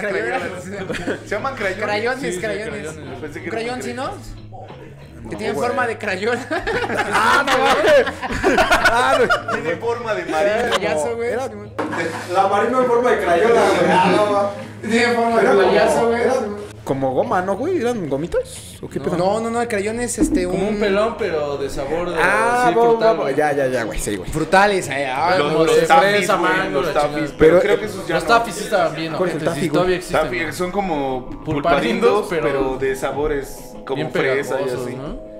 Speaker 5: crayolas.
Speaker 3: crayola. Se llaman crayones.
Speaker 1: Sí,
Speaker 5: Crayones,
Speaker 1: sí,
Speaker 5: crayones.
Speaker 1: crayones.
Speaker 3: Pensé que
Speaker 5: Un crayón,
Speaker 3: eran
Speaker 5: si no? Que tiene
Speaker 4: güey.
Speaker 5: forma de crayola.
Speaker 4: Ah, güey.
Speaker 3: Tiene forma de marido.
Speaker 5: Payaso, güey.
Speaker 4: Era-
Speaker 6: La marina en forma de crayola, güey. Ah,
Speaker 5: Tiene forma de
Speaker 6: Era como-
Speaker 5: payaso, güey.
Speaker 6: era-
Speaker 4: Como goma, ¿no, güey? ¿Eran gomitas? ¿O qué pedo?
Speaker 5: No, no, no, el crayón es este
Speaker 1: Como un
Speaker 5: un
Speaker 1: pelón, pero de sabor de.
Speaker 4: Ah,
Speaker 1: sí,
Speaker 4: bo-
Speaker 1: frutal,
Speaker 4: bo-
Speaker 1: güey.
Speaker 4: ya, ya, ya, güey. Sí, güey.
Speaker 5: frutales. eh, ah,
Speaker 3: Los-
Speaker 5: no,
Speaker 1: Como
Speaker 3: los
Speaker 1: de
Speaker 3: tafis,
Speaker 1: fresa,
Speaker 3: güey,
Speaker 1: mango,
Speaker 3: los
Speaker 1: la
Speaker 3: tafis.
Speaker 1: chingada.
Speaker 3: Pero
Speaker 4: Pero- eh,
Speaker 3: creo que esos ya
Speaker 1: Los
Speaker 3: no.
Speaker 1: tafis sí estaban bien,
Speaker 4: ¿Cuál es el
Speaker 1: ojetes,
Speaker 4: tafi,
Speaker 1: y todavía existen.
Speaker 3: Tafi-
Speaker 1: güey.
Speaker 3: son como
Speaker 1: Pulparindos,
Speaker 3: pulparindos,
Speaker 1: pero-
Speaker 3: pero, de sabores como
Speaker 1: Bien
Speaker 3: fresa y
Speaker 1: pegajosos,
Speaker 3: así.
Speaker 1: ¿no?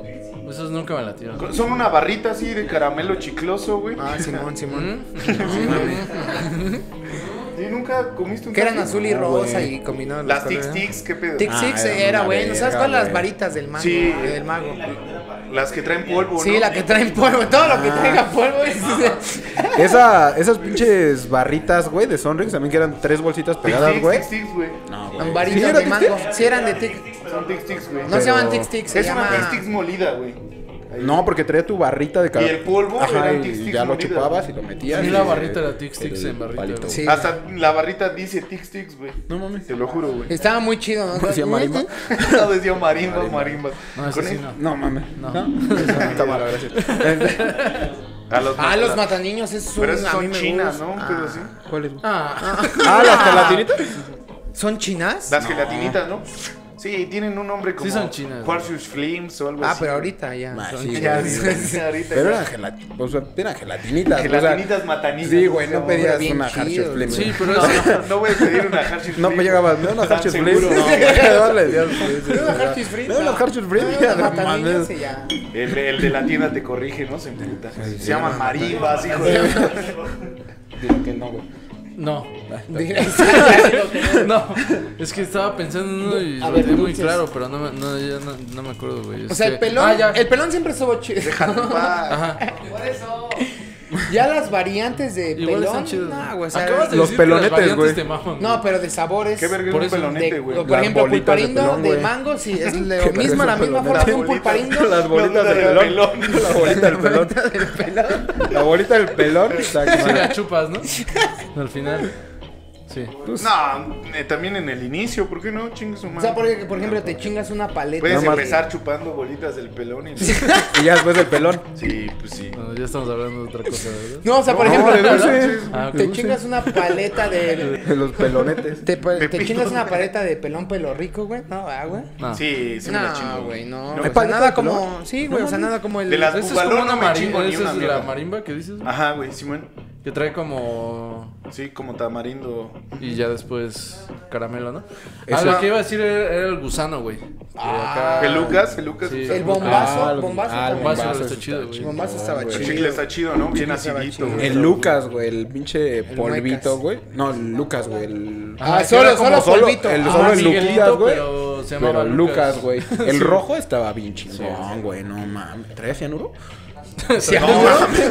Speaker 1: Esos nunca me latieron.
Speaker 3: Son una barrita así de caramelo chicloso, güey.
Speaker 5: Ah, Simón, Simón.
Speaker 3: ¿Y nunca comiste un
Speaker 5: Que eran
Speaker 3: tafi?
Speaker 5: azul y rosa y combinaban
Speaker 3: Las
Speaker 5: los
Speaker 3: Tic
Speaker 5: colores.
Speaker 3: Tics, ¿qué pedo?
Speaker 5: Ah, Tic
Speaker 4: Ah,
Speaker 5: Tic
Speaker 4: era
Speaker 5: era
Speaker 4: una
Speaker 5: bueno. ¿Sabes
Speaker 4: verga,
Speaker 5: cuál? Las
Speaker 4: güey.
Speaker 5: varitas del mago.
Speaker 3: Sí.
Speaker 5: Del mago.
Speaker 3: Las que Ah. traen polvo,
Speaker 5: Sí,
Speaker 3: ¿no?
Speaker 5: la que traen polvo. Todo lo que traiga polvo es.
Speaker 4: Esa,
Speaker 5: Pues,
Speaker 4: esas pinches barritas, güey, de Sonrix también que eran tres bolsitas
Speaker 3: Tic
Speaker 4: pegadas,
Speaker 3: Tics,
Speaker 4: güey.
Speaker 3: Tic Tics, güey.
Speaker 4: No,
Speaker 5: Varitas
Speaker 4: ¿Sí era
Speaker 5: de
Speaker 4: Tic
Speaker 5: mango.
Speaker 4: Tic?
Speaker 5: Sí, eran de Tic
Speaker 3: Son Tic Tics, güey.
Speaker 5: No se llaman
Speaker 4: Pero-
Speaker 5: Tic Tic, se
Speaker 3: es una
Speaker 5: llama.
Speaker 3: Tic Tics molida, güey.
Speaker 4: No, porque traía tu barrita de
Speaker 3: Y el polvo
Speaker 4: Ajá,
Speaker 3: eran
Speaker 4: y
Speaker 3: Tic Tics
Speaker 4: ya lo
Speaker 3: molidas.
Speaker 4: chupabas y lo metías.
Speaker 1: Sí,
Speaker 4: y-
Speaker 1: la barrita era Tic Tics
Speaker 4: el
Speaker 1: en barrita,
Speaker 4: palito,
Speaker 1: güey.
Speaker 5: Sí.
Speaker 3: Hasta la barrita dice Tic Tics, güey.
Speaker 4: No mames.
Speaker 3: Te lo juro, güey.
Speaker 5: Estaba muy chido, ¿no?
Speaker 4: ¿Cómo se llama, Marimba?
Speaker 3: No decía marimba, marimba.
Speaker 1: No, ese
Speaker 3: Con
Speaker 1: sí
Speaker 3: el-
Speaker 1: no.
Speaker 4: No mames.
Speaker 1: No.
Speaker 4: Está malo, gracias. Este,
Speaker 3: A los,
Speaker 5: Ah, los mataniños, es un.
Speaker 3: Pero esas
Speaker 5: a mí
Speaker 3: son
Speaker 5: me
Speaker 3: chinas,
Speaker 5: gusta. Ah.
Speaker 4: Ah.
Speaker 3: ¿no? Un pedo así.
Speaker 4: ¿Cuál es?
Speaker 1: Ah,
Speaker 4: Ah, las gelatinitas.
Speaker 5: ¿Son chinas?
Speaker 3: Las gelatinitas, ¿no? Sí, tienen un nombre como.
Speaker 1: Sí son chinas,
Speaker 3: Quartus Flames o algo
Speaker 5: Ah,
Speaker 3: así.
Speaker 5: pero ahorita ya.
Speaker 4: Ah,
Speaker 5: son
Speaker 4: sí,
Speaker 5: chinas.
Speaker 3: Ya,
Speaker 4: güey.
Speaker 3: sí, ahorita.
Speaker 4: Pero
Speaker 3: ya.
Speaker 4: eran gelati- o sea, eran gelatinitas. o sea,
Speaker 3: Gelatinitas matanitas.
Speaker 4: Sí, güey, no
Speaker 3: Como-
Speaker 4: pedías
Speaker 5: bien
Speaker 4: una
Speaker 5: chido.
Speaker 4: Harsher Flame.
Speaker 1: Sí,
Speaker 4: güey.
Speaker 1: pero
Speaker 3: No,
Speaker 1: es-
Speaker 3: no, no voy a pedir una Hershey's
Speaker 4: No me
Speaker 3: Flame.
Speaker 4: llegabas, me da unas
Speaker 3: Tan
Speaker 4: Harsher Flame.
Speaker 3: seguro,
Speaker 4: No,
Speaker 3: no.
Speaker 4: no le decías, güey, sí,
Speaker 5: Me da una
Speaker 4: o sea,
Speaker 5: Hershey's Flame,
Speaker 4: Me da una
Speaker 5: no.
Speaker 4: Hershey's Flame,
Speaker 5: Me da
Speaker 4: ya,
Speaker 5: una
Speaker 4: no Ah,
Speaker 5: matanilla,
Speaker 4: mames.
Speaker 5: sí, ya.
Speaker 3: El, el de la tienda te corrige, ¿no? Se emputa. Se llama Maribas, hijo de.
Speaker 4: Digo que no, güey.
Speaker 1: No,
Speaker 5: Exacto.
Speaker 1: no. Es que estaba pensando en uno y
Speaker 5: A
Speaker 1: lo
Speaker 5: ver,
Speaker 1: tenía muy
Speaker 5: dulces.
Speaker 1: claro, pero no, me- no, ya no, no me acuerdo, güey.
Speaker 5: O sea, el
Speaker 1: Este-
Speaker 5: pelón,
Speaker 1: Ah, ya.
Speaker 5: el pelón siempre estuvo chido.
Speaker 1: Ajá.
Speaker 5: Ya las variantes de
Speaker 1: Igual
Speaker 5: pelón.
Speaker 1: están chidos.
Speaker 5: no,
Speaker 1: güey.
Speaker 5: güey, o sea,
Speaker 1: Acabas de
Speaker 4: los
Speaker 1: decir que las
Speaker 4: pelonetes,
Speaker 1: variantes
Speaker 4: güey.
Speaker 1: te maman,
Speaker 5: no, pero de sabores.
Speaker 3: Qué verga es
Speaker 1: Por
Speaker 3: un
Speaker 1: eso,
Speaker 3: pelonete,
Speaker 5: de-
Speaker 3: güey.
Speaker 5: por
Speaker 4: Las
Speaker 5: ejemplo,
Speaker 4: bolitas de
Speaker 5: pulparindo de,
Speaker 4: pelón, güey.
Speaker 5: mango, sí, es lo
Speaker 4: Qué
Speaker 5: mismo, la
Speaker 4: verga es un
Speaker 5: misma
Speaker 4: pelonete.
Speaker 5: forma de un
Speaker 3: Bolitas.
Speaker 5: pulparindo.
Speaker 4: Las bolitas
Speaker 3: La
Speaker 4: del pelón.
Speaker 3: bolita del pelón.
Speaker 4: La bolita del pelón. La bolita del pelón.
Speaker 1: Si
Speaker 4: exacto.
Speaker 1: la chupas, ¿no? Al final. Sí.
Speaker 3: No, eh, también en el inicio, ¿por qué no? Chingue su madre.
Speaker 5: O sea, porque, por ejemplo, te chingas una paleta.
Speaker 3: Puedes
Speaker 5: de-
Speaker 3: empezar chupando bolitas del pelón y. Sí,
Speaker 4: Y ya después del pelón.
Speaker 3: pues sí.
Speaker 1: No, ya estamos hablando de otra cosa, ¿verdad?
Speaker 5: No, o sea, Ah, por
Speaker 4: No,
Speaker 5: ejemplo,
Speaker 4: de dulces.
Speaker 1: Ah, ok.
Speaker 5: te chingas una paleta de.
Speaker 4: De los pelonetes.
Speaker 5: Te, te
Speaker 3: Pepito.
Speaker 5: chingas una paleta de pelón pelo rico, güey. No, ah, güey.
Speaker 1: No.
Speaker 3: Sí, sí me la chingo.
Speaker 5: No, güey, no.
Speaker 3: No,
Speaker 5: o sea,
Speaker 4: paleta de
Speaker 5: nada
Speaker 4: pelón?
Speaker 5: como. Sí, güey, o sea, nada como el.
Speaker 3: De las-
Speaker 1: Esa es
Speaker 3: Bubalú
Speaker 1: como una
Speaker 3: no me chingo
Speaker 1: marimba.
Speaker 3: ni
Speaker 1: Esa
Speaker 3: una
Speaker 1: es la
Speaker 3: mierda.
Speaker 1: marimba que dices. güey?
Speaker 3: Ajá, güey, Simón.
Speaker 1: Que trae como.
Speaker 3: Sí, como tamarindo.
Speaker 1: Y ya después caramelo, ¿no? Ah,
Speaker 4: Esa-
Speaker 1: lo que iba a decir era, era el gusano, güey. Que
Speaker 3: Ah,
Speaker 1: acá-
Speaker 3: Pelucas, pelucas.
Speaker 1: Sí.
Speaker 5: El bombazo.
Speaker 4: Ah, el-
Speaker 5: bombazo.
Speaker 4: ah, el
Speaker 5: también.
Speaker 1: Bombazo
Speaker 4: Bombazo
Speaker 1: está
Speaker 4: está
Speaker 1: chido, güey.
Speaker 4: chido.
Speaker 5: bombazo estaba
Speaker 3: El
Speaker 5: chido.
Speaker 3: chicle está chido, ¿no? Bien
Speaker 5: estaba
Speaker 3: acidito.
Speaker 5: chido.
Speaker 3: güey.
Speaker 4: El Lucas, güey, el pinche polvito,
Speaker 5: Muecas.
Speaker 4: güey. No, el Lucas, güey. El...
Speaker 5: Ah,
Speaker 4: que
Speaker 5: solo-
Speaker 4: era como
Speaker 5: solo polvito.
Speaker 4: El,
Speaker 1: Ah,
Speaker 4: solo el
Speaker 1: Miguelito,
Speaker 4: Luquillas, güey.
Speaker 1: pero se llamaba
Speaker 4: Pero Lucas,
Speaker 1: Lucas.
Speaker 4: güey. El rojo estaba bien chingón, güey. No mames. ¿Traía cianuro?
Speaker 5: También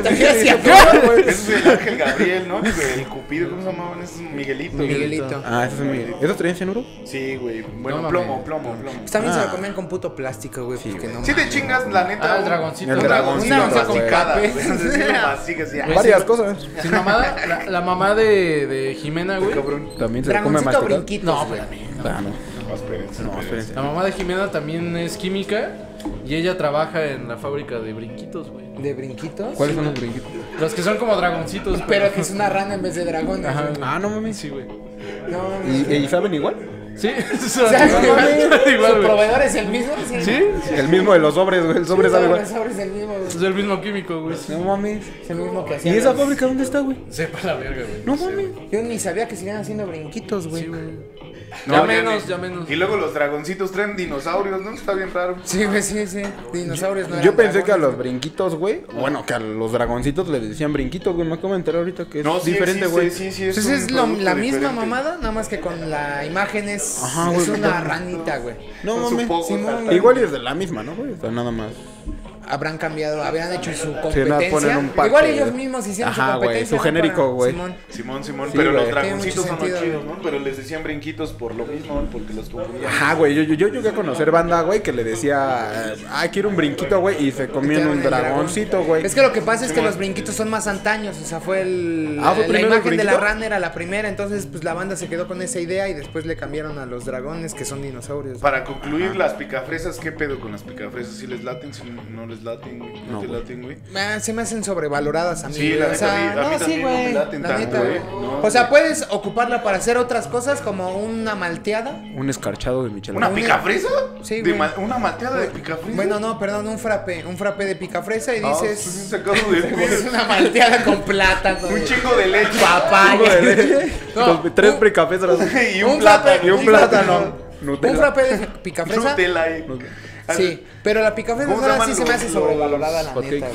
Speaker 5: hacia
Speaker 3: Ese es el Ángel Gabriel, ¿no? El Cupido, ¿cómo se llamaban? Ese es Miguelito. güey.
Speaker 5: Miguelito.
Speaker 4: Ah, esos son mi- ¿Esos traían cianuro?
Speaker 3: Sí, güey. Bueno,
Speaker 1: No mames.
Speaker 3: plomo, plomo, plomo.
Speaker 5: Pues también se
Speaker 4: Ah.
Speaker 5: lo comían con puto plástico, güey. porque no
Speaker 3: Si te chingas, la neta.
Speaker 1: Ah, el
Speaker 3: un-
Speaker 1: dragoncito.
Speaker 3: Un
Speaker 4: El
Speaker 3: dragoncito.
Speaker 5: dragoncito,
Speaker 3: Una
Speaker 5: güey.
Speaker 3: masticada, güey.
Speaker 5: Papel.
Speaker 3: Entonces, sí, ah, lo masticas y ya.
Speaker 4: Varias cosas.
Speaker 1: Sin mamada, la, la mamá de, de Jimena, güey.
Speaker 3: Cabrón.
Speaker 4: También se le come
Speaker 5: Dragoncito
Speaker 4: masticado.
Speaker 5: brinquitos.
Speaker 1: No,
Speaker 5: güey.
Speaker 1: espérame.
Speaker 4: Ah, no.
Speaker 3: No, espérense.
Speaker 4: No,
Speaker 3: espérense.
Speaker 4: espérense.
Speaker 1: La mamá de Jimena también es química y ella trabaja en la fábrica de brinquitos, güey.
Speaker 5: De brinquitos.
Speaker 4: ¿Cuáles son los brinquitos?
Speaker 1: Los que son como dragoncitos,
Speaker 5: Pero que es una rana en vez de dragón.
Speaker 1: Ajá,
Speaker 5: güey.
Speaker 4: Ah, no mames.
Speaker 1: Sí, güey.
Speaker 5: No, no, no.
Speaker 4: ¿Y, y saben igual?
Speaker 1: Sí, es
Speaker 5: O sea,
Speaker 1: igual,
Speaker 5: güey,
Speaker 1: igual,
Speaker 5: ¿Su
Speaker 1: güey.
Speaker 5: proveedor es el mismo? Sí.
Speaker 1: Sí,
Speaker 4: El mismo de los sobres, güey. El sobre sabe
Speaker 5: El
Speaker 4: igual.
Speaker 5: sobre es el mismo. güey.
Speaker 1: es el mismo químico, güey.
Speaker 4: No mames.
Speaker 5: Es el mismo que
Speaker 4: ¿Y
Speaker 5: hacían.
Speaker 4: esa
Speaker 5: los-
Speaker 4: fábrica dónde está, güey?
Speaker 1: Sepa la verga, güey.
Speaker 4: No mames.
Speaker 5: Yo ni sabía que seguían haciendo brinquitos, güey.
Speaker 1: Sí, güey.
Speaker 3: No,
Speaker 1: ya
Speaker 3: ya
Speaker 1: menos,
Speaker 3: ni-
Speaker 1: ya menos.
Speaker 3: Y luego los dragoncitos traen dinosaurios, ¿no? Está bien raro.
Speaker 5: Sí, güey, sí, sí. Dinosaurios no
Speaker 4: Yo
Speaker 5: eran
Speaker 4: pensé que a los
Speaker 5: dragones.
Speaker 4: brinquitos, güey. Bueno, que a los dragoncitos les decían brinquitos, güey. Me acabo de enterar ahorita que es
Speaker 3: No, sí
Speaker 4: diferente,
Speaker 3: existe,
Speaker 4: güey.
Speaker 3: Sí, sí, Pues
Speaker 5: Entonces
Speaker 3: es un
Speaker 5: Pues es lo-
Speaker 3: producto
Speaker 5: la misma
Speaker 3: diferente.
Speaker 5: mamada, nada más que con la imagen es,
Speaker 4: Ajá,
Speaker 5: es
Speaker 4: güey,
Speaker 5: una
Speaker 4: con-
Speaker 5: ranita, güey.
Speaker 4: No
Speaker 3: Con su
Speaker 4: mames.
Speaker 3: pogo,
Speaker 4: Simón,
Speaker 3: tal,
Speaker 4: güey.
Speaker 3: tal.
Speaker 4: Igual y es de la misma, ¿no, güey? O sea, nada más.
Speaker 5: Habrán cambiado, habrían hecho su
Speaker 4: nada,
Speaker 5: competencia.
Speaker 4: ponen un pack
Speaker 5: Igual
Speaker 4: de-
Speaker 5: ellos mismos hicieron
Speaker 4: Ajá,
Speaker 5: su
Speaker 4: güey,
Speaker 5: competencia.
Speaker 4: su
Speaker 5: ¿no?
Speaker 4: genérico,
Speaker 5: Para-
Speaker 4: güey.
Speaker 5: Simón.
Speaker 3: Simón, Simón,
Speaker 4: Sí,
Speaker 3: pero
Speaker 4: güey.
Speaker 3: los
Speaker 5: Tiene
Speaker 3: dragoncitos son
Speaker 5: mucho
Speaker 3: los
Speaker 5: sentido,
Speaker 3: chidos, ¿no? Pero les decían brinquitos por lo mismo, porque los confundían.
Speaker 4: Ajá, güey. Yo, yo, yo llegué a conocer banda, güey, que le decía, eh, ah, quiero un brinquito, güey. Y se comían
Speaker 5: Metieron
Speaker 4: un
Speaker 5: el dragón.
Speaker 4: dragoncito, güey.
Speaker 5: Es que lo que pasa es que los brinquitos son más antaños, o sea, fue el
Speaker 4: Ah, ¿fue
Speaker 5: la
Speaker 4: primero el
Speaker 5: imagen de la
Speaker 4: brinquito?
Speaker 5: rana era la primera, entonces pues la banda se quedó con esa idea y después le cambiaron a los dragones que son dinosaurios.
Speaker 3: Para concluir, las picafresas, ¿qué pedo con las picafresas? ¿Si les laten? ¿Si no les laten, güey? ¿No,
Speaker 4: No,
Speaker 3: te
Speaker 4: güey.
Speaker 3: laten, güey?
Speaker 5: Ah, se me hacen sobrevaloradas a mí.
Speaker 3: Sí,
Speaker 5: güey.
Speaker 3: la
Speaker 5: o
Speaker 3: neta, a mí-
Speaker 5: sea,
Speaker 3: a mí
Speaker 5: no, sí,
Speaker 3: también no me
Speaker 5: güey.
Speaker 3: laten
Speaker 5: La
Speaker 3: tanto,
Speaker 5: neta,
Speaker 3: güey.
Speaker 5: güey.
Speaker 3: No.
Speaker 5: O sea, puedes ocuparla para hacer otras cosas como una malteada.
Speaker 4: Un escarchado de Michel.
Speaker 3: ¿Una
Speaker 5: Una-
Speaker 3: picafresa?
Speaker 5: Sí,
Speaker 3: De
Speaker 5: güey.
Speaker 3: ma- ¿Una malteada de picafresa?
Speaker 5: Bueno, no, perdón, un frappé, un frappé de picafresa y
Speaker 3: Ah,
Speaker 5: dices
Speaker 3: pues, sacado de
Speaker 5: es una malteada con plátano.
Speaker 3: Un chingo de leche.
Speaker 5: papaya. No,
Speaker 4: Los tres
Speaker 5: un-
Speaker 4: precafesas.
Speaker 3: y un,
Speaker 5: un
Speaker 3: plátano.
Speaker 5: frappe-
Speaker 4: Y un
Speaker 5: un
Speaker 4: plátano.
Speaker 5: Un
Speaker 4: Nutella.
Speaker 5: frappé de picafresa.
Speaker 3: Nutella ahí.
Speaker 5: Sí, pero la picafresa
Speaker 3: ¿Cómo se
Speaker 5: ahora
Speaker 3: llaman
Speaker 5: sí se
Speaker 3: los-
Speaker 5: me hace sobrevalorada la
Speaker 4: hotcakes?
Speaker 5: neta.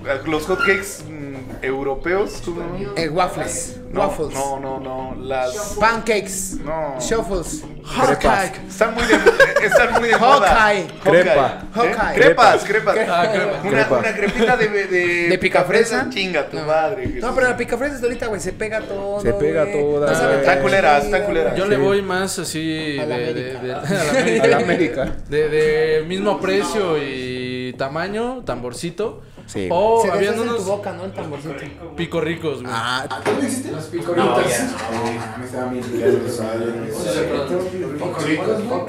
Speaker 5: güey.
Speaker 3: Los hotcakes mm, europeos, ¿tú no?
Speaker 5: Eh, waffles,
Speaker 3: No,
Speaker 5: waffles,
Speaker 3: No, no, no. Las.
Speaker 5: pancakes,
Speaker 3: No.
Speaker 5: shuffles,
Speaker 4: Crepas.
Speaker 5: hotcake,
Speaker 3: Están muy de, eh, están muy de moda.
Speaker 5: Hawkeye.
Speaker 3: Hawkeye.
Speaker 4: Crepa.
Speaker 3: ¿Eh?
Speaker 5: Hawkeye.
Speaker 3: Crepas, crepas.
Speaker 1: Ah, crepa.
Speaker 3: Una,
Speaker 4: Crepa.
Speaker 3: una crepita de, de,
Speaker 5: ¿De picafresa?
Speaker 3: picafresa, Chinga tu madre. Jesús.
Speaker 5: No, pero la picafresas de ahorita, güey, se pega todo.
Speaker 4: Se pega
Speaker 5: güey.
Speaker 4: toda,
Speaker 5: No sabe
Speaker 4: güey.
Speaker 5: tan
Speaker 3: Está culera, está
Speaker 5: chido,
Speaker 3: culera.
Speaker 5: güey.
Speaker 1: Yo le voy más así
Speaker 5: A la
Speaker 1: de, de,
Speaker 5: América.
Speaker 1: de- a la
Speaker 4: A la
Speaker 1: América.
Speaker 4: América.
Speaker 1: De, de mismo precio y tamaño, tamborcito.
Speaker 4: Sí, güey.
Speaker 1: O
Speaker 5: Se
Speaker 1: habían
Speaker 5: deshace en tu
Speaker 1: unos
Speaker 5: boca, ¿no? El tamborcito.
Speaker 1: pico ricos, güey.
Speaker 4: Ah,
Speaker 6: ¿Tú no existen las picoritas? No, no, estaban bien ricas. Sí,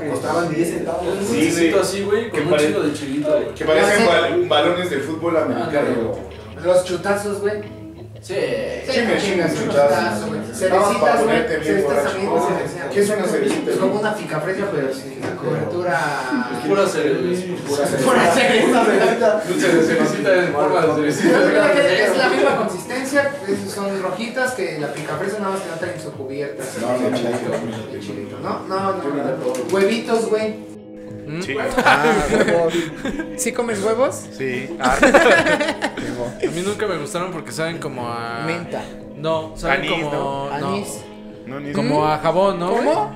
Speaker 6: costaban 10 centavos.
Speaker 3: Sí, sí.
Speaker 1: así, güey, con un chingo de chilito, güey.
Speaker 3: Que parecen bal- balones de fútbol americano.
Speaker 6: Los chutazos, güey.
Speaker 7: Sí.
Speaker 3: Chinga, chinga, chuchazo. Nada más para
Speaker 7: Cerecitas, güey.
Speaker 3: ponerte bien
Speaker 7: Cerecitas
Speaker 3: borracho.
Speaker 7: también.
Speaker 3: Oh, ¿Qué es una cerecita?
Speaker 7: Es como una picafresca, pero sin la cobertura.
Speaker 2: Pura cerveza.
Speaker 7: Pura cereza.
Speaker 2: Cervecita en forma de
Speaker 7: Pero
Speaker 2: cerecita.
Speaker 7: creo que Es la misma consistencia, es- son rojitas que la picafresa nada más que no traen su cubierta.
Speaker 6: No, no,
Speaker 7: Chilito,
Speaker 6: chilito.
Speaker 7: chilito, No, no, no. Huevitos, güey.
Speaker 3: Sí.
Speaker 4: Ah, huevo.
Speaker 5: ¿Sí comes huevos?
Speaker 3: Sí. Ah.
Speaker 1: A mí nunca me gustaron porque saben como a.
Speaker 5: Menta.
Speaker 1: No, saben
Speaker 3: Anís,
Speaker 1: como.
Speaker 3: ¿no?
Speaker 1: no,
Speaker 5: Anís.
Speaker 3: No, ni
Speaker 1: Como a jabón, ¿no?
Speaker 5: ¿Cómo?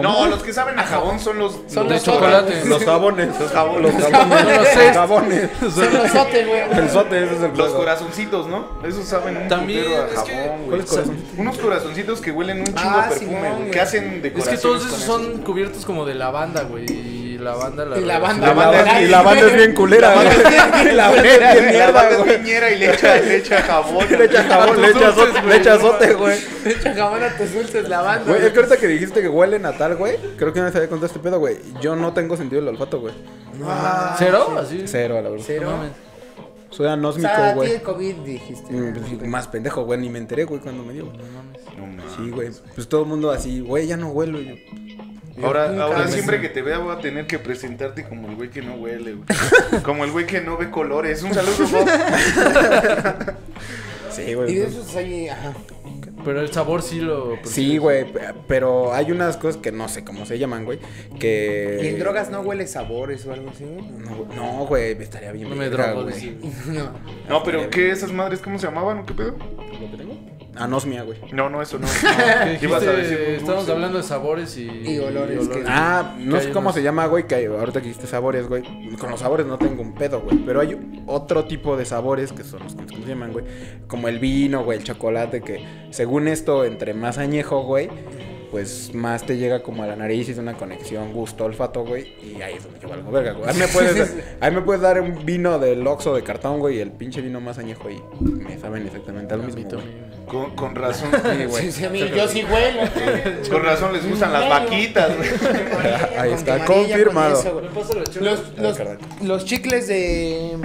Speaker 3: No, los que saben a jabón son los.
Speaker 5: Son
Speaker 1: De
Speaker 5: los
Speaker 1: chocolate.
Speaker 4: Los jabones. Los jabones. Los
Speaker 1: No
Speaker 4: jabones.
Speaker 1: sé.
Speaker 4: Los jabones.
Speaker 5: Son los sote, güey.
Speaker 4: El sote, ese es el
Speaker 3: Los
Speaker 4: pedo.
Speaker 3: corazoncitos, ¿no? Esos saben un
Speaker 1: También,
Speaker 3: putero a
Speaker 1: es que-
Speaker 3: jabón, güey.
Speaker 4: ¿Cuáles corazones?
Speaker 3: Unos corazoncitos que huelen un chingo
Speaker 5: Ah,
Speaker 3: a perfume,
Speaker 5: Simón,
Speaker 3: güey.
Speaker 5: güey.
Speaker 3: Que hacen
Speaker 1: Es
Speaker 3: decoraciones
Speaker 1: que todos esos
Speaker 3: con eso.
Speaker 1: son cubiertos como de lavanda, güey. Y la banda la.
Speaker 5: Y la banda.
Speaker 4: La banda, y la banda es bien culera, güey. La banda es bien
Speaker 3: La
Speaker 4: mierda,
Speaker 3: banda es
Speaker 4: güey.
Speaker 3: piñera y le echa, le echa jabón.
Speaker 4: Le echa jabón, le echa azote, le echa azote, güey.
Speaker 5: De hecho, jabón a tus dulces, la banda.
Speaker 4: Güey, es que ahorita que dijiste que huele natal, güey, creo que no les había contado este pedo, güey. Yo no tengo sentido del olfato, güey.
Speaker 1: ¿Cero? Así.
Speaker 4: Cero, a la verdad.
Speaker 1: No
Speaker 5: Cero.
Speaker 1: mames.
Speaker 4: Soy
Speaker 5: O sea,
Speaker 4: anósmico,
Speaker 5: a ti el
Speaker 4: güey.
Speaker 5: COVID dijiste.
Speaker 4: Mm, pues, Más pendejo, güey, ni me enteré, güey, cuando me dio. güey. Sí, güey. Pues todo el mundo así, güey, ya no huelo. y yo.
Speaker 3: Ahora, ahora siempre que te vea voy a tener que presentarte como el güey que no huele, güey. Como el güey que no ve colores. Un saludo, Bob.
Speaker 4: Sí,
Speaker 5: Y
Speaker 4: güey.
Speaker 5: de
Speaker 4: pues,
Speaker 5: esos hay. Ajá.
Speaker 1: Pero el sabor sí lo.
Speaker 4: Sí, güey, pe- pero hay unas cosas que no sé cómo se llaman, güey, que...
Speaker 5: ¿Y en drogas no huele sabores o algo así? güey?
Speaker 4: No, güey, No, güey, estaría bien.
Speaker 1: No me
Speaker 4: verga,
Speaker 1: drogo,
Speaker 4: güey.
Speaker 1: güey.
Speaker 5: No.
Speaker 3: No, pero ¿qué? ¿Esas madres cómo se llamaban? ¿Qué pedo?
Speaker 4: ¿Lo que tengo? Anosmia, güey.
Speaker 3: No, no, eso no.
Speaker 1: ¿Qué
Speaker 3: ¿Qué ibas a
Speaker 1: Ah, dijiste?
Speaker 3: decir?
Speaker 1: Estamos hablando de sabores y.
Speaker 5: Y olores que-
Speaker 4: Ah, no
Speaker 1: Que
Speaker 4: sé
Speaker 1: hay
Speaker 4: cómo
Speaker 1: unos-
Speaker 4: se llama, güey, que ahorita que dijiste sabores, güey. Con los sabores no tengo un pedo, güey. Pero hay otro tipo de sabores que son los que se llaman, güey. Como el vino, güey, el chocolate, que según esto, entre más añejo, güey, pues más te llega como a la nariz y es una conexión gusto-olfato, güey. Y ahí es donde yo valgo verga, güey. Ahí me puedes, ahí me puedes dar un vino del Oxxo de cartón, güey, y el pinche vino más añejo y me saben exactamente al mismo,
Speaker 1: Mito,
Speaker 4: güey.
Speaker 1: mi-
Speaker 3: Con, con razón.
Speaker 5: Sí, sí, a mí, yo sí huelo.
Speaker 3: Con razón les gustan las vaquitas, güey.
Speaker 4: Ahí
Speaker 5: Con
Speaker 4: está,
Speaker 5: camarilla, con
Speaker 4: confirmado.
Speaker 5: eso, güey. Los, los, los chicles de.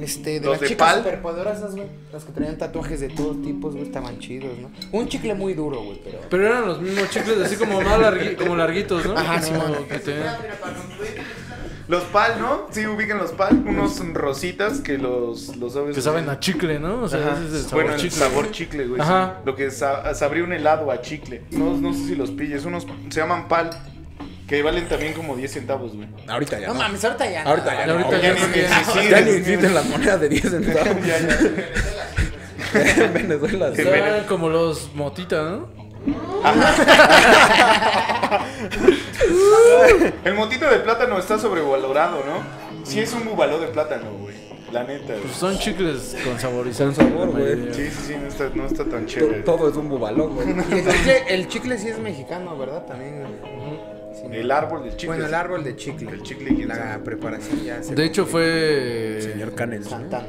Speaker 5: Este, de
Speaker 3: Los
Speaker 5: las
Speaker 3: de
Speaker 5: chicas
Speaker 3: pal.
Speaker 5: superpoderosas, güey. Los que traían tatuajes de todos tipos, güey, estaban chidos, ¿no? Un chicle muy duro, güey, pero.
Speaker 1: Pero eran los mismos chicles, así como más largui- como larguitos, ¿no?
Speaker 5: Ajá,
Speaker 1: Como
Speaker 5: Simón.
Speaker 1: que tenían-
Speaker 3: Los pal, ¿no? Sí, ubican los pal. Unos rositas que los, los sabes.
Speaker 1: Que saben a chicle, ¿no? O sea,
Speaker 3: Ajá.
Speaker 1: ese es el sabor
Speaker 3: bueno, el
Speaker 1: chicle.
Speaker 3: sabor chicle, güey. sí.
Speaker 1: Ajá.
Speaker 3: Lo que sa- sabría un helado a chicle. No, no sé si los pilles. Unos se llaman pal. Que valen también como 10 centavos, güey.
Speaker 4: Ahorita ya.
Speaker 5: No
Speaker 4: No,
Speaker 5: mames, ahorita ya. no.
Speaker 4: Ahorita ya.
Speaker 1: Y
Speaker 4: no,
Speaker 1: ahorita
Speaker 4: güey.
Speaker 1: ya
Speaker 3: ni
Speaker 1: no tienen-
Speaker 3: existen.
Speaker 4: Ya ni existen las monedas de 10 centavos.
Speaker 3: Ya, ya.
Speaker 4: En Venezuela. sí.
Speaker 3: Sí.
Speaker 1: Eran como los motitas, ¿no?
Speaker 3: El motito de plátano está sobrevalorado, ¿no? Sí es un bubaló de plátano, güey. La neta, güey.
Speaker 1: Pues son chicles con saborizante.
Speaker 4: Con sabor,
Speaker 1: la
Speaker 4: güey.
Speaker 1: mayoría.
Speaker 3: Sí, sí, sí, no está, no está tan
Speaker 4: To-
Speaker 3: chévere.
Speaker 4: Todo es un bubalón, güey.
Speaker 5: Y el chicle, el chicle sí es mexicano, ¿verdad? También. güey. Sí.
Speaker 3: El árbol del chicle.
Speaker 5: Bueno, el árbol de chicle.
Speaker 3: El chicle, ¿quién
Speaker 5: La
Speaker 3: sabe?
Speaker 5: preparación ya se.
Speaker 1: De hecho fue...
Speaker 4: Señor Canel. ¿no?
Speaker 5: Santana.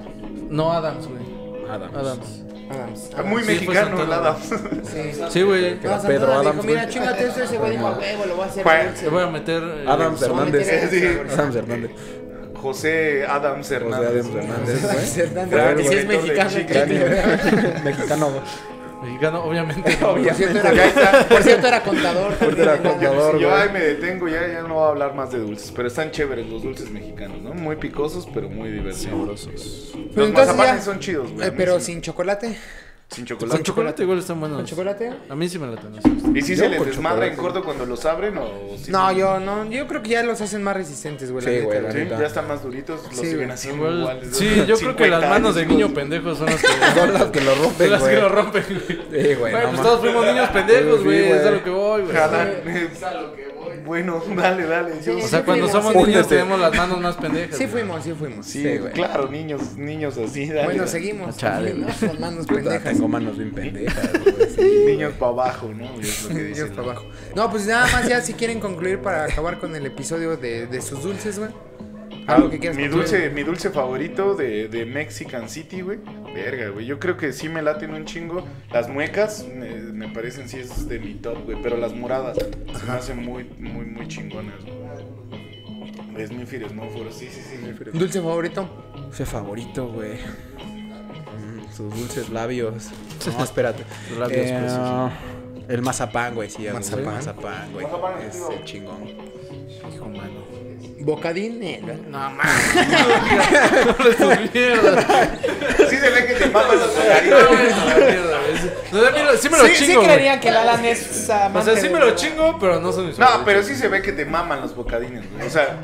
Speaker 1: No, Adams, güey.
Speaker 4: Adams.
Speaker 1: Adams.
Speaker 5: Adams.
Speaker 3: Ah, Muy
Speaker 1: Sí,
Speaker 3: mexicano,
Speaker 1: fue
Speaker 3: el
Speaker 1: Santana.
Speaker 3: Adams.
Speaker 5: Sí.
Speaker 1: Sí, güey.
Speaker 4: Que era
Speaker 5: No,
Speaker 4: Pedro
Speaker 5: Santana
Speaker 4: Adams,
Speaker 5: dijo, mira,
Speaker 4: güey.
Speaker 5: chingate esto, ese güey dijo, "A huevo, lo voy a hacer
Speaker 3: Juan-
Speaker 1: Te
Speaker 5: dulce.
Speaker 1: voy a meter... eh,
Speaker 4: Adams
Speaker 1: sabor-
Speaker 4: Hernández.
Speaker 5: Sí.
Speaker 4: Adams Hernández.
Speaker 3: José Adams
Speaker 4: José
Speaker 3: Hernández.
Speaker 4: Adams Hernández, güey.
Speaker 5: Adams Hernández.
Speaker 4: Gran
Speaker 5: Sí, es
Speaker 3: inventor de
Speaker 5: mexicano. el
Speaker 3: chicle.
Speaker 5: chicle.
Speaker 4: Gran Mexicano, güey.
Speaker 1: Mexicano, obviamente.
Speaker 5: Por cierto, era-
Speaker 3: Acá está.
Speaker 5: Por cierto, era contador. también,
Speaker 4: era
Speaker 5: ¿no?
Speaker 4: contador.
Speaker 3: Yo
Speaker 4: güey.
Speaker 3: ahí me detengo, ya, ya no voy a hablar más de dulces, pero están chéveres los dulces mexicanos, ¿no? Muy picosos, pero muy divertidos.
Speaker 5: Pero
Speaker 3: Los
Speaker 5: entonces
Speaker 3: mazapanes
Speaker 5: ya-
Speaker 3: son chidos, güey.
Speaker 5: Eh,
Speaker 3: a mí
Speaker 5: pero
Speaker 3: sí.
Speaker 5: sin chocolate.
Speaker 3: sin chocolate.
Speaker 1: Con chocolate igual están buenos.
Speaker 5: ¿Con chocolate?
Speaker 1: A mí sí me la tenés.
Speaker 3: ¿Y si
Speaker 4: Yo
Speaker 3: se les
Speaker 4: con
Speaker 3: desmadra en
Speaker 4: chocolate.
Speaker 3: corto cuando los abren o si
Speaker 5: No, yo no. Yo creo que ya los hacen más resistentes, güey. la
Speaker 4: Sí,
Speaker 5: neta,
Speaker 4: güey, la
Speaker 3: ¿Sí?
Speaker 4: neta.
Speaker 3: Ya están más duritos, los
Speaker 5: Sí,
Speaker 3: siguen
Speaker 5: güey.
Speaker 3: haciendo
Speaker 1: Igual,
Speaker 3: iguales.
Speaker 1: sí, yo creo que
Speaker 3: 50
Speaker 1: las manos de
Speaker 3: años,
Speaker 1: niño
Speaker 3: hijos.
Speaker 1: pendejo son las que...
Speaker 4: Pues Son las que lo rompen,
Speaker 1: las que lo
Speaker 4: güey.
Speaker 1: rompen, güey.
Speaker 4: Sí, güey.
Speaker 1: Güey,
Speaker 4: no
Speaker 1: pues
Speaker 4: mames.
Speaker 1: todos fuimos niños pendejos,
Speaker 4: Sí,
Speaker 1: güey.
Speaker 4: güey.
Speaker 1: es a lo que voy, güey.
Speaker 3: Jalan. Bueno, dale, dale. yo-
Speaker 1: O sea, cuando somos
Speaker 4: Únete.
Speaker 1: niños tenemos las manos más pendejas.
Speaker 5: Sí
Speaker 1: güey.
Speaker 5: fuimos, sí fuimos.
Speaker 3: Sí,
Speaker 4: Sí, güey.
Speaker 3: claro, niños, niños así. dale,
Speaker 5: Bueno,
Speaker 3: dale.
Speaker 5: seguimos.
Speaker 1: Chale,
Speaker 5: también, ¿no? Con manos
Speaker 4: Puta,
Speaker 5: pendejas.
Speaker 4: Tengo manos bien pendejas, güey. Sí.
Speaker 3: Niños para abajo, ¿no? Es lo que
Speaker 5: Yo
Speaker 3: dicen.
Speaker 5: para abajo. No, pues nada más ya si quieren concluir para acabar con el episodio de, de sus dulces, güey. Algo que quieras
Speaker 3: Ah, mi
Speaker 5: concluir.
Speaker 3: dulce, mi dulce favorito de, de Mexican City, güey. Verga, güey. Yo creo que sí me laten un chingo. Las muecas me, me parecen sí es de mi top, güey. Pero las moradas se me hacen muy, muy, muy chingonas, güey. Es mi Fires, no Foro. Sí, sí, sí, mi
Speaker 5: Dulce favorito.
Speaker 4: Ese favorito, güey. Mm, Sus dulces labios. No, espérate.
Speaker 1: Sus labios
Speaker 4: Eh,
Speaker 1: preciosos.
Speaker 4: el mazapán, güey, sí. Mazapán.
Speaker 1: ¿Mazapán?
Speaker 4: mazapán, güey.
Speaker 3: Mazapán,
Speaker 4: Es
Speaker 3: tío.
Speaker 4: el chingón.
Speaker 1: Hijo, mano.
Speaker 5: Bocadín. eh, ¿verdad?
Speaker 1: No mames. No le tus mierdas.
Speaker 3: Sí se ve que te maman los
Speaker 1: No,
Speaker 3: bocaditos.
Speaker 1: güey, la mierda, es- No, sí me lo- sí me lo
Speaker 5: sí, sí
Speaker 1: chingo. güey.
Speaker 5: creerían que la Alan es
Speaker 1: O
Speaker 5: amante
Speaker 1: sea, sí
Speaker 5: de-
Speaker 1: me lo chingo, pero no son mis
Speaker 3: No,
Speaker 1: favoritos.
Speaker 3: pero sí se ve que te maman los bocadines, güey. O sea,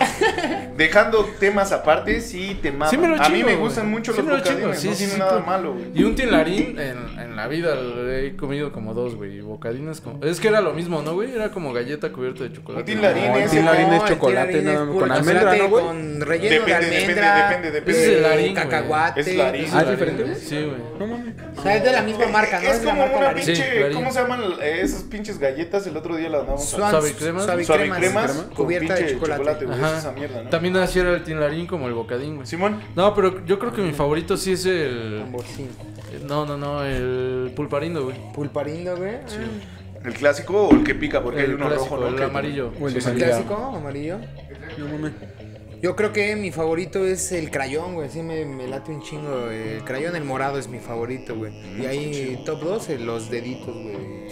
Speaker 3: dejando temas aparte, sí te maman.
Speaker 1: Sí me lo
Speaker 3: a mí
Speaker 1: chingo,
Speaker 3: me
Speaker 1: güey.
Speaker 3: gustan mucho
Speaker 1: Sí
Speaker 3: los
Speaker 1: me lo
Speaker 3: bocadines,
Speaker 1: chingo, sí,
Speaker 3: no
Speaker 1: sí,
Speaker 3: tiene
Speaker 1: sí,
Speaker 3: nada
Speaker 1: tú-
Speaker 3: malo, güey.
Speaker 1: Y un tinlarín en, en la vida le he comido como dos, güey. Y bocadines como. Es que era lo mismo, ¿no, güey? Era como galleta cubierta de chocolate. Ah,
Speaker 3: Un tinlarín
Speaker 4: No, el
Speaker 3: es
Speaker 4: tinlarín
Speaker 3: no,
Speaker 4: es
Speaker 5: No, el
Speaker 4: chocolate,
Speaker 5: tirarín es
Speaker 4: no,
Speaker 5: puro
Speaker 4: con almendra,
Speaker 5: chocolate
Speaker 4: ¿no, güey?
Speaker 5: Con relleno
Speaker 3: Depende,
Speaker 5: de
Speaker 3: depende,
Speaker 5: almendra.
Speaker 3: depende, depende.
Speaker 1: Ese es el
Speaker 5: eh,
Speaker 1: larín. güey.
Speaker 5: Cacahuate.
Speaker 3: Es larín.
Speaker 4: Ah, ¿es
Speaker 1: Ese es larín,
Speaker 4: diferente?
Speaker 1: güey. Sí, güey.
Speaker 4: No mames.
Speaker 5: O sea, es de la misma marca, ¿no?
Speaker 3: Es
Speaker 5: de la
Speaker 3: como
Speaker 5: marca
Speaker 3: una
Speaker 5: larín.
Speaker 1: Sí,
Speaker 3: pinche.
Speaker 1: clarín.
Speaker 3: ¿Cómo se llaman eh, esas pinches galletas? El otro día las damos.
Speaker 5: Suan-
Speaker 1: Suavicremas.
Speaker 3: Suavicremas
Speaker 5: Suavicremas.
Speaker 3: con
Speaker 5: Cubierta
Speaker 3: pinche
Speaker 5: de chocolate.
Speaker 3: güey. Es esa mierda, ¿no?
Speaker 1: También así era el tinlarín como el bocadín, güey.
Speaker 3: Simón.
Speaker 1: No, pero yo creo que mi favorito sí es el.
Speaker 5: Tamborcín.
Speaker 1: No, no, no, el pulparindo, güey.
Speaker 5: Pulparindo, güey.
Speaker 3: ¿El clásico o el que pica? Porque hay
Speaker 1: El
Speaker 3: uno
Speaker 1: clásico,
Speaker 3: rojo, ¿no?
Speaker 1: el
Speaker 3: Que-
Speaker 1: amarillo.
Speaker 4: O el
Speaker 5: Ah,
Speaker 4: de
Speaker 5: ¿El
Speaker 4: sandía.
Speaker 5: clásico amarillo?
Speaker 4: No mames.
Speaker 5: Yo creo que mi favorito es el crayón, güey. Sí, me, me late un chingo. El crayón, el morado es mi favorito, güey.
Speaker 4: Mm,
Speaker 5: Y ahí, top 2, los deditos, güey.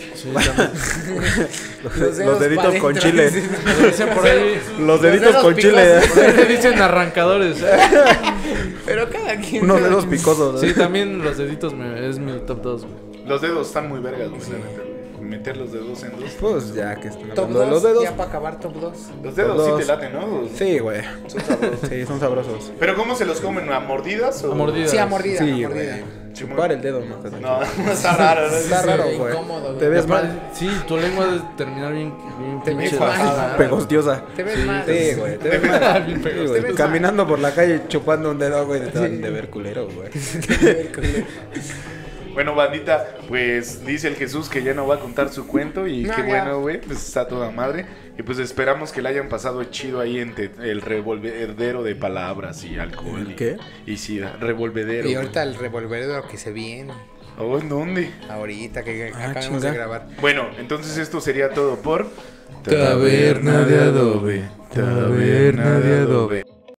Speaker 4: Los, deditos
Speaker 5: pa'
Speaker 4: con
Speaker 5: dentro.
Speaker 4: chile.
Speaker 1: Le dicen por ahí.
Speaker 4: Los deditos con chile.
Speaker 5: picosos.
Speaker 1: por ahí le dicen arrancadores.
Speaker 5: Pero cada quien.
Speaker 4: ¿eh? Unos
Speaker 5: cada
Speaker 4: dedos
Speaker 5: quien.
Speaker 4: picosos. ¿eh?
Speaker 1: Sí, también los deditos me- es mi top 2, güey.
Speaker 3: Los dedos están muy vergas, güey. la neta, güey. Meter los dedos en dos.
Speaker 4: Pues ya que están
Speaker 5: Top
Speaker 4: hablando de
Speaker 5: 2.
Speaker 4: los dedos.
Speaker 5: Ya para acabar, top 2.
Speaker 3: Los
Speaker 4: Los
Speaker 3: dedos sí
Speaker 4: dos.
Speaker 3: te laten, ¿no? Los-
Speaker 4: Sí, güey. Son sabrosos. Sí, son sabrosos.
Speaker 3: ¿Pero cómo se los comen? ¿A mordidas? O...
Speaker 1: A mordidas.
Speaker 5: Sí, a mordida.
Speaker 4: Sí,
Speaker 5: a mordida.
Speaker 4: güey. Chupar el dedo, no.
Speaker 3: No, está raro. ¿no?
Speaker 4: Está raro, güey.
Speaker 5: incómodo, güey.
Speaker 4: Te ves
Speaker 1: Y
Speaker 4: mal.
Speaker 1: aparte- Sí, tu lengua debe terminar bien, bien
Speaker 5: Te ves
Speaker 1: pinche
Speaker 5: mal.
Speaker 1: bajada.
Speaker 4: Pegostiosa.
Speaker 5: Te ves
Speaker 4: Sí,
Speaker 5: mal.
Speaker 4: Sí, güey. Te ves mal.
Speaker 1: Bien
Speaker 4: Sí,
Speaker 1: pegostosa.
Speaker 4: güey, Caminando por la calle chupando un dedo, güey. Te dan de ver culero, güey.
Speaker 3: Bueno, bandita, pues dice el Jesús que ya no va a contar su cuento y
Speaker 5: No,
Speaker 3: qué
Speaker 5: ya.
Speaker 3: bueno, güey, pues está toda madre. Y pues esperamos que la hayan pasado chido ahí entre el revolvedero de palabras y alcohol.
Speaker 4: ¿El
Speaker 3: y-
Speaker 4: qué?
Speaker 3: Y sida, revolvedero.
Speaker 5: Y ahorita el revolver de lo que se viene.
Speaker 3: Oh, ¿en dónde?
Speaker 5: Ahorita que
Speaker 4: Ah,
Speaker 5: acabamos
Speaker 4: chinga.
Speaker 5: de grabar.
Speaker 3: Bueno, entonces esto sería todo por...
Speaker 2: Taberna de adobe, taberna de adobe.